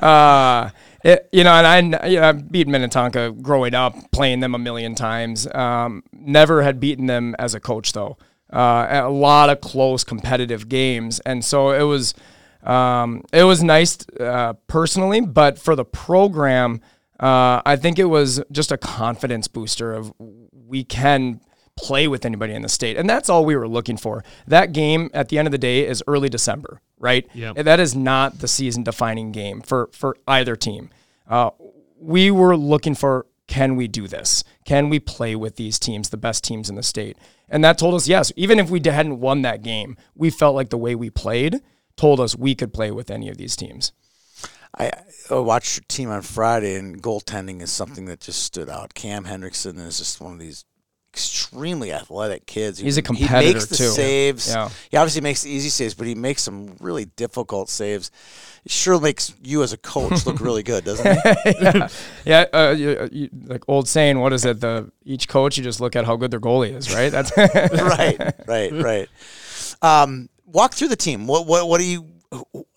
Speaker 8: uh, it- you know, and I, kn- you know, I beat Minnetonka growing up, playing them a million times. Um, never had beaten them as a coach, though. Uh, a lot of close competitive games, and so it was, um, it was nice uh, personally, but for the program, uh, I think it was just a confidence booster of we can play with anybody in the state. And that's all we were looking for. That game at the end of the day is early December, right?
Speaker 3: Yeah.
Speaker 8: And That is not the season defining game for, for either team. Uh, we were looking for can we do this? Can we play with these teams, the best teams in the state? And that told us yes. Even if we hadn't won that game, we felt like the way we played told us we could play with any of these teams.
Speaker 7: I, I watched your team on Friday, and goaltending is something that just stood out. Cam Hendrickson is just one of these extremely athletic kids. He-
Speaker 8: He's a
Speaker 7: He
Speaker 8: competitor,
Speaker 7: makes the
Speaker 8: too.
Speaker 7: saves.
Speaker 8: Yeah.
Speaker 7: He obviously makes the easy saves, but he makes some really difficult saves. It sure makes you as a coach look really good, doesn't it?
Speaker 8: Yeah, uh, you, you, like old saying, what is it? The each coach, you just look at how good their goalie is, right? That's
Speaker 7: right, right, right. Um, walk through the team. What, what, what are you?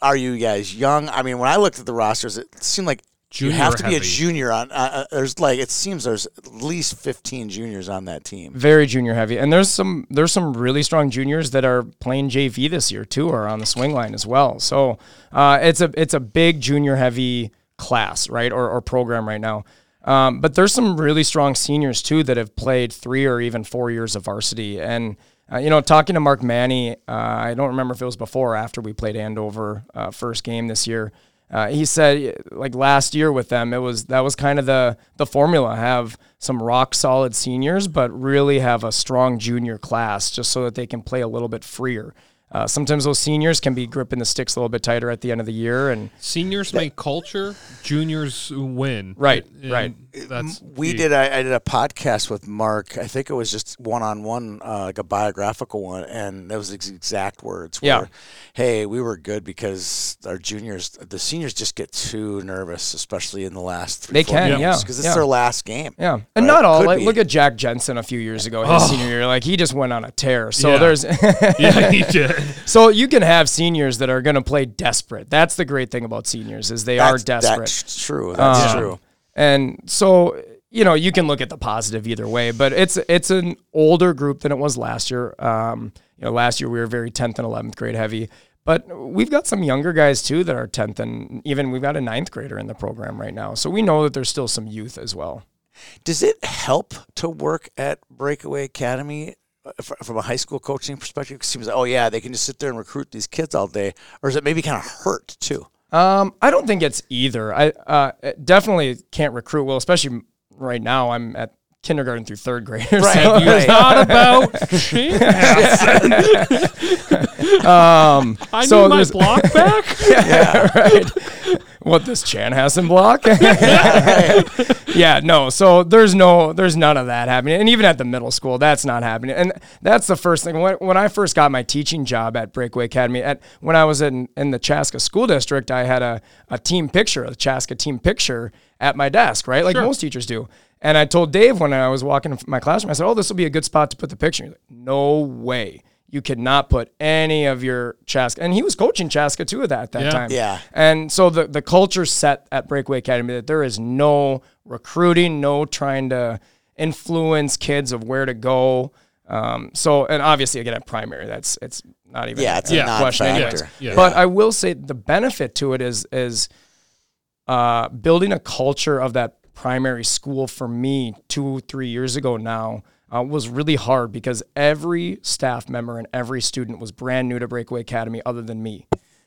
Speaker 7: Are you guys young? I mean, when I looked at the rosters, it seemed like
Speaker 3: Junior
Speaker 7: you have to be a
Speaker 3: heavy.
Speaker 7: junior on. Uh, uh, there's like it seems there's at least 15 juniors on that team.
Speaker 8: very junior heavy, and there's some there's some really strong juniors that are playing JV this year too, or on the swing line as well. So uh, it's a it's a big junior heavy class, right, or, or program right now. Um, but there's some really strong seniors too that have played three or even four years of varsity, and uh, you know, talking to Mark Manny, uh, I don't remember if it was before or after we played Andover uh, first game this year. Uh, he said, like last year with them, it was that was kind of the the formula: have some rock solid seniors, but really have a strong junior class, just so that they can play a little bit freer. Uh, sometimes those seniors can be gripping the sticks a little bit tighter at the end of the year, and
Speaker 3: Seniors make culture, juniors win.
Speaker 8: Right,
Speaker 3: And
Speaker 8: right.
Speaker 3: That's
Speaker 7: we
Speaker 3: the-
Speaker 7: did a, I did a podcast with Mark. I think it was just one on one, like a biographical one, and that was his exact words.
Speaker 8: Yeah.
Speaker 7: were, Hey, we were good because our juniors, the seniors, just get too nervous, especially in the last three.
Speaker 8: They can, yeah,
Speaker 7: because it's
Speaker 8: yeah.
Speaker 7: their last game.
Speaker 8: yeah, and
Speaker 7: Right,
Speaker 8: not all.
Speaker 7: could
Speaker 8: Like,
Speaker 7: be. Oh.
Speaker 8: look at Jack Jensen a few years ago, his senior year, like he just went on a tear. So
Speaker 3: Yeah.
Speaker 8: there's
Speaker 3: yeah, he did.
Speaker 8: So you can have seniors that are going to play desperate. That's the great thing about seniors is they are
Speaker 7: That's,
Speaker 8: desperate.
Speaker 7: That's true. That's
Speaker 8: Um,
Speaker 7: true.
Speaker 8: And so you know you can look at the positive either way, but it's it's an older group than it was last year. Um, you know, last year we were very tenth and eleventh grade heavy, but we've got some younger guys too that are tenth and even we've got a ninth grader in the program right now. So we know that there's still some youth as well.
Speaker 7: Does it help to work at Breakaway Academy uh, fr- from a high school coaching perspective? 'Cause It seems like, oh yeah, they can just sit there and recruit these kids all day, or is it maybe kind of hurt too?
Speaker 8: Um, I don't think it's either. I uh, definitely can't recruit well, especially right now. I'm at kindergarten through third grade. Right.
Speaker 7: Right, right.
Speaker 3: Not about chance.
Speaker 8: Um,
Speaker 3: I
Speaker 8: so
Speaker 3: need my
Speaker 8: there's-
Speaker 3: block back.
Speaker 8: what this Chan Hassan block? yeah, no. So there's no, there's none of that happening. And even at the middle school, that's not happening. And that's the first thing. When, when I first got my teaching job at Breakaway Academy, at when I was in, in the Chaska School District, I had a, a team picture, a Chaska team picture at my desk, right? Like most teachers do. And I told Dave when I was walking in my classroom, I said, "Oh, this will be a good spot to put the picture." He's like, "No way." You could not put any of your Chaska, and he was coaching Chaska too at that, at that
Speaker 3: Yeah.
Speaker 8: time.
Speaker 7: Yeah.
Speaker 8: And so the the culture set at Breakaway Academy that there is no recruiting, no trying to influence kids of where to go. Um, so and obviously again at primary, that's it's not even
Speaker 7: Yeah, it's
Speaker 8: a
Speaker 7: a
Speaker 3: Yeah.
Speaker 8: question
Speaker 7: non-factor.
Speaker 8: anyways.
Speaker 3: Yeah.
Speaker 8: But I will say the benefit to it is is uh, building a culture of that primary school for me two three years ago now uh, was really hard because every staff member and every student was brand new to Breakaway Academy other than me.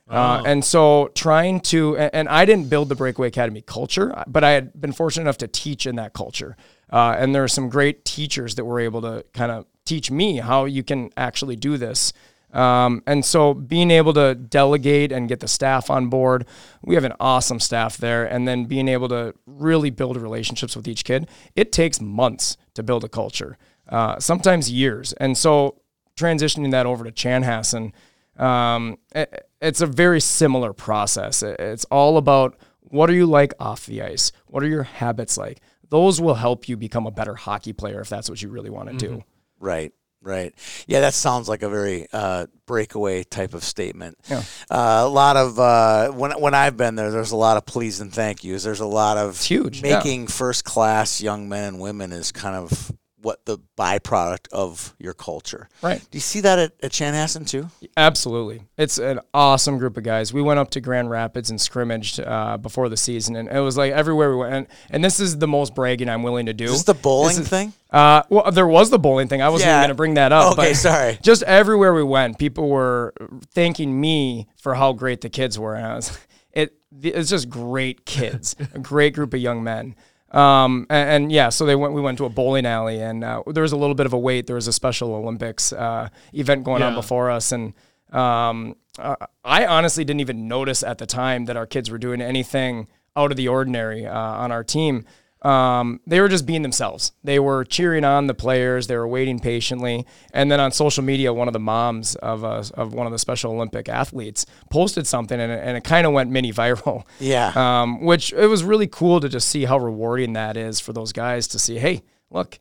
Speaker 8: Uh, and so trying to and, and I didn't build the Breakaway Academy culture, uh, but I had been fortunate enough to teach in that culture. Uh, and there are some great teachers that were able to kind of teach me how you can actually do this. Um, and so being able to delegate and get the staff on board, we have an awesome staff there. And then being able to really build relationships with each kid, it takes months to build a culture, uh, sometimes years. And so transitioning that over to Chanhassen, um, it, it's a very similar process. It- it's all about what are you like off the ice? What are your habits like? Those will help you become a better hockey player if that's what you really want to do.
Speaker 7: Mm-hmm. Right, right. Yeah, that sounds like a very uh, breakaway type of statement.
Speaker 8: Yeah.
Speaker 7: Uh, a lot of uh, when when I've been there, there's a lot of please and thank yous. There's a lot of
Speaker 8: huge, yeah.
Speaker 7: making first class young men and women is kind of what the byproduct of your culture.
Speaker 8: Right.
Speaker 7: Do you see that at, at Chanhassen too?
Speaker 8: Absolutely. It's an awesome group of guys. We went up to Grand Rapids and scrimmaged uh, before the season, and it was like everywhere we went. And, and this is the most bragging I'm willing to do.
Speaker 7: Is this the bowling thing?
Speaker 8: Uh, well, there was the bowling thing. I wasn't
Speaker 7: Yeah.
Speaker 8: even going to bring that up.
Speaker 7: Okay,
Speaker 8: but
Speaker 7: sorry.
Speaker 8: Just everywhere we went, people were thanking me for how great the kids were, and I was, it it's just great kids, a great group of young men. Um, and, and yeah, so they went. We went to a bowling alley, and uh, there was a little bit of a wait. There was a Special Olympics uh, event going on
Speaker 3: Yeah.
Speaker 8: before us, and um, uh, I honestly didn't even notice at the time that our kids were doing anything out of the ordinary uh, on our team. Um, they were just being themselves. They were cheering on the players. They were waiting patiently. And then on social media, one of the moms of uh, of one of the Special Olympic athletes posted something, and it, and it kind of went mini viral.
Speaker 7: Yeah.
Speaker 8: Um, which it was really cool to just see how rewarding that is for those guys to see. Hey, look,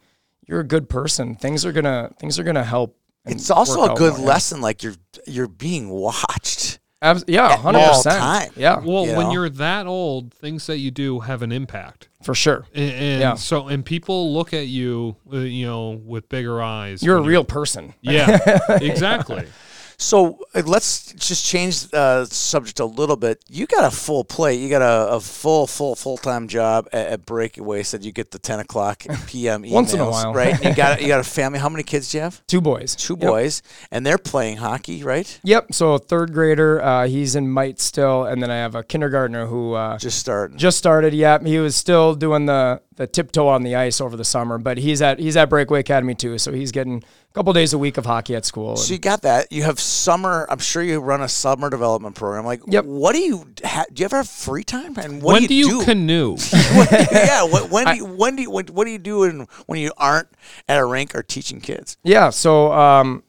Speaker 8: you're a good person. Things are gonna things are gonna help. and
Speaker 7: It's also
Speaker 8: work
Speaker 7: a
Speaker 8: out
Speaker 7: good
Speaker 8: more." Yeah.
Speaker 7: lesson. Like you're you're being watched.
Speaker 8: Abs- yeah, hundred
Speaker 7: all time.
Speaker 8: percent. Yeah,
Speaker 3: Well,
Speaker 7: You
Speaker 3: when
Speaker 7: know?
Speaker 3: you're that old, things that you do have an impact.
Speaker 8: for sure.
Speaker 3: And, and
Speaker 8: Yeah.
Speaker 3: so, and people look at you, uh, you know, with bigger eyes.
Speaker 8: You're a
Speaker 3: when
Speaker 8: real person.
Speaker 3: yeah, exactly.
Speaker 7: So uh, let's just change the uh, subject a little bit. You got a full plate. You got a, a full, full, full time job at, at Breakaway. Said you get the ten o'clock p.m.
Speaker 8: Once in a
Speaker 7: emails,
Speaker 8: while.
Speaker 7: right? And you got you got a family. How many kids do you have?
Speaker 8: Two boys.
Speaker 7: Two
Speaker 8: Yep.
Speaker 7: boys, and they're playing hockey, right?
Speaker 8: Yep. So third grader, uh, he's in Mite still, and then I have a kindergartner who uh,
Speaker 7: Just starting.
Speaker 8: just started. Yeah, he was still doing the the tiptoe on the ice over the summer, but he's at he's at Breakaway Academy too, so he's getting a couple days a week of hockey at school.
Speaker 7: so
Speaker 8: And-
Speaker 7: you got that. You have summer. I'm sure you run a summer development program. Like,
Speaker 8: Yep.
Speaker 7: what do you ha- do? You ever have free time? And what
Speaker 3: when
Speaker 7: do you do?
Speaker 3: canoe?
Speaker 7: What do you- yeah. What, when do you, when do you, what, what do you do in, when you aren't at a rink or teaching kids?
Speaker 8: Yeah. So um,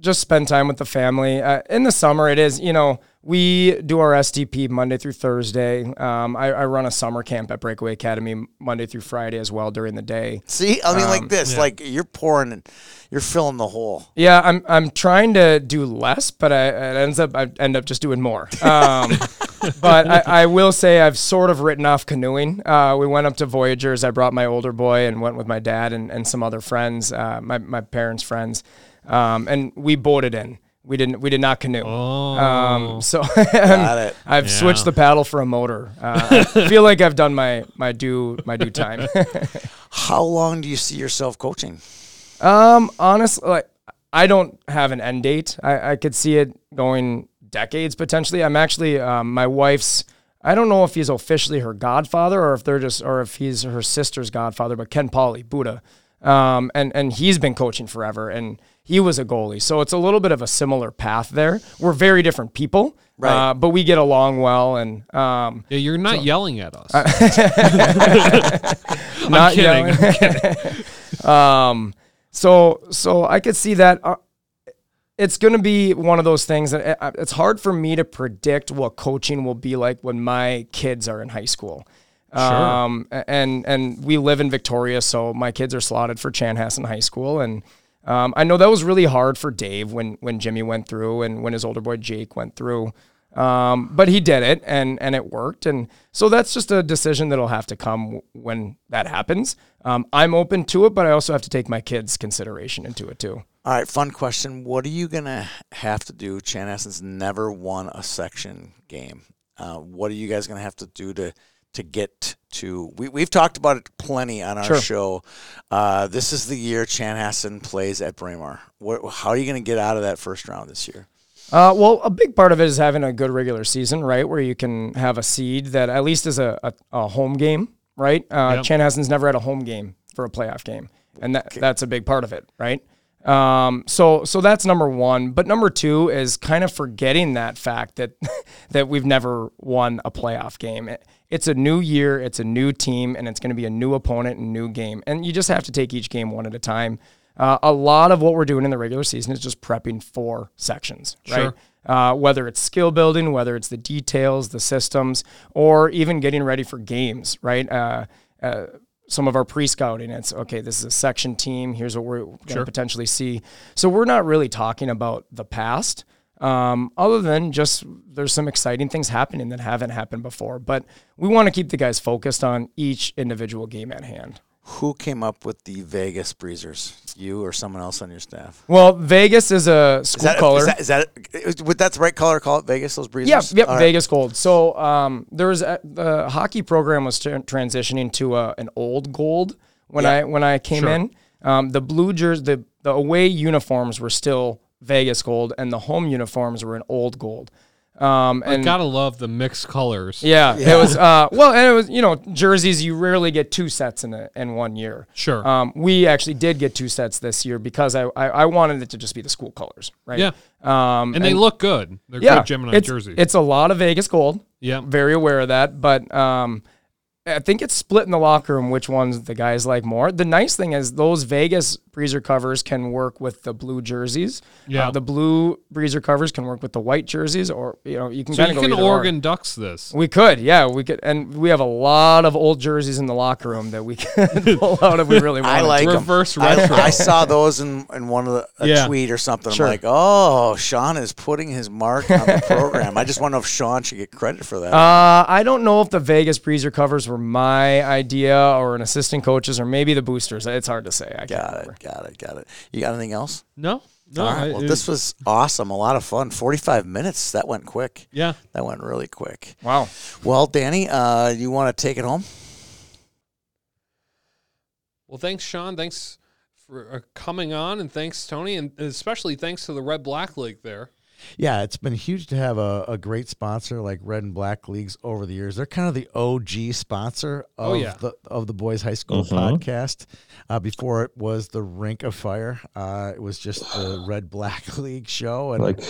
Speaker 8: just spend time with the family. Uh, in the summer, it is, you know, we do our SDP Monday through Thursday. Um, I, I run a summer camp at Breakaway Academy Monday through Friday as well during the day.
Speaker 7: See, I mean, like this,
Speaker 3: yeah.
Speaker 7: like you're pouring, and you're filling the hole.
Speaker 8: Yeah, I'm I'm trying to do less, but I it ends up I end up just doing more. Um, but I, I will say I've sort of written off canoeing. Uh, we went up to Voyagers. I brought my older boy and went with my dad and, and some other friends, uh, my my parents' friends, um, and we boated in. We didn't we did not canoe.
Speaker 3: Oh,
Speaker 8: Um, so
Speaker 7: Got it.
Speaker 8: I've
Speaker 3: Yeah.
Speaker 8: switched the paddle for a motor. Uh, I feel like I've done my my due my due time.
Speaker 7: How long do you see yourself coaching?
Speaker 8: Um, honestly, like I don't have an end date. I, I could see it going decades potentially. I'm actually um, my wife's. I don't know if he's officially her godfather or if they're just or if he's her sister's godfather. But Ken Polly, Buddha, um, and and he's been coaching forever, and he was a goalie. So it's a little bit of a similar path there. We're very different people,
Speaker 7: Right.
Speaker 8: Uh, but we get along well, and um,
Speaker 3: yeah, you're not yelling at us.
Speaker 8: not
Speaker 3: kidding.
Speaker 8: yelling. um, so so I could see that. Uh, it's going to be one of those things that uh, it's hard for me to predict what coaching will be like when my kids are in high school. Um, a- and and we live in Victoria, so my kids are slotted for Chanhassen High School, and um, I know that was really hard for Dave when when Jimmy went through and when his older boy Jake went through. Um, but he did it, and and it worked, and so that's just a decision that'll have to come w- when that happens. Um, I'm open to it, but I also have to take my kids' consideration into it too.
Speaker 7: All right, fun question. What are you gonna have to do? Chanhassen's never won a section game. Uh, what are you guys gonna have to do to to get to? We we've talked about it plenty on our
Speaker 8: Sure.
Speaker 7: show. Uh, this is the year Chanhassen plays at Braemar. What, how are you gonna get out of that first round this year?
Speaker 8: Uh, well, a big part of it is having a good regular season, right? Where you can have a seed that at least is a, a, a home game, right? Uh,
Speaker 3: Yep.
Speaker 8: Chanhassen's never had a home game for a playoff game, and that, that's a big part of it, right? Um, so so that's number one. But number two is kind of forgetting that fact that that we've never won a playoff game. It- it's a new year, it's a new team, and it's going to be a new opponent and new game. And you just have to take each game one at a time. Uh, a lot of what we're doing in the regular season is just prepping for sections, right?
Speaker 3: Sure.
Speaker 8: uh, whether it's skill building, whether it's the details, the systems, or even getting ready for games, right? Uh, uh, some of our pre-scouting, it's okay. This is a section team. Here's what we're going to potentially see. So we're not really talking about the past, um, other than just there's some exciting things happening that haven't happened before. But we want to keep the guys focused on each individual game at hand.
Speaker 7: Who came up with the Vegas Breezers? You or someone else on your staff?
Speaker 8: Well, Vegas is a school
Speaker 7: Is that,
Speaker 8: color.
Speaker 7: is that, is that is- would that the right color? Call it Vegas. Those Breezers.
Speaker 8: Yeah, yep,
Speaker 7: All right.
Speaker 8: Vegas Gold. So um, there was a, the hockey program was tran- transitioning to uh an old gold when I when I came in. Um, the blue jersey, the, the away uniforms were still Vegas Gold, and the home uniforms were an old gold. Um, and
Speaker 3: Gotta love the mixed colors.
Speaker 8: yeah, it was uh, well, and it was you know jerseys. You rarely get two sets in a, in one year.
Speaker 3: Sure.
Speaker 8: Um, we actually did get two sets this year because I, I I wanted it to just be the school colors, right?
Speaker 3: Yeah.
Speaker 8: Um,
Speaker 3: and, they look good. They're
Speaker 8: yeah,
Speaker 3: good Gemini
Speaker 8: it's,
Speaker 3: jerseys.
Speaker 8: It's a lot of Vegas Gold.
Speaker 3: yeah.
Speaker 8: Very aware of that, but um, I think it's split in the locker room which ones the guys like more. The nice thing is those Vegas breezer covers can work with the blue jerseys. Uh,
Speaker 3: Yeah.
Speaker 8: the blue breezer covers can work with the white jerseys, or you know you can
Speaker 3: So
Speaker 8: kind
Speaker 3: you
Speaker 8: of
Speaker 3: can
Speaker 8: go either or.
Speaker 3: Oregon Ducks this.
Speaker 8: We could, yeah, we could, and we have a lot of old jerseys in the locker room that we could pull out if we really want.
Speaker 7: I like 'em.
Speaker 3: Reverse
Speaker 7: I-
Speaker 3: retro.
Speaker 7: I, saw those in, in one of the a
Speaker 3: Yeah.
Speaker 7: tweet or something.
Speaker 8: Sure.
Speaker 7: I'm like, oh, Sean is putting his mark on the program. I just wonder if Sean should get credit for that.
Speaker 8: Uh, I don't know if the Vegas Breezer covers were my idea or an assistant coach's or maybe the boosters. It's hard to say. I can't
Speaker 7: got
Speaker 8: remember.
Speaker 7: it, got it, got it. You got anything else?
Speaker 3: No. No.
Speaker 7: All right.
Speaker 3: I-
Speaker 7: Well,
Speaker 3: it-
Speaker 7: this was awesome. A lot of fun. Forty-five minutes. That went quick.
Speaker 3: yeah.
Speaker 7: That went really quick.
Speaker 8: Wow.
Speaker 7: Well, Danny, uh, you want to take it home?
Speaker 3: Well, thanks, Sean. Thanks for uh, coming on, and thanks, Tony, and especially thanks to the Red Black League there.
Speaker 1: Yeah, it's been huge to have a, a great sponsor like Red and Black Leagues over the years. They're kind of the OG sponsor of
Speaker 3: Oh, yeah.
Speaker 1: the of the Boys High
Speaker 7: Mm-hmm.
Speaker 1: School podcast. Uh, before it was the Rink of Fire. Uh, it was just the Red Black League show, and
Speaker 2: Like,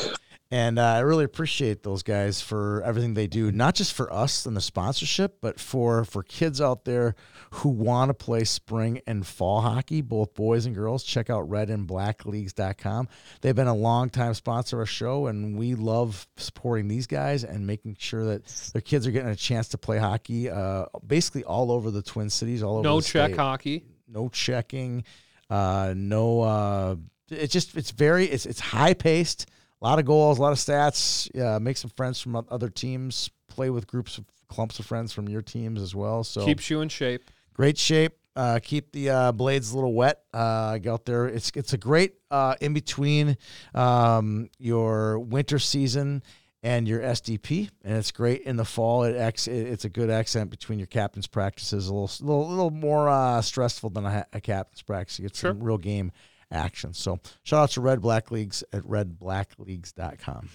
Speaker 1: and uh, I really appreciate those guys for everything they do, not just for us and the sponsorship, but for for kids out there who want to play spring and fall hockey, both boys and girls. Check out redandblackleagues.com. They've been a long time sponsor of our show, and we love supporting these guys and making sure that their kids are getting a chance to play hockey, uh, basically all over the Twin Cities, all over
Speaker 3: No
Speaker 1: the
Speaker 3: check
Speaker 1: state
Speaker 3: hockey.
Speaker 1: no checking, uh, no. Uh, it's just it's very it's it's high paced. A lot of goals, a lot of stats. Uh, make some friends from o- other teams. Play with groups of clumps of friends from your teams as well. So
Speaker 3: Keeps you in shape.
Speaker 1: great shape. Uh, keep the uh, blades a little wet. Uh, get out there. It's it's a great uh, in between um, your winter season and your SDP, and it's great in the fall. It ex, it- it's a good accent between your captain's practices. A little s- little, little more uh, stressful than a, ha- a captain's practice. You get some real game action. So shout out to Red Black Leagues at redblackleagues.com.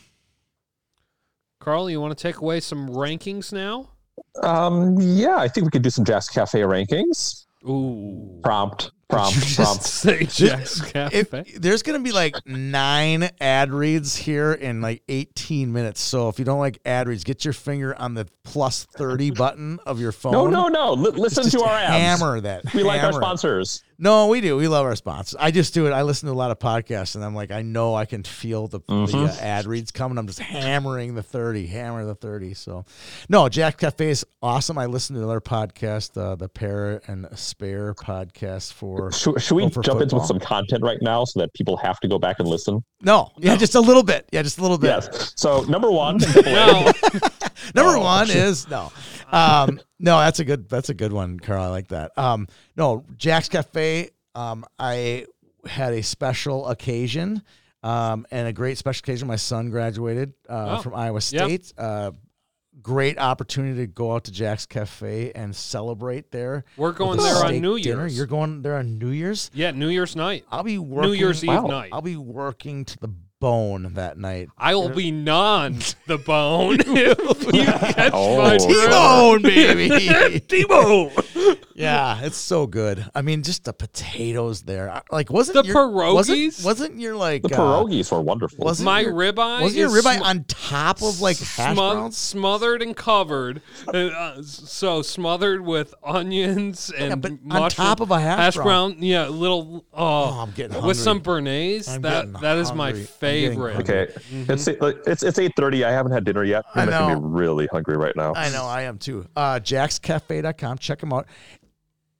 Speaker 3: Carl, you want to take away some rankings now?
Speaker 2: um, yeah, I think we could do some Jazz Cafe rankings.
Speaker 3: Ooh.
Speaker 2: Prompt, prompt,
Speaker 1: You just-
Speaker 2: prompt.
Speaker 3: Say Jack's Cafe.
Speaker 1: If, there's going to be like nine ad reads here in like 18 minutes. So if you don't like ad reads, get your finger on the plus 30 button of your phone.
Speaker 2: No, no, no. L- listen
Speaker 1: Just
Speaker 2: to our ads.
Speaker 1: hammer that.
Speaker 2: We like our
Speaker 1: Hammer it.
Speaker 2: sponsors.
Speaker 1: No, we do. We love our sponsors. I just do it. I listen to a lot of podcasts, and I'm like, I know I can feel the, the
Speaker 2: Mm-hmm.
Speaker 1: uh, ad reads coming. I'm just hammering the thirty, hammer the thirty. So, no, Jack Cafe is awesome. I listen to another podcast, uh, the Pair and Spare podcast for.
Speaker 2: Should, should we
Speaker 1: Oh, for
Speaker 2: jump into
Speaker 1: football.
Speaker 2: with some content right now so that people have to go back and listen?
Speaker 1: No, yeah, just a little bit. Yeah, just a little bit.
Speaker 2: Yes. So number one, double A.
Speaker 3: no,
Speaker 1: Number
Speaker 3: Oh,
Speaker 1: one is no, um, no. That's a good. That's a good one, Carl. I like that. Um, no, Jack's Cafe. Um, I had a special occasion, um, and a great special occasion. My son graduated uh,
Speaker 3: Oh,
Speaker 1: from Iowa
Speaker 3: yeah.
Speaker 1: State. Uh, great opportunity to go out to Jack's Cafe and celebrate there.
Speaker 3: we're going
Speaker 1: with a
Speaker 3: there on
Speaker 1: steak
Speaker 3: New
Speaker 1: dinner.
Speaker 3: Year's.
Speaker 1: You're going there on New Year's.
Speaker 3: yeah, New Year's night.
Speaker 1: I'll be working.
Speaker 3: New Year's Eve
Speaker 2: Wow.
Speaker 3: night.
Speaker 1: I'll be working to the bone that night.
Speaker 3: I will be non the bone if you catch
Speaker 2: Oh.
Speaker 3: my drift.
Speaker 1: T-bone, baby.
Speaker 3: T-bone.
Speaker 1: Yeah, it's so good. I mean, just the potatoes there. I- Like, wasn't
Speaker 3: The
Speaker 1: your, Wasn't,
Speaker 3: pierogies?
Speaker 1: wasn't your like
Speaker 2: The
Speaker 1: uh,
Speaker 2: pierogies were wonderful.
Speaker 1: wasn't
Speaker 3: My
Speaker 1: your,
Speaker 3: ribeye
Speaker 1: Wasn't your
Speaker 3: is
Speaker 1: ribeye
Speaker 3: sm-
Speaker 1: on top of like hash
Speaker 3: Smo-
Speaker 1: browns?
Speaker 3: smothered and covered. Uh, uh, so smothered with onions and
Speaker 1: but on
Speaker 3: mushroom-
Speaker 1: top of a hash brown.
Speaker 3: Yeah, little. Oh,
Speaker 1: I'm getting
Speaker 3: with
Speaker 1: hungry.
Speaker 3: some béarnaise.
Speaker 1: I'm
Speaker 3: that
Speaker 1: getting
Speaker 3: that is my
Speaker 1: hungry. I'm getting
Speaker 3: favorite.
Speaker 1: hungry.
Speaker 2: Okay, it's it's it's eight thirty. I haven't had dinner yet.
Speaker 1: Mm-hmm. I
Speaker 2: I'm gonna
Speaker 1: know.
Speaker 2: be really hungry right now.
Speaker 1: I know I am too. Uh, JacksCafe.com. Check them out.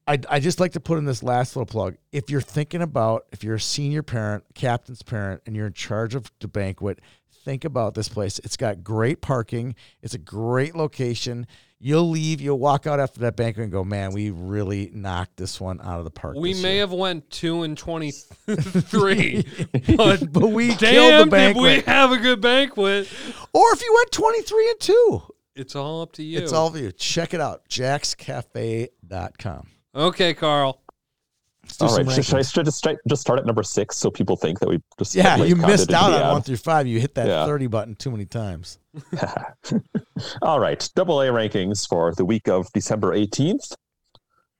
Speaker 1: I, I just like to put in this last little plug. If you're thinking about, if you're a senior parent, captain's parent, and you're in charge of the banquet, think about this place. It's got great parking, it's a great location. You'll leave, you'll walk out after that banquet and go, man, we really knocked this one out of the park.
Speaker 3: We
Speaker 1: this
Speaker 3: may
Speaker 1: year."
Speaker 3: have went two and twenty three, but
Speaker 1: But we killed
Speaker 3: damn,
Speaker 1: the
Speaker 3: did
Speaker 1: banquet.
Speaker 3: we have a good banquet?
Speaker 1: Or if you went 23 and 2,
Speaker 3: It's all up to you.
Speaker 1: it's all of you. Check it out, jackscafe.com.
Speaker 3: okay, Carl.
Speaker 1: do
Speaker 2: All
Speaker 1: some
Speaker 2: right, should, should I
Speaker 1: rankings.
Speaker 2: should I just start, just start at number six so people think that we just
Speaker 1: Yeah,
Speaker 2: like,
Speaker 1: you
Speaker 2: counted
Speaker 1: missed
Speaker 2: into
Speaker 1: out
Speaker 2: the
Speaker 1: on
Speaker 2: ad?
Speaker 1: one through five. You hit that
Speaker 2: Yeah.
Speaker 1: 30 button too many times.
Speaker 2: All right, double A rankings for the week of December 18th.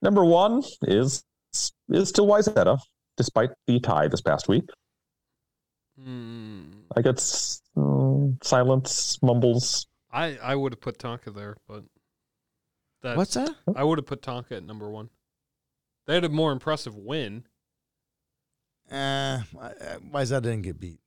Speaker 2: Number one is is still Wyzetta, despite the tie this past week.
Speaker 3: Hmm.
Speaker 2: I get s- mm, silence, mumbles.
Speaker 3: I I would have put Tonka there, but that's,
Speaker 1: What's that?
Speaker 3: I would have put Tonka at number one. They had a more impressive win.
Speaker 1: Uh, why is that didn't get beat?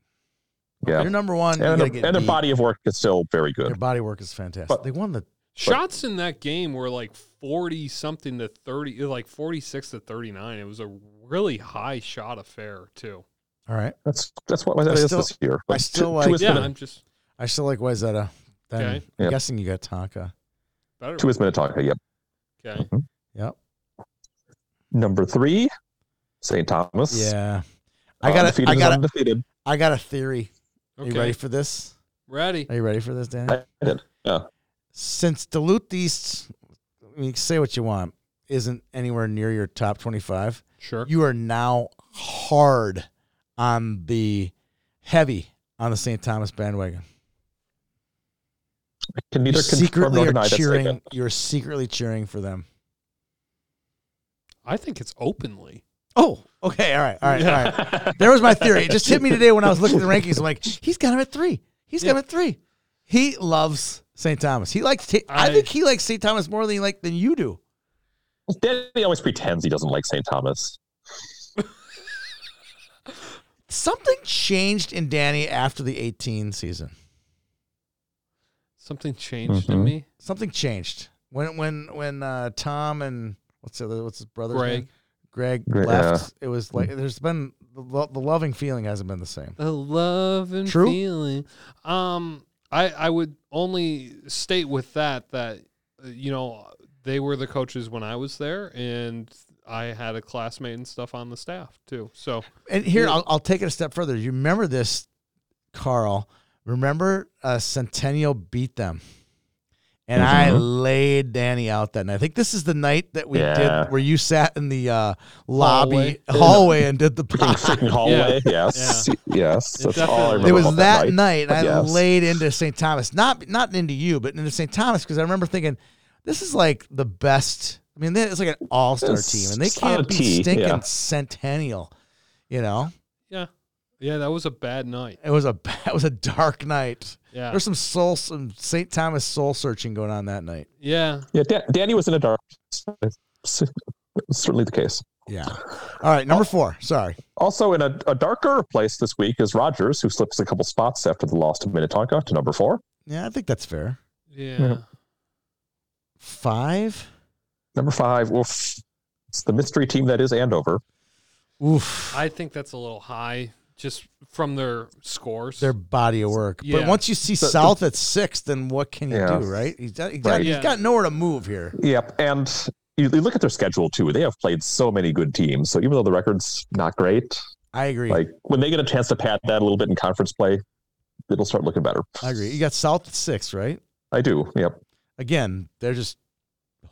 Speaker 2: Yeah.
Speaker 1: You're number one. you
Speaker 2: And,
Speaker 1: gotta
Speaker 2: their,
Speaker 1: get
Speaker 2: and their
Speaker 1: beat.
Speaker 2: body of work is still very
Speaker 1: Their
Speaker 2: good.
Speaker 1: body work is fantastic.
Speaker 2: But-
Speaker 1: they won the.
Speaker 3: Shots in that game were like forty something to thirty, it was like forty six to thirty nine. It was a really high shot affair too.
Speaker 1: All right.
Speaker 2: That's that's what Wyzetta
Speaker 1: I
Speaker 2: is
Speaker 1: still-
Speaker 2: this year.
Speaker 1: I
Speaker 2: Like,
Speaker 1: still
Speaker 2: two-
Speaker 1: like-
Speaker 2: two is
Speaker 3: Yeah,
Speaker 2: Minot-
Speaker 3: I'm just
Speaker 1: I still like Wayzata. Then
Speaker 3: Okay.
Speaker 1: I'm
Speaker 2: Yep.
Speaker 1: guessing you got Tonka.
Speaker 3: better.
Speaker 2: two is Minnetonka. Yep.
Speaker 3: Okay,
Speaker 1: Yep.
Speaker 2: Number three, St. Thomas.
Speaker 1: Yeah. I got. A,
Speaker 2: Undefeated
Speaker 1: I
Speaker 2: is
Speaker 1: got. A,
Speaker 2: undefeated.
Speaker 1: I got a theory. Are you
Speaker 3: okay,
Speaker 1: ready for this?
Speaker 3: ready.
Speaker 1: Are you ready for this, Dan?
Speaker 2: I did.
Speaker 1: Since Duluth East, I mean, say what you want, isn't anywhere near your top twenty-five.
Speaker 3: Sure.
Speaker 1: you are now hard on the heavy on the St. Thomas bandwagon.
Speaker 2: I can
Speaker 1: You
Speaker 2: neither confirm
Speaker 1: secretly
Speaker 2: nor
Speaker 1: are
Speaker 2: deny that
Speaker 1: cheering.
Speaker 2: statement.
Speaker 1: You're secretly cheering for them.
Speaker 3: I think it's openly.
Speaker 1: Oh, okay, all right, all right, all right. There was my theory. It just hit me today when I was looking at the rankings. I'm like, he's got him at three. He's got him at three. He loves St. Thomas. He likes. I,
Speaker 3: I-
Speaker 1: think he likes St. Thomas more than he like than you do.
Speaker 2: Danny always pretends he doesn't like St. Thomas.
Speaker 1: Something changed in Danny after the 18 season.
Speaker 3: Something changed in
Speaker 2: Mhm.
Speaker 3: me.
Speaker 1: something changed when when when uh, Tom and what's the other what's his brother's
Speaker 3: Greg.
Speaker 1: name? Greg
Speaker 2: Greg,
Speaker 1: left. It was like there's been the, lo- the loving feeling hasn't been the same.
Speaker 3: The love and
Speaker 1: True.
Speaker 3: feeling. Um, I I would only state with that that uh, you know they were the coaches when I was there, and I had a classmate and stuff on the staff too. So
Speaker 1: And here
Speaker 3: Yeah.
Speaker 1: I'll, I'll take it a step further. You remember this, Carl? Remember uh, Centennial beat them, and I laid Danny out that night. I think this is the night that we
Speaker 2: Yeah.
Speaker 1: did where you sat in the uh, lobby
Speaker 3: Hallway.
Speaker 1: hallway. and did the
Speaker 2: Freaking,
Speaker 1: pod.
Speaker 2: freaking hallway. Yes. Yes.
Speaker 3: It
Speaker 2: That's all I
Speaker 3: definitely-
Speaker 2: remember.
Speaker 1: It
Speaker 3: There
Speaker 1: was
Speaker 2: about
Speaker 1: that night, and I
Speaker 2: Yes.
Speaker 1: laid into St. Thomas, not not into you, but into St. Thomas because I remember thinking, this is like the best. I mean, it's like an all star
Speaker 2: It's
Speaker 1: team, and they
Speaker 2: on a
Speaker 1: can't be
Speaker 2: tee,
Speaker 1: stinking
Speaker 2: yeah.
Speaker 1: Centennial. You know,
Speaker 3: yeah, yeah, that was a bad night.
Speaker 1: it was a it was a dark night.
Speaker 3: Yeah,
Speaker 1: There's some soul, some St. Thomas soul searching going on that night.
Speaker 3: yeah.
Speaker 2: Yeah, Dan- Danny was in a dark. It's certainly the case.
Speaker 1: Yeah. All right, number four. Sorry.
Speaker 2: Also, in a, a darker place this week is Rogers, who slips a couple spots after the loss to Minnetonka to number four.
Speaker 1: Yeah, I think that's fair.
Speaker 3: Yeah.
Speaker 1: Five.
Speaker 2: Number five, oof, it's the mystery team that is Andover.
Speaker 1: Oof.
Speaker 3: I think that's a little high just from their scores.
Speaker 1: their body of work. But
Speaker 3: Yeah.
Speaker 1: once you see South at six, then what can you
Speaker 2: Yeah.
Speaker 1: do, right? He's got, he's, got,
Speaker 2: Right.
Speaker 1: he's
Speaker 3: Yeah.
Speaker 1: got nowhere to move here.
Speaker 2: Yep. And you, you look at their schedule too. They have played so many good teams. So even though the record's not great,
Speaker 1: I agree.
Speaker 2: like when they get a chance to pad that a little bit in conference play, it'll start looking better.
Speaker 1: I agree. You got South at six, right?
Speaker 2: I do. Yep.
Speaker 1: Again, they're just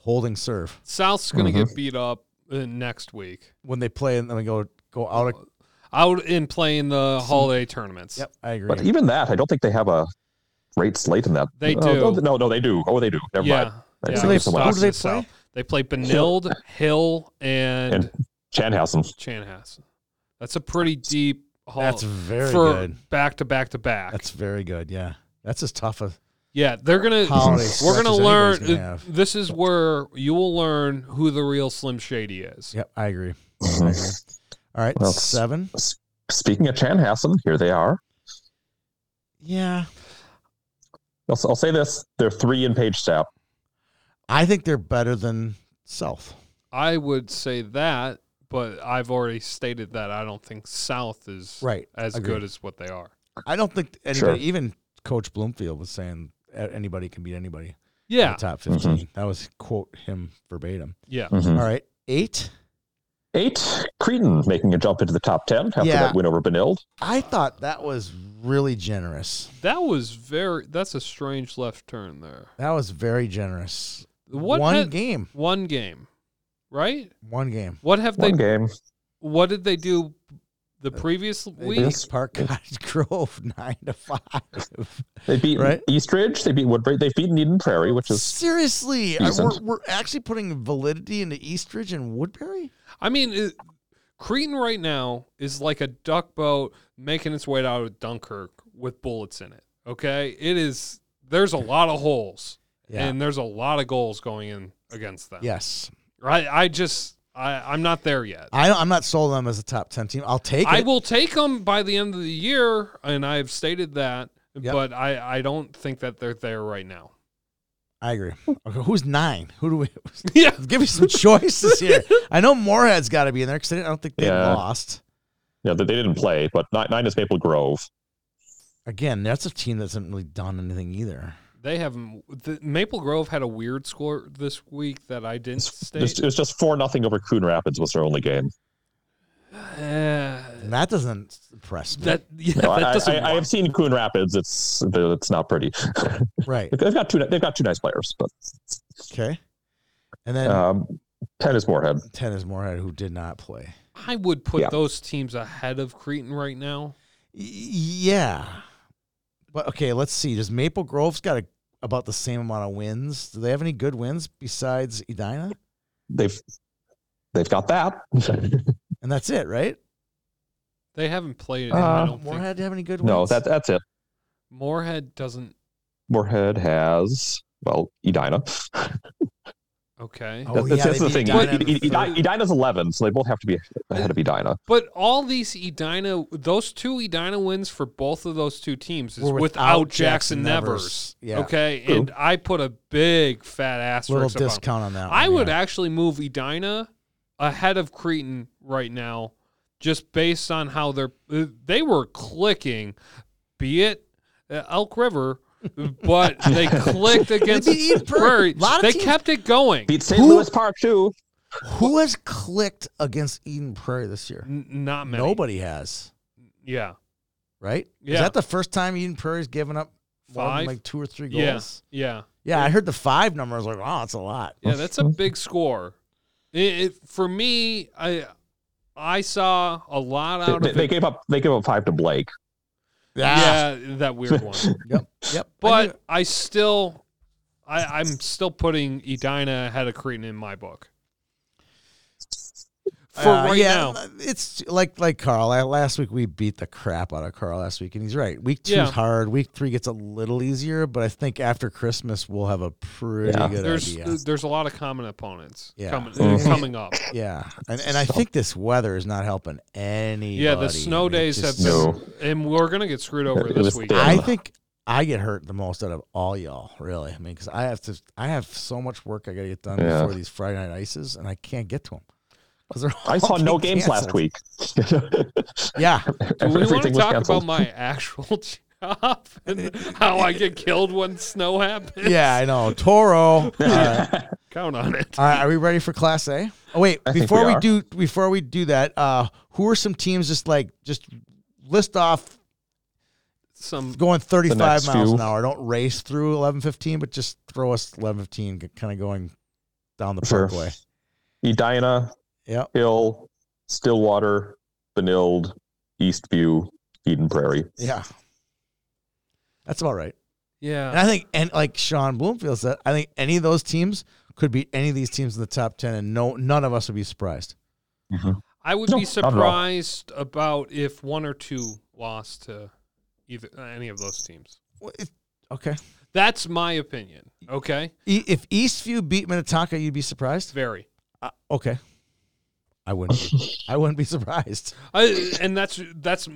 Speaker 1: holding serve
Speaker 3: South's going to
Speaker 1: Uh-huh.
Speaker 3: get beat up uh, next week.
Speaker 1: when they play and then they go go out. Of,
Speaker 3: Out in playing the holiday tournaments.
Speaker 1: yep, I agree.
Speaker 2: But even that, I don't think they have a great slate in that.
Speaker 3: They
Speaker 2: Oh,
Speaker 3: do.
Speaker 2: oh, no, no, they do. Oh, they do. Never mind. I
Speaker 3: Yeah. yeah.
Speaker 2: think it's
Speaker 1: So they- who
Speaker 2: someone
Speaker 1: do
Speaker 2: else.
Speaker 1: they
Speaker 3: Stockton
Speaker 1: play?
Speaker 3: South. They play Benilde, Hill, and,
Speaker 2: And Chanhassen.
Speaker 3: Chanhassen. That's a pretty deep haul.
Speaker 1: That's very
Speaker 3: for
Speaker 1: good.
Speaker 3: Back to back to back.
Speaker 1: That's very good. Yeah, that's as tough a.
Speaker 3: yeah, they're gonna.
Speaker 1: Holiday
Speaker 3: We're gonna
Speaker 1: stretches anybody's
Speaker 3: learn.
Speaker 1: gonna have.
Speaker 3: This is where you will learn who the real Slim Shady is.
Speaker 1: Yep, I agree. I agree. All right,
Speaker 2: Well,
Speaker 1: seven.
Speaker 2: Speaking of Chanhassen, here they are.
Speaker 1: Yeah,
Speaker 2: I'll, I'll say this: they're three in page stat.
Speaker 1: I think they're better than South.
Speaker 3: I would say that, but I've already stated that I don't think South is
Speaker 1: Right.
Speaker 3: as
Speaker 1: Agreed.
Speaker 3: good as what they are.
Speaker 1: I don't think anybody,
Speaker 2: Sure.
Speaker 1: even Coach Bloomfield, was saying uh, anybody can beat anybody. in
Speaker 3: Yeah,
Speaker 1: the top
Speaker 2: Mm-hmm.
Speaker 1: 15. That was quote him verbatim.
Speaker 3: yeah.
Speaker 2: Mhm.
Speaker 1: All right. Eight.
Speaker 2: Eight, Creighton making a jump into the top 10 after
Speaker 1: Yeah.
Speaker 2: that win over Benilde.
Speaker 1: I thought that was really generous.
Speaker 3: That was very. That's a strange left turn there.
Speaker 1: That was very generous.
Speaker 3: What
Speaker 1: one
Speaker 3: ha-
Speaker 1: game.
Speaker 3: One game, right?
Speaker 1: One Uh, game.
Speaker 3: What have
Speaker 2: One
Speaker 3: they?
Speaker 2: game.
Speaker 3: What did they do the previous week?
Speaker 2: Yes.
Speaker 1: Park Cottage Grove, nine to five.
Speaker 2: They beat
Speaker 1: Right.
Speaker 2: Eastridge. They beat Woodbridge. They've beaten Eden Prairie, which is
Speaker 1: Seriously, I- we're,
Speaker 2: Decent.
Speaker 1: we're actually putting validity into Eastridge and Woodbury.
Speaker 3: I mean, it, Creighton right now is like a duck boat making its way out of Dunkirk with bullets in it. Okay, it is. There's a lot of holes,
Speaker 1: Yeah.
Speaker 3: and there's a lot of goals going in against them.
Speaker 1: Yes,
Speaker 3: right. I just, I, I'm not there yet.
Speaker 1: I, I'm not sold on them as a top ten team. I'll take
Speaker 3: I
Speaker 1: it.
Speaker 3: will take them by the end of the year, and I've stated that.
Speaker 1: Yep.
Speaker 3: But I, I don't think that they're there right now.
Speaker 1: I agree. Okay, who's nine? Who do we
Speaker 3: Yeah,
Speaker 1: give me some choices here? I know Moorhead's got to be in there because I don't think they
Speaker 2: Yeah.
Speaker 1: lost.
Speaker 2: Yeah, they, they didn't play, but nine, nine is Maple Grove.
Speaker 1: Again, that's a team that's not really done anything either.
Speaker 3: they haven't. The, Maple Grove had a weird score this week that I didn't state.
Speaker 2: Just- It was just four nothing over Coon Rapids was their only game.
Speaker 3: Eh.
Speaker 1: And that doesn't impress me.
Speaker 3: That yeah,
Speaker 2: No,
Speaker 3: that
Speaker 2: I,
Speaker 3: doesn't.
Speaker 2: I, I have seen Coon Rapids. It's it's not pretty.
Speaker 1: right.
Speaker 2: they've got two. They've got two nice players, but
Speaker 1: Okay. And then
Speaker 2: um, ten is Moorhead.
Speaker 1: ten is Moorhead, who did not play.
Speaker 3: I would put
Speaker 2: Yeah.
Speaker 3: those teams ahead of Creighton right now.
Speaker 1: Y- yeah. But okay, let's see. Does Maple Grove's got a, about the same amount of wins? Do they have any good wins besides Edina?
Speaker 2: They've they've got that.
Speaker 1: And that's it, right?
Speaker 3: They haven't played it. I
Speaker 2: Uh,
Speaker 3: don't think.
Speaker 1: Moorhead have any good wins?
Speaker 2: no, that that's it.
Speaker 3: Moorhead doesn't.
Speaker 2: Moorhead has well Edina.
Speaker 3: Okay,
Speaker 1: Oh,
Speaker 2: that's
Speaker 1: yeah,
Speaker 2: that's
Speaker 1: they
Speaker 2: the
Speaker 1: beat
Speaker 2: thing.
Speaker 1: Edina
Speaker 2: Ed-
Speaker 3: E-,
Speaker 1: in
Speaker 2: Ed-
Speaker 1: the
Speaker 2: Edi- Edina's eleven, so they both have to be ahead of Edina.
Speaker 3: but all these Edina, those two Edina wins for both of those two teams is
Speaker 1: Were
Speaker 3: without, Jackson,
Speaker 1: Nevers.
Speaker 3: Nevers.
Speaker 1: Yeah.
Speaker 3: Okay,
Speaker 2: True.
Speaker 3: and I put a big fat
Speaker 1: Little
Speaker 3: asterisk. upon-
Speaker 1: discount on that.
Speaker 3: I
Speaker 1: one,
Speaker 3: would
Speaker 1: yeah.
Speaker 3: actually move Edina ahead of Creighton right now, just based on how they're they were clicking, be it uh, Elk River, but they clicked against
Speaker 1: beat Eden Prairie.
Speaker 3: Prairie.
Speaker 1: Lot of
Speaker 3: They
Speaker 1: teams-
Speaker 3: kept it going.
Speaker 2: Beat St.
Speaker 1: Who-
Speaker 2: Louis Park too.
Speaker 1: Who has clicked against Eden Prairie this year?
Speaker 3: N- not many.
Speaker 1: Nobody has,
Speaker 3: Yeah.
Speaker 1: right? Is
Speaker 3: Yeah.
Speaker 1: that the first time Eden Prairie's given up more than
Speaker 3: Five?
Speaker 1: like two or three
Speaker 3: Yeah.
Speaker 1: goals?
Speaker 3: Yeah.
Speaker 1: Yeah, I heard the five number. I was like, oh, that's a lot.
Speaker 3: Yeah, that's a big score. It, it, for me, I I saw a lot
Speaker 2: They,
Speaker 3: out
Speaker 2: they-
Speaker 3: of
Speaker 2: they
Speaker 3: it.
Speaker 2: gave up. They gave up five to Blake.
Speaker 3: Yeah,
Speaker 1: Ah.
Speaker 3: that weird one.
Speaker 1: Yep. Yep. I knew-
Speaker 3: But I, still, I, I'm still putting Edina ahead of Creighton in my book. For
Speaker 1: Uh,
Speaker 3: right
Speaker 1: yeah,
Speaker 3: now,
Speaker 1: it's like like Carl. I, last week we beat the crap out of Carl last week, and he's right. Week two's
Speaker 3: Yeah.
Speaker 1: hard. Week three gets a little easier, but I think after Christmas we'll have a pretty
Speaker 2: Yeah.
Speaker 1: good
Speaker 3: there's
Speaker 1: idea.
Speaker 3: there's a lot of common opponents
Speaker 1: Yeah.
Speaker 3: coming uh,
Speaker 2: Mhm.
Speaker 3: coming up.
Speaker 1: Yeah, and and I think this weather is not helping any.
Speaker 3: Yeah, the snow days have been,
Speaker 2: No.
Speaker 3: and we're gonna get screwed over
Speaker 2: It
Speaker 3: this
Speaker 2: was
Speaker 3: week.
Speaker 2: thin.
Speaker 1: I think I get hurt the most out of all y'all, really. I mean, because I have to, I have so much work I got to get done
Speaker 2: Yeah.
Speaker 1: before these Friday night ices, and I can't get to them.
Speaker 2: I saw no games last week.
Speaker 1: Yeah,
Speaker 3: Do we want to
Speaker 2: Everything was
Speaker 3: talk
Speaker 2: canceled.
Speaker 3: about my actual job and how I get killed when snow happens?
Speaker 1: yeah, I know. Toro. Uh,
Speaker 3: count on it.
Speaker 1: All right, are we ready for Class A? Oh wait,
Speaker 2: I think
Speaker 1: before
Speaker 2: we
Speaker 1: we,
Speaker 2: are.
Speaker 1: do before we do that, uh, who are some teams just like just list off
Speaker 3: Some
Speaker 1: going thirty five
Speaker 2: next
Speaker 1: miles
Speaker 2: few.
Speaker 1: an hour? Don't race through eleven fifteen, but just throw us eleven fifteen, kind of going down the
Speaker 2: Sure.
Speaker 1: parkway.
Speaker 2: Edina,
Speaker 1: Yep.
Speaker 2: Hill, Stillwater, Benilde, Eastview, Eden Prairie.
Speaker 1: Yeah, that's about right. And
Speaker 3: yeah.
Speaker 1: I think and like Sean Bloomfield said, I think any of those teams could beat any of these teams in the top ten, and no none of us would be surprised.
Speaker 3: I would
Speaker 2: No,
Speaker 3: be
Speaker 2: not at all.
Speaker 3: surprised about if one or two lost to either uh, any of those teams.
Speaker 1: Well, it- Okay,
Speaker 3: That's my opinion. Okay.
Speaker 1: E- if Eastview beat Minnetonka, you'd be surprised.
Speaker 3: Very.
Speaker 1: Uh, okay. I wouldn't. Be, I wouldn't be surprised
Speaker 3: I, and that's that's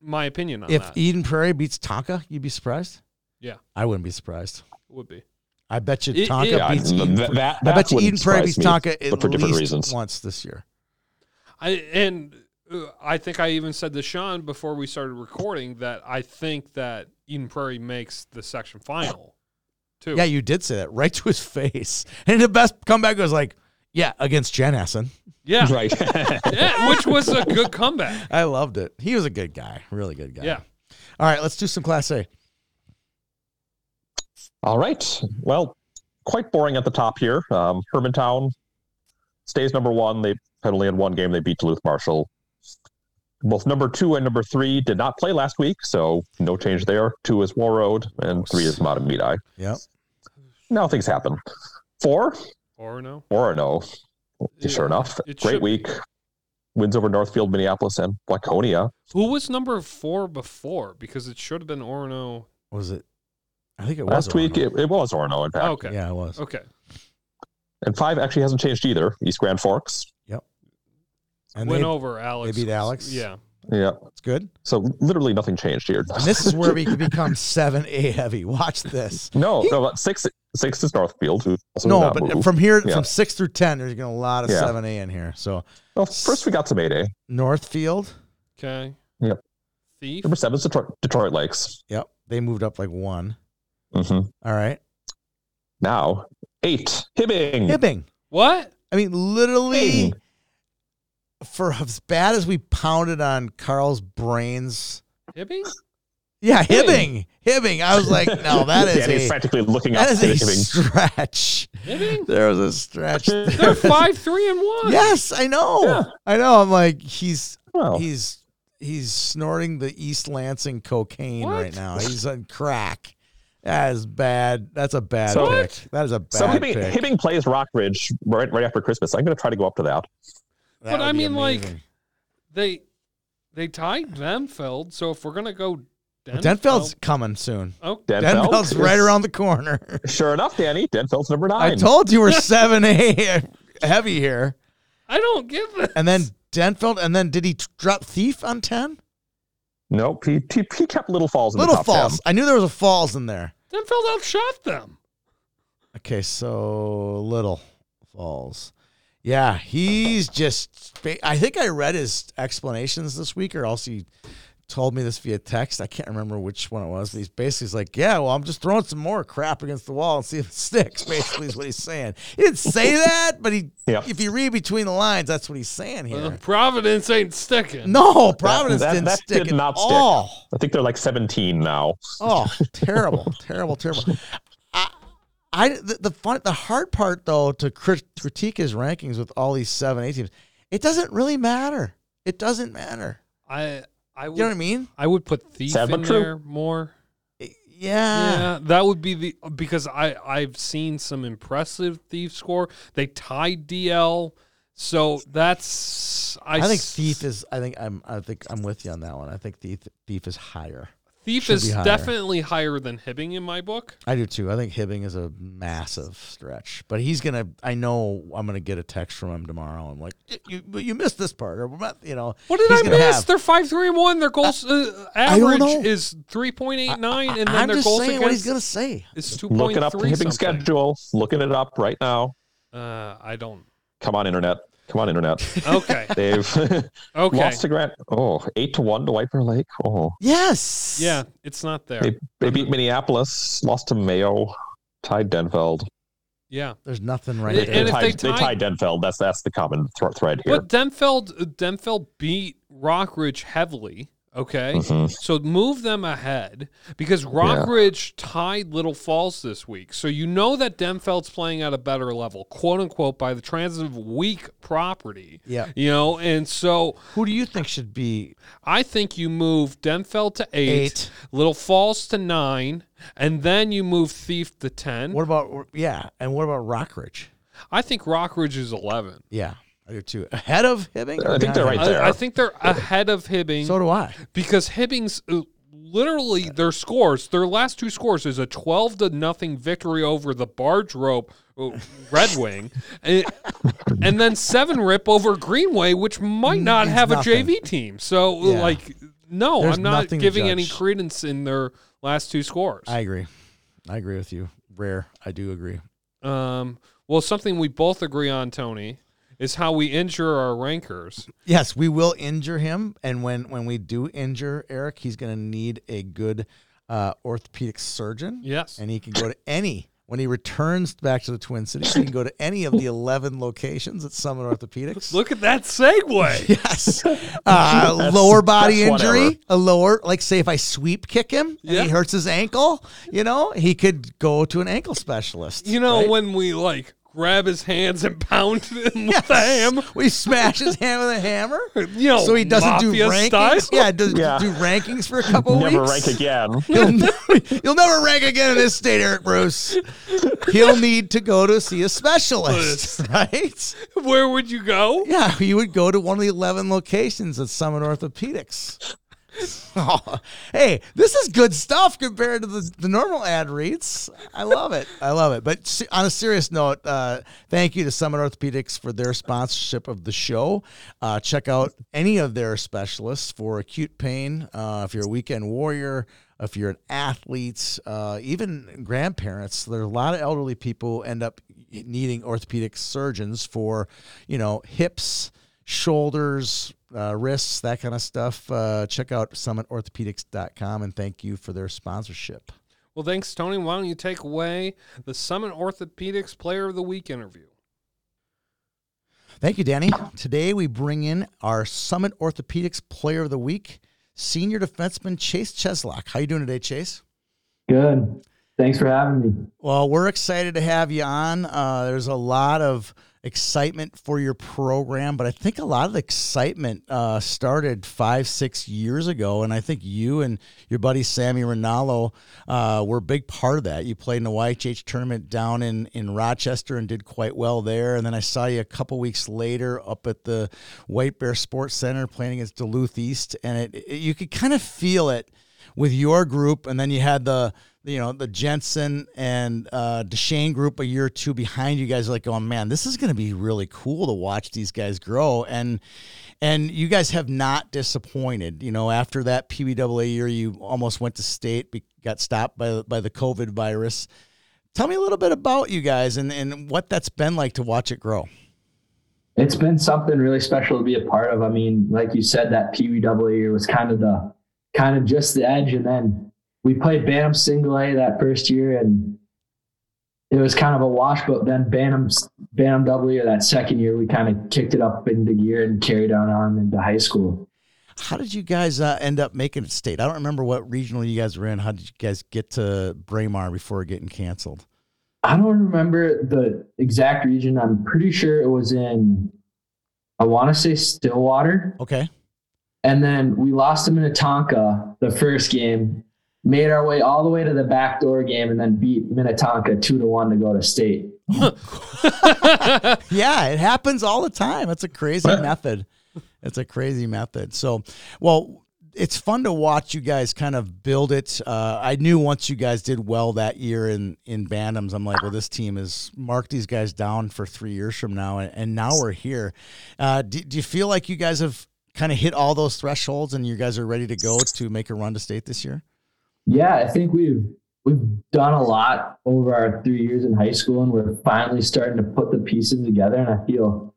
Speaker 3: my opinion on
Speaker 1: if
Speaker 3: that.
Speaker 1: Eden Prairie beats Tonka. You'd be surprised.
Speaker 3: Yeah.
Speaker 1: I wouldn't be surprised.
Speaker 3: Would be.
Speaker 1: I I bet you
Speaker 3: It-
Speaker 1: Tonka
Speaker 3: it- Yeah,
Speaker 1: beats.
Speaker 2: th-
Speaker 1: Eden,
Speaker 2: that-
Speaker 1: Pra-
Speaker 2: that-
Speaker 1: I
Speaker 2: that
Speaker 1: bet you
Speaker 2: wouldn't
Speaker 1: Eden Prairie beats
Speaker 2: surprise me,
Speaker 1: Tonka at
Speaker 2: but for different
Speaker 1: least
Speaker 2: reasons.
Speaker 1: once this year.
Speaker 3: I and uh, I think I even said to Sean before we started recording that I think that Eden Prairie makes the section final too.
Speaker 1: Yeah, you did say that right to his face. And the best comeback was like, yeah, against Jen Essen.
Speaker 3: yeah,
Speaker 2: Right.
Speaker 3: yeah, which was a good comeback.
Speaker 1: I loved it. He was a good guy, really good guy.
Speaker 3: Yeah.
Speaker 1: All right, let's do some Class A.
Speaker 2: All right. Well, quite boring at the top here. Um, Hermantown stays number one. They had only had one game. They beat Duluth Marshall. Both number two and number three did not play last week, so no change there. Two is Warroad, and three is Matamidi.
Speaker 1: Yep.
Speaker 2: Now things happen. Four,
Speaker 3: Or no,
Speaker 2: Orono,
Speaker 3: Yeah,
Speaker 2: sure enough.
Speaker 3: it should
Speaker 2: Great
Speaker 3: be.
Speaker 2: week. Wins over Northfield, Minneapolis, and Waconia.
Speaker 3: who was number four before? Because it should have been Orono.
Speaker 1: Was it? I think it was Oh.
Speaker 2: Last week,
Speaker 1: Orlando.
Speaker 2: it, it was Orono, in fact.
Speaker 3: Okay,
Speaker 1: Yeah, it was.
Speaker 3: okay.
Speaker 2: And five actually hasn't changed either. East Grand Forks.
Speaker 1: And
Speaker 3: Went
Speaker 1: they,
Speaker 3: over Alex.
Speaker 1: beat Alex?
Speaker 3: Yeah,
Speaker 2: Yeah.
Speaker 1: it's good.
Speaker 2: So literally nothing changed here.
Speaker 1: And this is where we could become seven A heavy. Watch this.
Speaker 2: No, no, but six six is Northfield. Who also did
Speaker 1: No,
Speaker 2: not
Speaker 1: but
Speaker 2: move.
Speaker 1: from here,
Speaker 2: Yeah.
Speaker 1: from six through ten, there's gonna be a lot of
Speaker 2: Yeah.
Speaker 1: seven A in here. So
Speaker 2: well, first we got some eight A.
Speaker 1: Northfield,
Speaker 3: okay.
Speaker 2: Yep.
Speaker 3: Thief.
Speaker 2: Number seven is Detroit, Detroit Lakes.
Speaker 1: yep, they moved up like one.
Speaker 2: hmm
Speaker 1: All right,
Speaker 2: Now eight Hibbing.
Speaker 1: Hibbing.
Speaker 3: What?
Speaker 1: I mean, literally,
Speaker 2: Hibbing.
Speaker 1: for as bad as we pounded on Carl's brains,
Speaker 3: Hibbing?
Speaker 1: yeah, Hibbing, Hibbing. I was like, no, that is
Speaker 2: and he's
Speaker 1: a
Speaker 2: practically looking up
Speaker 1: that
Speaker 2: to
Speaker 1: is a
Speaker 2: Hibbing.
Speaker 1: stretch.
Speaker 3: Hibbing?
Speaker 1: There was a stretch. there.
Speaker 3: They're five, three, and one.
Speaker 1: Yes, I know.
Speaker 2: Yeah.
Speaker 1: I know. I'm like, he's
Speaker 2: Well,
Speaker 1: he's he's snorting the East Lansing cocaine
Speaker 3: What?
Speaker 1: right now. He's on crack. That is bad. That's a bad
Speaker 2: So-
Speaker 1: pick. That is a bad
Speaker 2: so
Speaker 1: pick.
Speaker 2: Hibbing, Hibbing plays Rockridge right right after Christmas. I'm going to try to go up to that.
Speaker 1: That
Speaker 3: But
Speaker 1: would
Speaker 3: I
Speaker 1: be
Speaker 3: mean, like,
Speaker 1: amazing.
Speaker 3: They they tied Denfeld, so if we're gonna go
Speaker 1: But
Speaker 3: Denfeld,
Speaker 1: Denfeld's coming soon.
Speaker 3: oh,
Speaker 2: Denfeld
Speaker 1: Denfeld's
Speaker 2: is-
Speaker 1: right around the corner.
Speaker 2: Sure enough, Danny Denfeld's number nine.
Speaker 1: I told you we're seven A heavy here,
Speaker 3: I don't get this.
Speaker 1: and then Denfeld, and then did he t- drop Thief on ten?
Speaker 2: nope, he, he, he kept Little Falls in
Speaker 1: Little
Speaker 2: the top
Speaker 1: Falls. I knew there was a Falls in there.
Speaker 3: Denfeld outshot them.
Speaker 1: Okay, so Little Falls. Yeah, he's just. ba- I think I read his explanations this week, or else he told me this via text. I can't remember which one it was, but he's basically he's like, "Yeah, well, I'm just throwing some more crap against the wall and see if it sticks." Basically, is what he's saying. He didn't say that, but he.
Speaker 2: Yeah. Uh-huh.
Speaker 1: If you read between the lines, that's what he's saying here.
Speaker 3: Uh, Providence ain't sticking.
Speaker 1: no, Providence
Speaker 2: that-
Speaker 1: didn't
Speaker 2: that
Speaker 1: stick
Speaker 2: did
Speaker 1: at
Speaker 2: not stick.
Speaker 1: all.
Speaker 2: I think they're like 17 now.
Speaker 1: Oh, terrible, terrible, terrible. I, I the, the fun, the hard part though to crit- critique his rankings with all these seven, eight teams, it doesn't really matter. It doesn't matter.
Speaker 3: I I would
Speaker 1: You know what I mean?
Speaker 3: I would put thief
Speaker 2: Sad but
Speaker 3: in
Speaker 2: true.
Speaker 3: there more.
Speaker 1: Yeah.
Speaker 3: Yeah, that would be the because I I've seen some impressive thief score. They tied DL, so that's I,
Speaker 1: I, think
Speaker 3: s-
Speaker 1: thief is. I think I'm. I think I'm with you on that one. I think thief thief is higher.
Speaker 3: thief
Speaker 1: should
Speaker 3: is
Speaker 1: be higher.
Speaker 3: definitely higher than Hibbing in my book.
Speaker 1: I do too. I think Hibbing is a massive stretch, but he's gonna. I know I'm gonna get a text from him tomorrow. I'm like, you, but you missed this part, or you know,
Speaker 3: What did
Speaker 1: he's
Speaker 3: I
Speaker 1: gonna
Speaker 3: miss?
Speaker 1: have-
Speaker 3: They're five three and one. Their goals uh,
Speaker 1: I don't know.
Speaker 3: average is three point eight nine, and then
Speaker 1: I'm
Speaker 3: their
Speaker 1: just
Speaker 3: goals
Speaker 1: saying what he's
Speaker 3: against
Speaker 1: gonna say.
Speaker 3: is two point
Speaker 2: Looking
Speaker 3: three
Speaker 2: up the Hibbing
Speaker 3: something.
Speaker 2: schedule, looking it up right now.
Speaker 3: Uh, I don't.
Speaker 2: Come on, internet. Come on, internet.
Speaker 3: Okay,
Speaker 2: They've
Speaker 3: okay,
Speaker 2: Lost to Grant. Oh, eight to one to White Bear Lake. Oh,
Speaker 1: Yes.
Speaker 3: yeah, it's not there.
Speaker 2: they, they beat Minneapolis. Lost to Mayo. Tied Denfeld.
Speaker 3: yeah.
Speaker 1: There's nothing right
Speaker 3: And-
Speaker 1: there.
Speaker 3: and if
Speaker 2: tied,
Speaker 3: they tie-
Speaker 2: tied Denfeld. That's that's the common thro- thread here.
Speaker 3: But Denfeld Denfeld beat Rockridge
Speaker 1: Hmm.
Speaker 3: heavily. Okay,
Speaker 2: Mhm.
Speaker 3: so move them ahead because Rockridge tied Little Falls this week. So you know that Denfeld's playing at a better level, quote unquote, by the transitive weak property.
Speaker 1: Yeah.
Speaker 3: You know, and so
Speaker 1: Who do you think should be
Speaker 3: I think you move Denfeld to eight,
Speaker 1: eight?
Speaker 3: Little Falls to nine, and then you move Thief to ten.
Speaker 1: What about yeah? And what about Rockridge?
Speaker 3: I think Rockridge is eleven.
Speaker 1: Yeah, I do too. Ahead of Hibbing?
Speaker 2: I think they're right
Speaker 3: I-
Speaker 2: there.
Speaker 3: I, think they're ahead of Hibbing.
Speaker 1: So do I.
Speaker 3: because Hibbing's uh, literally their scores, their last two scores is a 12 to nothing victory over the barge rope uh, Red Wing and, and then 7 rip over Greenway which might not
Speaker 1: Means
Speaker 3: have
Speaker 1: Mm, nothing.
Speaker 3: a JV team. So uh,
Speaker 1: Yeah.
Speaker 3: like no,
Speaker 1: There's
Speaker 3: I'm not
Speaker 1: nothing to
Speaker 3: giving any
Speaker 1: judge.
Speaker 3: credence in their last two scores.
Speaker 1: I agree. I agree with you. rare. I do agree.
Speaker 3: Um, well, something we both agree on, Tony, is how we injure our rankers.
Speaker 1: Yes, we will injure him, and when when we do injure Eric, he's going to need a good uh, orthopedic surgeon.
Speaker 3: Yes.
Speaker 1: and he can go to any when he returns back to the Twin Cities. He can go to any of the eleven locations at Summit Orthopedics.
Speaker 3: Look at that segue.
Speaker 1: Yes, uh, lower body
Speaker 2: that's
Speaker 1: injury,
Speaker 2: whatever.
Speaker 1: a lower like say if I sweep kick him and
Speaker 3: Yeah.
Speaker 1: he hurts his ankle, you know he could go to an ankle specialist.
Speaker 3: You know
Speaker 1: right?
Speaker 3: when we like grab his hands and pound him with a ham.
Speaker 1: We smash his hand with a hammer.
Speaker 3: You know,
Speaker 1: so he doesn't do
Speaker 3: mafia
Speaker 1: rankings.
Speaker 3: style?
Speaker 1: Yeah, does
Speaker 2: Yeah.
Speaker 1: do rankings for a couple
Speaker 2: Never
Speaker 1: weeks.
Speaker 2: rank again.
Speaker 1: You'll, never, you'll never rank again in this state, Eric Bruce. He'll need to go to see a specialist, right?
Speaker 3: Where would you go?
Speaker 1: Yeah, you would go to one of the 11 locations at Summit Orthopedics. Oh, hey, this is good stuff compared to the, the normal ad reads. I love it. I love it. But se- on a serious note, uh, thank you to Summit Orthopedics for their sponsorship of the show. Uh, check out any of their specialists for acute pain. Uh, if you're a weekend warrior, if you're an athlete, uh, even grandparents, there are a lot of elderly people who end up needing orthopedic surgeons for, you know, hips, shoulders, uh, wrists, that kind of stuff. Uh, check out summitorthopedics.com and thank you for their sponsorship.
Speaker 3: Well, thanks, Tony. Why don't you take away the Summit Orthopedics Player of the Week interview?
Speaker 1: Thank you, Danny. Today we bring in our Summit Orthopedics Player of the Week, senior defenseman Chase Cheslock. How you doing today, Chase?
Speaker 8: Good. Thanks for having me.
Speaker 1: Well, we're excited to have you on. Uh, there's a lot of excitement for your program, but I think a lot of the excitement uh, started five, six years ago. And I think you and your buddy Sammy Rinaldo uh, were a big part of that. You played in the YHH tournament down in, in Rochester and did quite well there. And then I saw you a couple weeks later up at the White Bear Sports Center playing against Duluth East. And it, it, you could kind of feel it with your group, and then you had the you know the Jensen and uh, Deshane group a year or two behind you guys. Like going, man, this is going to be really cool to watch these guys grow, and and you guys have not disappointed. You know, after that PBAA year, you almost went to state, be, got stopped by by the COVID virus. Tell me a little bit about you guys and, and what that's been like to watch it grow.
Speaker 8: It's been something really special to be a part of. I mean, like you said, that PBW year was kind of the kind of just the edge, and then we played Bantam single A that first year, and it was kind of a wash. But then Bantam Bantam W that second year, we kind of kicked it up into gear and carried on on into high school.
Speaker 1: How did you guys uh, end up making it state? I don't remember what regional you guys were in. How did you guys get to Braemar before getting canceled?
Speaker 8: I don't remember the exact region. I'm pretty sure it was in. I want to say Stillwater.
Speaker 1: Okay.
Speaker 8: And then we lost to Minnetonka the first game, made our way all the way to the back door game, and then beat Minnetonka two to one to go to state.
Speaker 1: Yeah, it happens all the time. It's a crazy method. It's a crazy method. So, well, it's fun to watch you guys kind of build it. Uh, I knew once you guys did well that year in in Bantams, I'm like, well, this team is mark these guys down for three years from now, and, and now we're here. Uh, do, do you feel like you guys have kind of hit all those thresholds, and you guys are ready to go to make a run to state this year?
Speaker 8: Yeah, I think we've we've done a lot over our three years in high school, and we're finally starting to put the pieces together. And I feel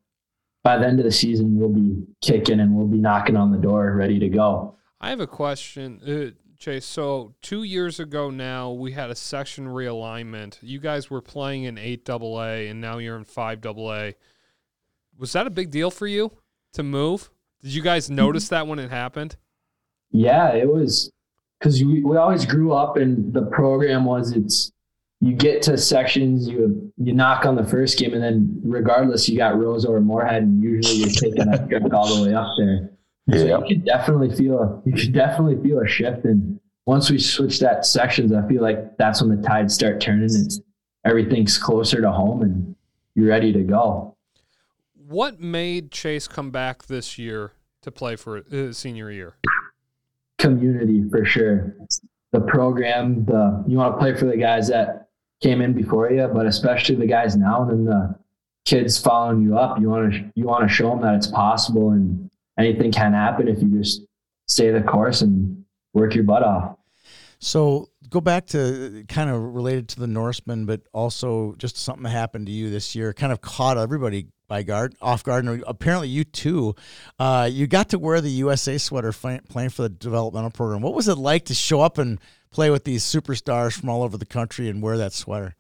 Speaker 8: by the end of the season, we'll be kicking and we'll be knocking on the door, ready to go.
Speaker 3: I have a question, uh, Chase. So two years ago now, we had a section realignment. You guys were playing in eight AA, and now you're in five AA. Was that a big deal for you to move? Did you guys
Speaker 1: Mm-hmm.
Speaker 3: notice that when it happened?
Speaker 8: Yeah, it was because we, we always grew up and the program was it's you get to sections, you you knock on the first game, and then regardless, you got Rose or Moorhead, and usually you're taking a trip all the way up there. So
Speaker 2: Yeah.
Speaker 8: you could definitely feel a, you could definitely feel a shift. And once we switch that sections, I feel like that's when the tides start turning. It's everything's closer to home, and you're ready to go.
Speaker 3: What made Chase come back this year to play for uh, senior year?
Speaker 8: community for sure. The program, the you want to play for the guys that came in before you, but especially the guys now and then the kids following you up. You want to you want to show them that it's possible and anything can happen if you just stay the course and work your butt off.
Speaker 1: So go back to kind of related to the Norseman, but also just something that happened to you this year, kind of caught everybody by guard off guard. And apparently, you too, uh, you got to wear the USA sweater fi- playing for the developmental program. What was it like to show up and play with these superstars from all over the country and wear that sweater?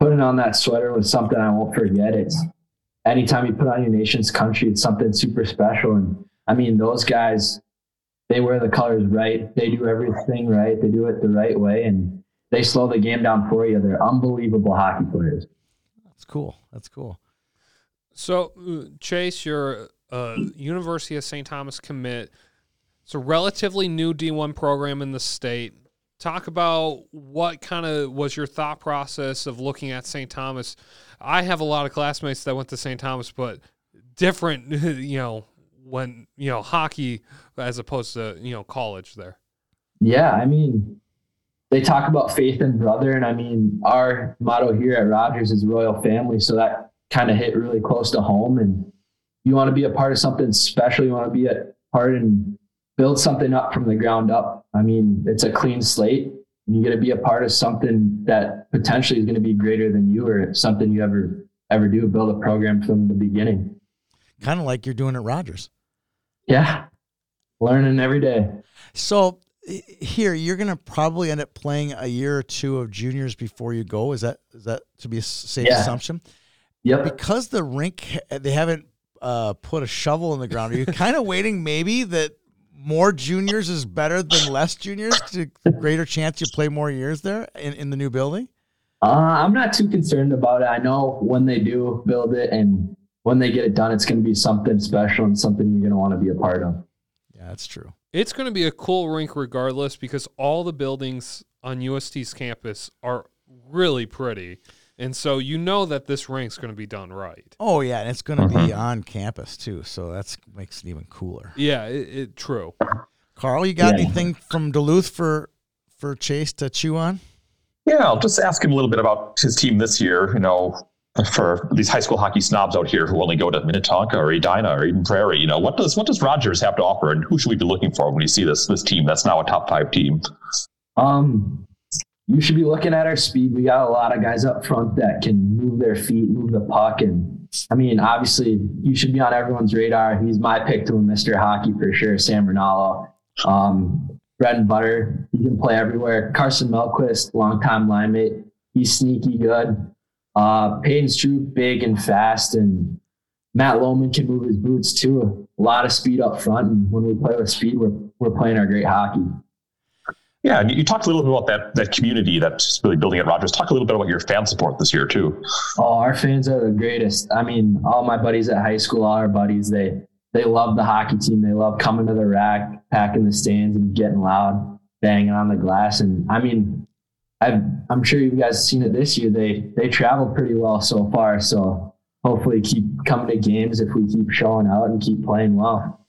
Speaker 8: putting on that sweater was something I won't forget. It's anytime you put on your nation's country, it's something super special. And I mean, those guys, they wear the colors right. They do everything right. They do it the right way, and they slow the game down for you. They're unbelievable hockey players.
Speaker 1: That's cool. That's cool.
Speaker 3: So, uh, Chase, you're uh, University of St. Thomas commit. It's a relatively new D1 program in the state. Talk about what kind of was your thought process of looking at St. Thomas. I have a lot of classmates that went to St. Thomas, but different, you know, when, you know, hockey as opposed to, you know, college there.
Speaker 8: Yeah, I mean, they talk about faith and brother, and I mean, our motto here at Rogers is royal family, so that kind of hit really close to home. And you want to be a part of something special. You want to be a part and uh, build something up from the ground up. I mean, it's a clean slate. and You get to be a part of something that potentially is going to be greater than you or something you ever ever do. Build a program from the beginning.
Speaker 1: Kind of like you're doing at Rogers.
Speaker 8: Yeah, learning every day.
Speaker 1: So i- here you're going to probably end up playing a year or two of juniors before you go. Is that is that to be a s- safe
Speaker 8: Yeah.
Speaker 1: assumption?
Speaker 8: Yep.
Speaker 1: Because the rink ha- they haven't uh, put a shovel in the ground. Are you kind of waiting maybe that more juniors is better than less juniors? To greater chance you play more years there in, in the new building.
Speaker 8: Uh, I'm not too concerned about it. I know when they do build it and when they get it done, it's going to be something special and something you're going to want to be a part of.
Speaker 1: Yeah, that's true.
Speaker 3: It's going to be a cool rink regardless because all the buildings on UST's campus are really pretty. And so you know that this rink's going to be done right.
Speaker 1: Oh yeah, and it's going to be on campus too, so that's makes it even cooler.
Speaker 3: Yeah, it, it true.
Speaker 1: Carl, you got
Speaker 8: Yeah.
Speaker 1: anything from Duluth for for Chase to chew on?
Speaker 2: Yeah, I'll just ask him a little bit about his team this year. You know, for these high school hockey snobs out here who only go to Minnetonka or Edina or Eden Prairie, you know, what does what does Rogers have to offer, and who should we be looking for when you see this this team that's now a top five team?
Speaker 8: Um, you should be looking at our speed. We got a lot of guys up front that can move their feet, move the puck, and I mean, obviously, you should be on everyone's radar. He's my pick to win Mr. Hockey for sure. Sam Rinaldo, um, bread and butter. He can play everywhere. Carson Melquist, longtime line mate. He's sneaky good. Uh, Peyton Stroop, big and fast, and Matt Lohman can move his boots too. A lot of speed up front, and when we play with speed, we're we're playing our great hockey.
Speaker 2: Yeah, and you- you talked a little bit about that that community that's really building at Rogers. Talk a little bit about your fan support this year too.
Speaker 8: Oh, our fans are the greatest. I mean, all my buddies at high school, all our buddies, they they love the hockey team. They love coming to the rack, packing the stands, and getting loud, banging on the glass. And I mean, I've, I'm sure you guys have seen it this year. They they traveled pretty well so far. So hopefully, keep coming to games if we keep showing out and keep playing well.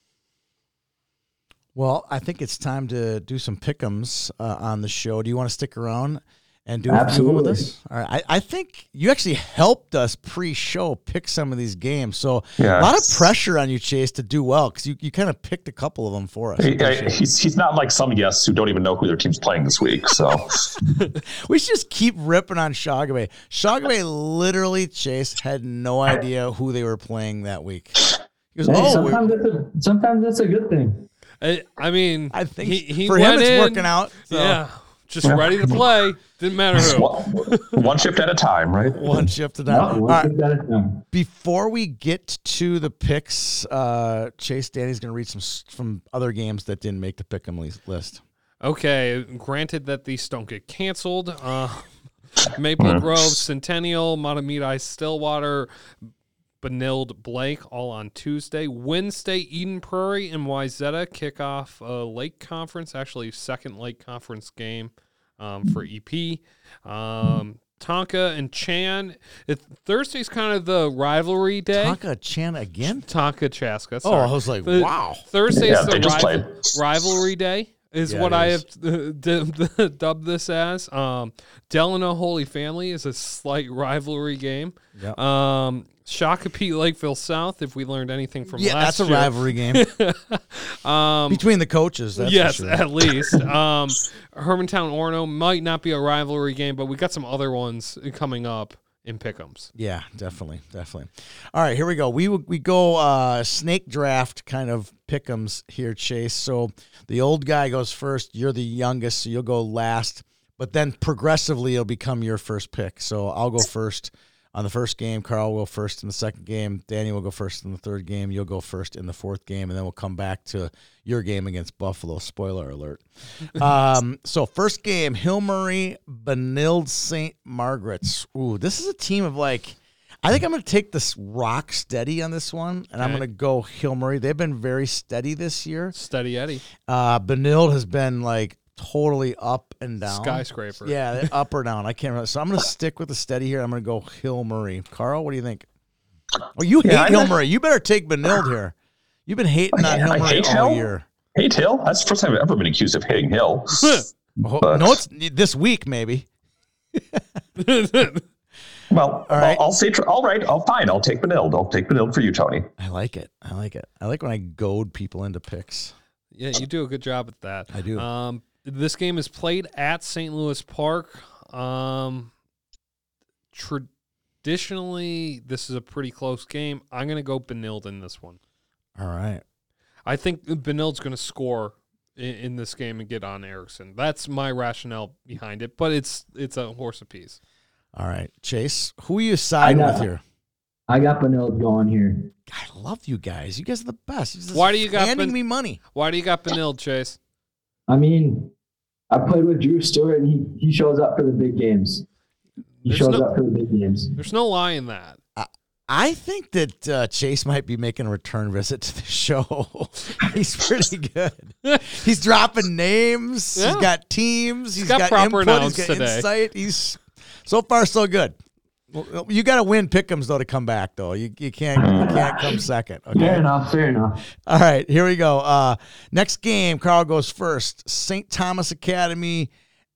Speaker 1: Well, I think it's time to do some pickums uh, on the show. Do you want to stick around and do a few with
Speaker 8: Absolutely.
Speaker 1: us? All right. I, I think you actually helped us pre-show pick some of these games, so
Speaker 2: Yeah.
Speaker 1: a lot of pressure on you, Chase, to do well because you, you kind of picked a couple of them for us. I
Speaker 2: He-
Speaker 1: appreciate
Speaker 2: I-
Speaker 1: it.
Speaker 2: he's, he's not like some guests who don't even know who their team's playing this week. So
Speaker 1: We should just keep ripping on Shogaway. Shogaway literally, Chase had no idea who they were playing that week. He goes,
Speaker 8: Hey,
Speaker 1: "Oh, we-
Speaker 8: sometimes that's a, sometimes that's a good thing.
Speaker 3: I, I mean,
Speaker 1: I think
Speaker 3: he, he
Speaker 1: for him
Speaker 3: went
Speaker 1: it's
Speaker 3: in,
Speaker 1: working out." So
Speaker 3: Yeah, just ready to play. Didn't matter who.
Speaker 2: one, one shift at a time, right?
Speaker 1: one shift to that.
Speaker 8: No,
Speaker 1: All
Speaker 8: we'll
Speaker 1: right.
Speaker 8: give that a no.
Speaker 1: Before we get to the picks, uh, Chase Danny's going to read some s- from other games that didn't make the pick 'em le- list.
Speaker 3: Okay, granted that these don't get canceled. Uh, Maple Grove, Centennial, Matamidi, Stillwater, Benilde, Blake, all on Tuesday. Wednesday, Eden Prairie and Wyzetta kick off a Lake Conference, actually second Lake Conference game um, for EP. Um, Tonka and Chan. It, Thursday's kind of the rivalry day.
Speaker 1: Tonka Chan again?
Speaker 3: Tonka Chaska.
Speaker 1: Oh, I
Speaker 3: Sorry. Uh,
Speaker 1: was like,
Speaker 3: The-
Speaker 1: wow.
Speaker 3: Thursday's
Speaker 2: Yeah,
Speaker 3: the
Speaker 2: they just
Speaker 3: rival-
Speaker 2: played.
Speaker 3: rivalry day is
Speaker 1: Yeah,
Speaker 3: what
Speaker 1: it
Speaker 3: I
Speaker 1: is.
Speaker 3: have uh, d- dubbed this as. Um, Delano Holy Family is a slight rivalry game.
Speaker 1: Yep.
Speaker 3: Um, Shakopee Lakeville South. If we learned anything from
Speaker 1: yeah,
Speaker 3: last
Speaker 1: that's a
Speaker 3: year. Um,
Speaker 1: rivalry game between the coaches. That's for
Speaker 3: yes,
Speaker 1: sure.
Speaker 3: at least. Um, Hermantown Orno might not be a rivalry game, but we got some other ones coming up in Pickums.
Speaker 1: Yeah, definitely, definitely. All right, here we go. We we go uh, snake draft kind of pickums here, Chase. So the old guy goes first. You're the youngest, so you'll go last. But then progressively, it'll become your first pick. So I'll go first on the first game. Carl will go first in the second game. Danny will go first in the third game. You'll go first in the fourth game, and then we'll come back to your game against Buffalo. Spoiler alert. Um, so first game, Hillmurray, Benilde St. Margaret's. Ooh, this is a team of like, I think I'm going to take this rock steady on this one, and I'm
Speaker 3: Okay.
Speaker 1: going to go Hillmurray. They've been very steady this year.
Speaker 3: Steady Eddie,
Speaker 1: Uh, Benilde has been like totally up and down.
Speaker 3: skyscraper.
Speaker 1: Yeah, they're up or down. I can't remember. So I'm going to stick with the steady here. I'm going to go Hillmurray. Carl, what do you think? Oh, you
Speaker 2: Yeah,
Speaker 1: hate
Speaker 2: I'm not-
Speaker 1: Hillmurray. You better take Benilde here. You've been hating on
Speaker 2: Yeah, I
Speaker 1: Hillmurray
Speaker 2: hate
Speaker 1: all
Speaker 2: Hill.
Speaker 1: year.
Speaker 2: Hate Hill? That's the first time I've ever been accused of hating Hill.
Speaker 1: Oh,
Speaker 2: But-
Speaker 1: no, it's this week maybe.
Speaker 2: Well,
Speaker 1: All right.
Speaker 2: I'll, I'll say, tr- all right, I'll fine. I'll take Benilde. I'll take Benilde for you, Tony.
Speaker 1: I like it. I like it. I like when I goad people into picks.
Speaker 3: Yeah, you do a good job at that.
Speaker 1: I do.
Speaker 3: Um, this game is played at St. Louis Park. Um, traditionally, this is a pretty close game. I'm going to go Benilde in this one.
Speaker 1: All right.
Speaker 3: I think Benilde's going to score in, in this game and get on Erickson. That's my rationale behind it, but it's it's a horse apiece.
Speaker 1: All right. Chase, who are you siding
Speaker 9: I
Speaker 1: with
Speaker 9: got-
Speaker 1: here?
Speaker 9: I got Benilde going here.
Speaker 1: I love you guys. You guys are the best. You're just
Speaker 3: Why do you got
Speaker 1: handing
Speaker 3: Ben-
Speaker 1: me money?
Speaker 3: Why do you got Benilde, Chase?
Speaker 9: I mean, I played with Drew Stewart, and he, he shows up for the big games. He
Speaker 3: There's
Speaker 9: shows
Speaker 3: no-
Speaker 9: up for the big games.
Speaker 3: There's no lie in that.
Speaker 1: I think that uh, Chase might be making a return visit to the show. He's pretty good. He's dropping names. He's
Speaker 3: Yeah.
Speaker 1: got teams.
Speaker 3: got proper
Speaker 1: input.
Speaker 3: nouns
Speaker 1: He's got
Speaker 3: today.
Speaker 1: insight. He's so far so good. Well, You got to win Pickums though to come back though. You, you can't you can't come second. Okay.
Speaker 9: Fair enough. Fair enough.
Speaker 1: All right, here we go. Uh, next game, Carl goes first. St. Thomas Academy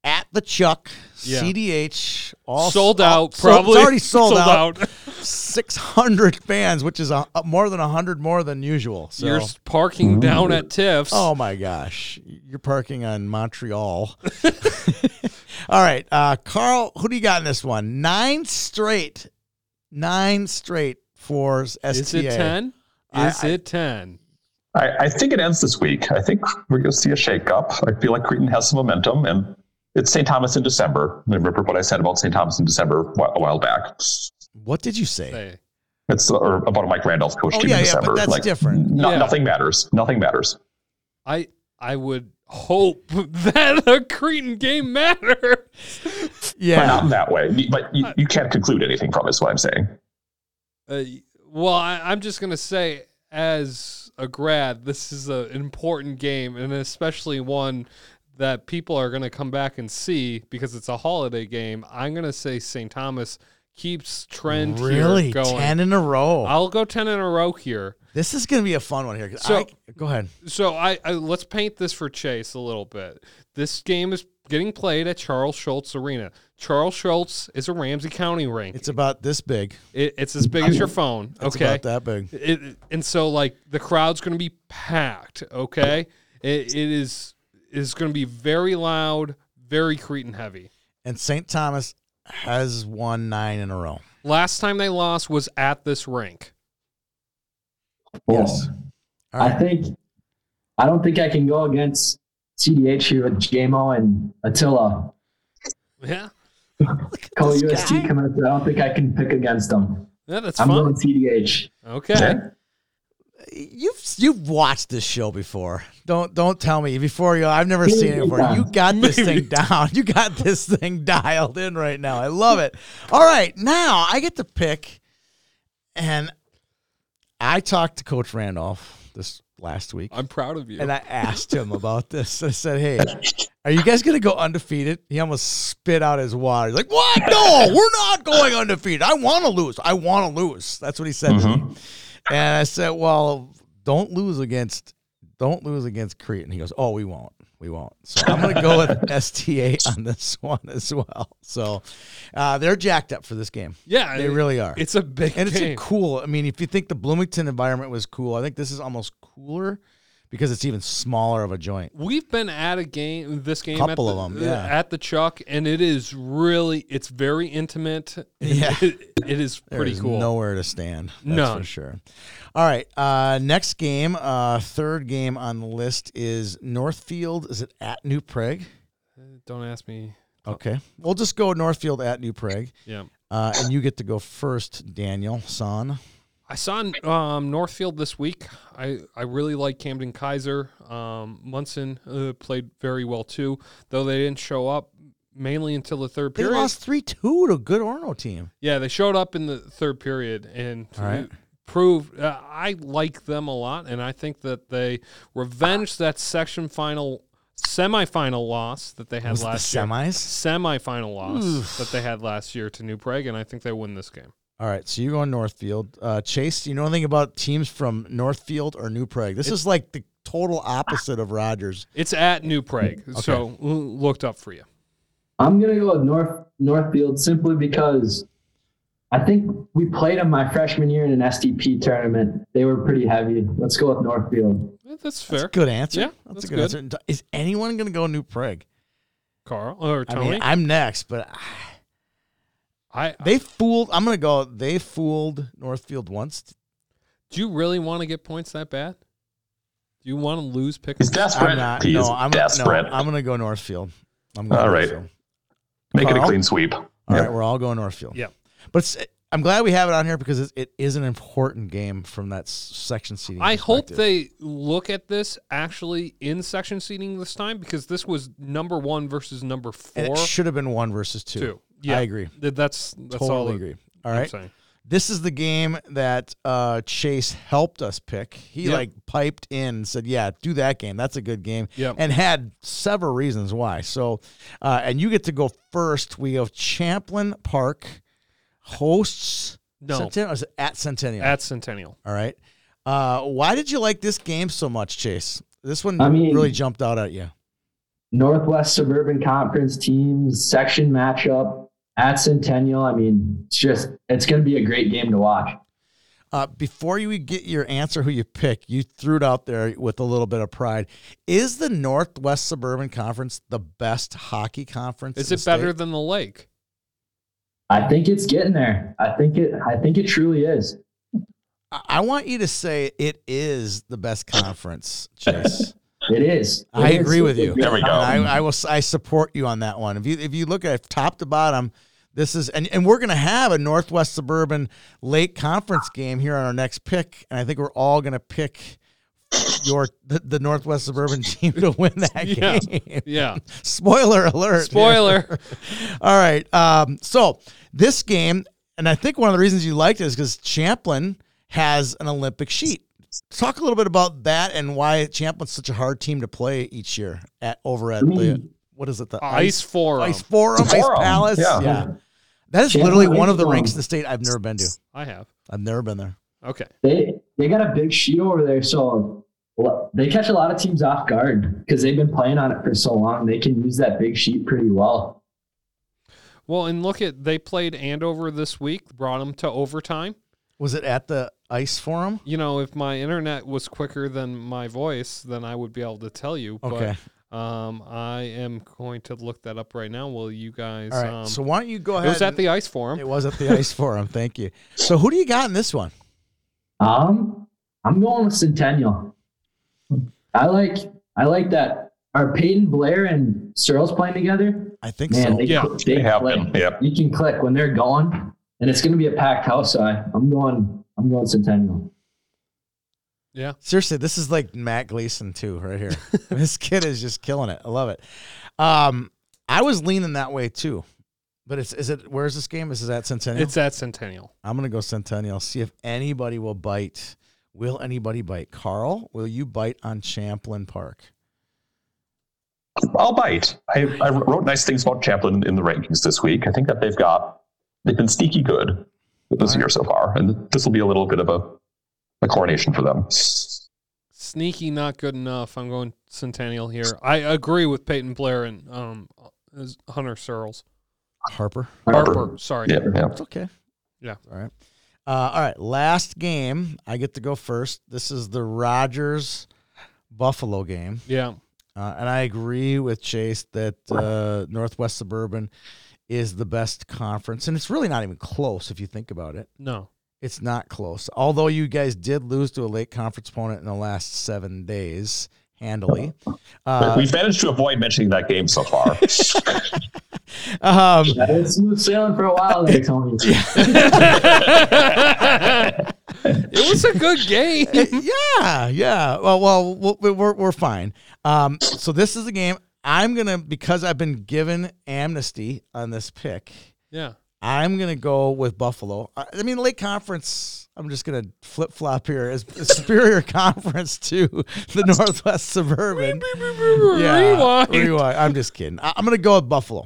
Speaker 1: at the Chuck,
Speaker 3: Yeah.
Speaker 1: CDH, all
Speaker 3: sold
Speaker 1: all-
Speaker 3: out,
Speaker 1: sold-
Speaker 3: probably.
Speaker 1: it's already sold, out.
Speaker 3: out.
Speaker 1: Six hundred fans, which is a, a- more than hundred more than usual. So,
Speaker 3: You're s- parking down at Tiff's.
Speaker 1: oh my gosh, you're parking on Montreal. all right, uh, Carl, who do you got in this one? Nine straight, nine straight for STA.
Speaker 3: is it ten?
Speaker 1: I-
Speaker 3: Is
Speaker 1: I-
Speaker 3: it ten?
Speaker 2: I, I think it ends this week. I think we're going to see a shakeup. I feel like Creighton has some momentum, and it's St. Thomas in December. Remember what I said about St. Thomas in December wh- a while back.
Speaker 1: What did you say?
Speaker 3: Say.
Speaker 2: It's or about a Mike Randolph coach
Speaker 1: Oh,
Speaker 2: team
Speaker 1: yeah,
Speaker 2: in
Speaker 1: yeah, but
Speaker 2: December.
Speaker 1: that's different.
Speaker 2: no-
Speaker 3: Yeah.
Speaker 2: Nothing matters. Nothing matters.
Speaker 3: I I would hope that a Cretan game matter.
Speaker 1: Yeah,
Speaker 2: But not in that way. You- But you, you can't conclude anything from it. Is what I'm saying.
Speaker 3: Uh, well, I, I'm just gonna say, as a grad, this is a, an important game, and especially one that people are gonna come back and see because it's a holiday game. I'm gonna say St. Thomas keeps trend here
Speaker 1: really
Speaker 3: going.
Speaker 1: ten in a row.
Speaker 3: I'll go ten in a row here.
Speaker 1: This is going to be a fun one here. 'cause
Speaker 3: So-
Speaker 1: I, go ahead.
Speaker 3: So I, I let's paint this for Chase a little bit. This game is getting played at Charles Schultz Arena. Charles Schultz is a Ramsey County rink.
Speaker 1: It's about this big.
Speaker 3: It, it's as big as your phone.
Speaker 1: It's
Speaker 3: okay.
Speaker 1: about that big.
Speaker 3: It, it- and so like the crowd's going to be packed. Okay. It, it is is going to be very loud, very Cretan heavy.
Speaker 1: And St. Thomas has won nine in a row.
Speaker 3: Last time they lost was at this rink.
Speaker 1: Yes. All
Speaker 9: I
Speaker 1: right.
Speaker 9: think I don't think I can go against CDH here with JMO and Attila.
Speaker 3: Yeah.
Speaker 9: Call
Speaker 1: This
Speaker 9: UST
Speaker 1: guy.
Speaker 9: commits. I don't think I can pick against them.
Speaker 3: Yeah, that's
Speaker 9: I'm
Speaker 3: fun.
Speaker 9: going CDH.
Speaker 3: Okay.
Speaker 1: You've you've watched this show before. Don't don't tell me before you. I've never seen it before. You got this thing down. You got this thing dialed in right now. I love it. All right, now I get to pick, and I talked to Coach Randolph this last week.
Speaker 3: I'm proud of you.
Speaker 1: And I asked him about this. I said, "Hey, are you guys going to go undefeated?" He almost spit out his water. He's like, "What? No, we're not going undefeated. I want to lose. I want to lose." That's what he said to me. And I said, "Well, don't lose against don't lose against Crete." And he goes, "Oh, we won't." we won't. So I'm going to go with STA on this one as well. So uh, they're jacked up for this game.
Speaker 3: Yeah,
Speaker 1: They really are.
Speaker 3: It's a big
Speaker 1: and it's a
Speaker 3: game.
Speaker 1: cool. I mean, if you think the Bloomington environment was cool, I think this is almost cooler because it's even smaller of a joint.
Speaker 3: We've been at a game, this game,
Speaker 1: Couple
Speaker 3: at the, uh,
Speaker 1: of 'em, yeah.
Speaker 3: at the Chuck, and it is really, it's very intimate.
Speaker 1: Yeah.
Speaker 3: It- it is
Speaker 1: There
Speaker 3: pretty
Speaker 1: is
Speaker 3: cool.
Speaker 1: Nowhere to stand. That's
Speaker 3: None.
Speaker 1: for sure. All right. Uh, next game, uh, third game on the list is Northfield. Is it at New Prague?
Speaker 3: Don't ask me.
Speaker 1: Okay. We'll just go Northfield at New Prague.
Speaker 3: Oh. Yeah.
Speaker 1: Uh, and you get to go first, Daniel Son.
Speaker 3: I saw um, Northfield this week. I, I really like Camden Kaiser. Um, Munson uh, played very well too, though they didn't show up mainly until the third
Speaker 1: They
Speaker 3: period.
Speaker 1: lost 3 2 to a good Orno team.
Speaker 3: Yeah, they showed up in the third period and
Speaker 1: All right.
Speaker 3: proved. Uh, I like them a lot, and I think that they revenged that section final, semifinal loss that they had
Speaker 1: Was it the
Speaker 3: last year.
Speaker 1: semis?
Speaker 3: Semifinal loss that they had last year to New Prague, and I think they win this game.
Speaker 1: All right, so you go on Northfield. Uh, Chase, do you know anything about teams from Northfield or New Prague? This is like the total opposite of Rogers.
Speaker 3: It's at New Prague,
Speaker 1: Mm,
Speaker 3: so l- looked up for you.
Speaker 9: I'm gonna go with North Northfield simply because I think we played them my freshman year in an SDP tournament. They were pretty heavy. Let's go with Northfield.
Speaker 3: Eh, That's fair,
Speaker 1: Good answer.
Speaker 3: Yeah,
Speaker 1: that's,
Speaker 3: that's
Speaker 1: a good,
Speaker 3: good.
Speaker 1: answer. And t- Is anyone going to go New Prague?
Speaker 3: Carl or
Speaker 1: I
Speaker 3: Tony.
Speaker 1: mean, I'm next, but I-
Speaker 3: I,
Speaker 1: they fooled. I'm going to go. They fooled Northfield once.
Speaker 3: do you really want to get points that bad? Do you want to lose pick?
Speaker 2: He's desperate.
Speaker 1: I'm not.
Speaker 2: he
Speaker 1: no,
Speaker 2: is
Speaker 1: I'm,
Speaker 2: desperate.
Speaker 1: no, I'm going to go Northfield. I'm going
Speaker 2: All right.
Speaker 1: Northfield.
Speaker 2: Make it a
Speaker 1: Carl?
Speaker 2: clean sweep.
Speaker 1: All
Speaker 2: Yeah.
Speaker 1: right, we're all going Northfield.
Speaker 3: Yep.
Speaker 1: But it's, I'm glad we have it on here because it, it is an important game from that s- section seating.
Speaker 3: I hope
Speaker 1: perspective.
Speaker 3: they look at this actually in section seating this time because this was number one versus number
Speaker 1: And
Speaker 3: four.
Speaker 1: it should have been one versus two.
Speaker 3: two. Yeah,
Speaker 1: I agree.
Speaker 3: Th- That's that's
Speaker 1: totally
Speaker 3: all
Speaker 1: agree. All
Speaker 3: I'm
Speaker 1: right.
Speaker 3: saying.
Speaker 1: This is the game that uh, Chase helped us pick. He
Speaker 3: Yep.
Speaker 1: like piped in and said, "Yeah, do that game. That's a good game."
Speaker 3: Yep.
Speaker 1: And had several reasons why. So, uh, and you get to go first. We have Champlain Park hosts
Speaker 3: No.
Speaker 1: Centennial. Is it at Centennial?
Speaker 3: At Centennial,
Speaker 1: All right. Uh, why did you like this game so much, Chase? This one
Speaker 9: I mean-
Speaker 1: really jumped out at you.
Speaker 9: Northwest Suburban Conference teams section matchup at Centennial. I mean, it's just it's gonna be a great game to watch.
Speaker 1: Uh, before you get your answer, who you pick, you threw it out there with a little bit of pride. Is the Northwest Suburban Conference the best hockey conference?
Speaker 3: is
Speaker 1: in
Speaker 3: it
Speaker 1: the
Speaker 3: better
Speaker 1: state?
Speaker 3: than the lake?
Speaker 9: I think it's getting there. I think it I think it truly is.
Speaker 1: I I want you to say it is the best conference, Chase.
Speaker 9: It is. It
Speaker 1: I
Speaker 9: is.
Speaker 1: agree with you.
Speaker 2: There we go.
Speaker 1: And I, I will. s- I support you on that one. If you if you look at top to bottom, this is and, and we're going to have a Northwest Suburban Lake Conference game here on our next pick, and I think we're all going to pick your the, the Northwest Suburban team to win that
Speaker 3: Yeah.
Speaker 1: game.
Speaker 3: Yeah.
Speaker 1: Spoiler alert.
Speaker 3: Spoiler.
Speaker 1: all right. Um, so this game, and I think one of the reasons you liked it is because Champlin has an Olympic sheet. Talk a little bit about that and why Champlin's such a hard team to play each year at over at the
Speaker 9: Mm.
Speaker 1: what is it the
Speaker 3: Ice Forum.
Speaker 1: Ice Forum,
Speaker 2: The Forum,
Speaker 1: Ice Palace.
Speaker 2: yeah.
Speaker 1: That is
Speaker 9: Champlin
Speaker 1: literally one of the
Speaker 9: Ice
Speaker 1: rinks in
Speaker 9: Forum.
Speaker 1: the state I've never been to.
Speaker 3: I have.
Speaker 1: I've never been there.
Speaker 3: Okay.
Speaker 9: They they got a big sheet over there, so lo- they catch a lot of teams off guard because they've been playing on it for so long. They can use that big sheet pretty well.
Speaker 3: Well, and look at they played Andover this week, brought them to overtime.
Speaker 1: Was it at the Ice Forum?
Speaker 3: You know, if my internet was quicker than my voice, then I would be able to tell you.
Speaker 1: Okay.
Speaker 3: But, um, I am going to look that up right now. Will you guys?
Speaker 1: All right.
Speaker 3: Um,
Speaker 1: so why don't you go
Speaker 3: it
Speaker 1: ahead?
Speaker 3: was at
Speaker 1: and-
Speaker 3: the Ice Forum.
Speaker 1: It was at the Ice Forum. Thank you. So who do you got in this one?
Speaker 9: Um, I'm going with Centennial. I like I like that. Are Peyton Blair and Searles playing together?
Speaker 1: I think
Speaker 9: Man,
Speaker 1: so.
Speaker 9: they,
Speaker 3: Yeah.
Speaker 9: they,
Speaker 2: They have
Speaker 9: click.
Speaker 2: been, yeah.
Speaker 9: You can click when they're going, and it's going to be a packed house. So I, I'm going. I'm going Centennial.
Speaker 3: Yeah.
Speaker 1: Seriously, this is like Matt Gleason too, right here. this kid is just killing it. I love it. Um, I was leaning that way too, but it's is it where's this game? Is it at Centennial?
Speaker 3: It's at Centennial.
Speaker 1: I'm gonna go Centennial. See if anybody will bite. Will anybody bite? Carl, will you bite on Champlain Park?
Speaker 2: I'll bite. I, I wrote nice things about Chaplin in the rankings this week. I think that they've got they've been sneaky good this year so far, and this will be a little bit of a, a coronation for them.
Speaker 3: sneaky, not good enough. I'm going Centennial here. I agree with Peyton Blair and um, Hunter Searles.
Speaker 1: Harper.
Speaker 3: Harper. sorry.
Speaker 2: Yeah, yeah.
Speaker 1: It's okay.
Speaker 3: Yeah.
Speaker 1: It's All right. Uh, all right. Last game. I get to go first. This is the Rogers Buffalo game.
Speaker 3: Yeah.
Speaker 1: Uh, and I agree with Chase that uh, Northwest Suburban is the best conference. And it's really not even close if you think about it.
Speaker 3: No.
Speaker 1: It's not close. Although you guys did lose to a late conference opponent in the last seven days handily. Uh,
Speaker 2: We've managed to avoid mentioning that game so far.
Speaker 1: um,
Speaker 9: Yeah, it's smooth sailing for a while there, Tony.
Speaker 3: It was a good game.
Speaker 1: yeah, yeah. Well, well, we'll- we're we're, we're fine. Um, so this is a game I'm gonna because I've been given amnesty on this pick.
Speaker 3: Yeah.
Speaker 1: I'm gonna go with Buffalo. I, I mean, late conference. I'm just gonna flip flop here as a superior conference to the Northwest Suburban.
Speaker 3: Rewind.
Speaker 1: rewind. I'm just kidding. I, I'm gonna go with Buffalo.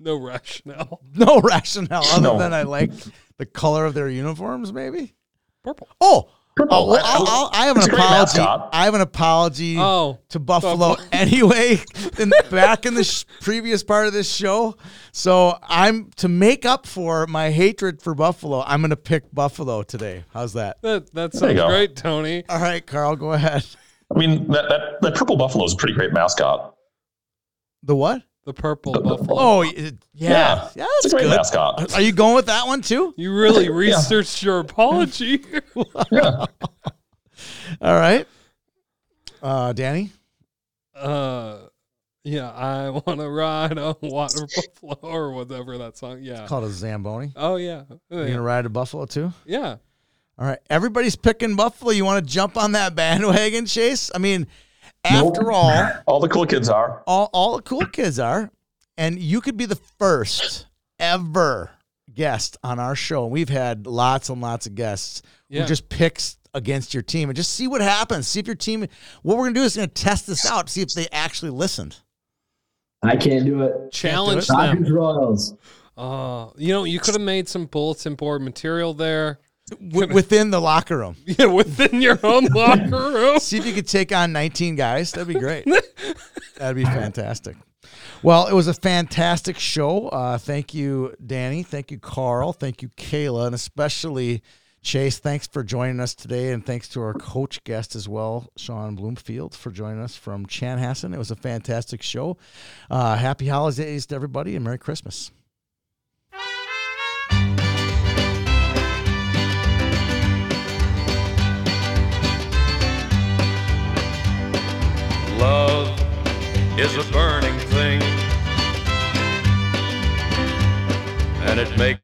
Speaker 3: No rationale.
Speaker 1: No rationale other
Speaker 2: No.
Speaker 1: than I like the color of their uniforms, maybe.
Speaker 3: Purple.
Speaker 1: Oh,
Speaker 2: Purple.
Speaker 1: oh, well, I'll- I'll- I have an
Speaker 2: It's a great
Speaker 1: apology.
Speaker 2: mascot.
Speaker 1: I have an apology.
Speaker 3: Oh.
Speaker 1: to Buffalo anyway. In, back in the sh- previous part of this show, so I'm to make up for my hatred for Buffalo. I'm going to pick Buffalo today. How's that?
Speaker 3: That, that
Speaker 2: There you
Speaker 3: sounds
Speaker 2: go.
Speaker 3: great, Tony.
Speaker 1: All right, Carl, go ahead.
Speaker 2: I mean, that, that, that purple buffalo is a pretty great mascot.
Speaker 1: The what?
Speaker 3: The purple buffalo.
Speaker 1: Oh, it- yeah, yeah,
Speaker 2: it's a
Speaker 1: that's
Speaker 2: great
Speaker 1: good.
Speaker 2: mascot.
Speaker 1: Are you going with that one too?
Speaker 3: You really researched your apology.
Speaker 1: All right, uh, Danny.
Speaker 3: uh, yeah, I want to ride a water buffalo or whatever that song. Yeah.
Speaker 1: Called a Zamboni.
Speaker 3: Oh yeah.
Speaker 1: You're gonna ride to Buffalo too.
Speaker 3: Yeah.
Speaker 1: All right, everybody's picking Buffalo. You want to jump on that bandwagon, Chase? I mean, after all.
Speaker 2: All the cool kids are.
Speaker 1: all, all the cool kids are. And you could be the first ever guest on our show. And we've had lots and lots of guests
Speaker 3: Yeah.
Speaker 1: who just picks against your team and just see what happens. See if your team, what we're going to do is going to test this out, see if they actually listened.
Speaker 9: I can't do it.
Speaker 3: Challenge them.
Speaker 9: Dodgers Royals.
Speaker 3: Uh, you know, you could have made some bulletin board material there.
Speaker 1: W- within the locker room.
Speaker 3: Yeah, within your own locker room.
Speaker 1: See if you could take on 19 guys. That'd be great. That'd be fantastic. Well, it was a fantastic show. Uh, thank you, Danny. Thank you, Carl. Thank you, Kayla, and especially Chase. Thanks for joining us today, and thanks to our coach guest as well, Sean Bloomfield, for joining us from Chanhassen. It was a fantastic show. Uh, happy holidays to everybody, and Merry Christmas.
Speaker 5: Love is a burning thing, and it makes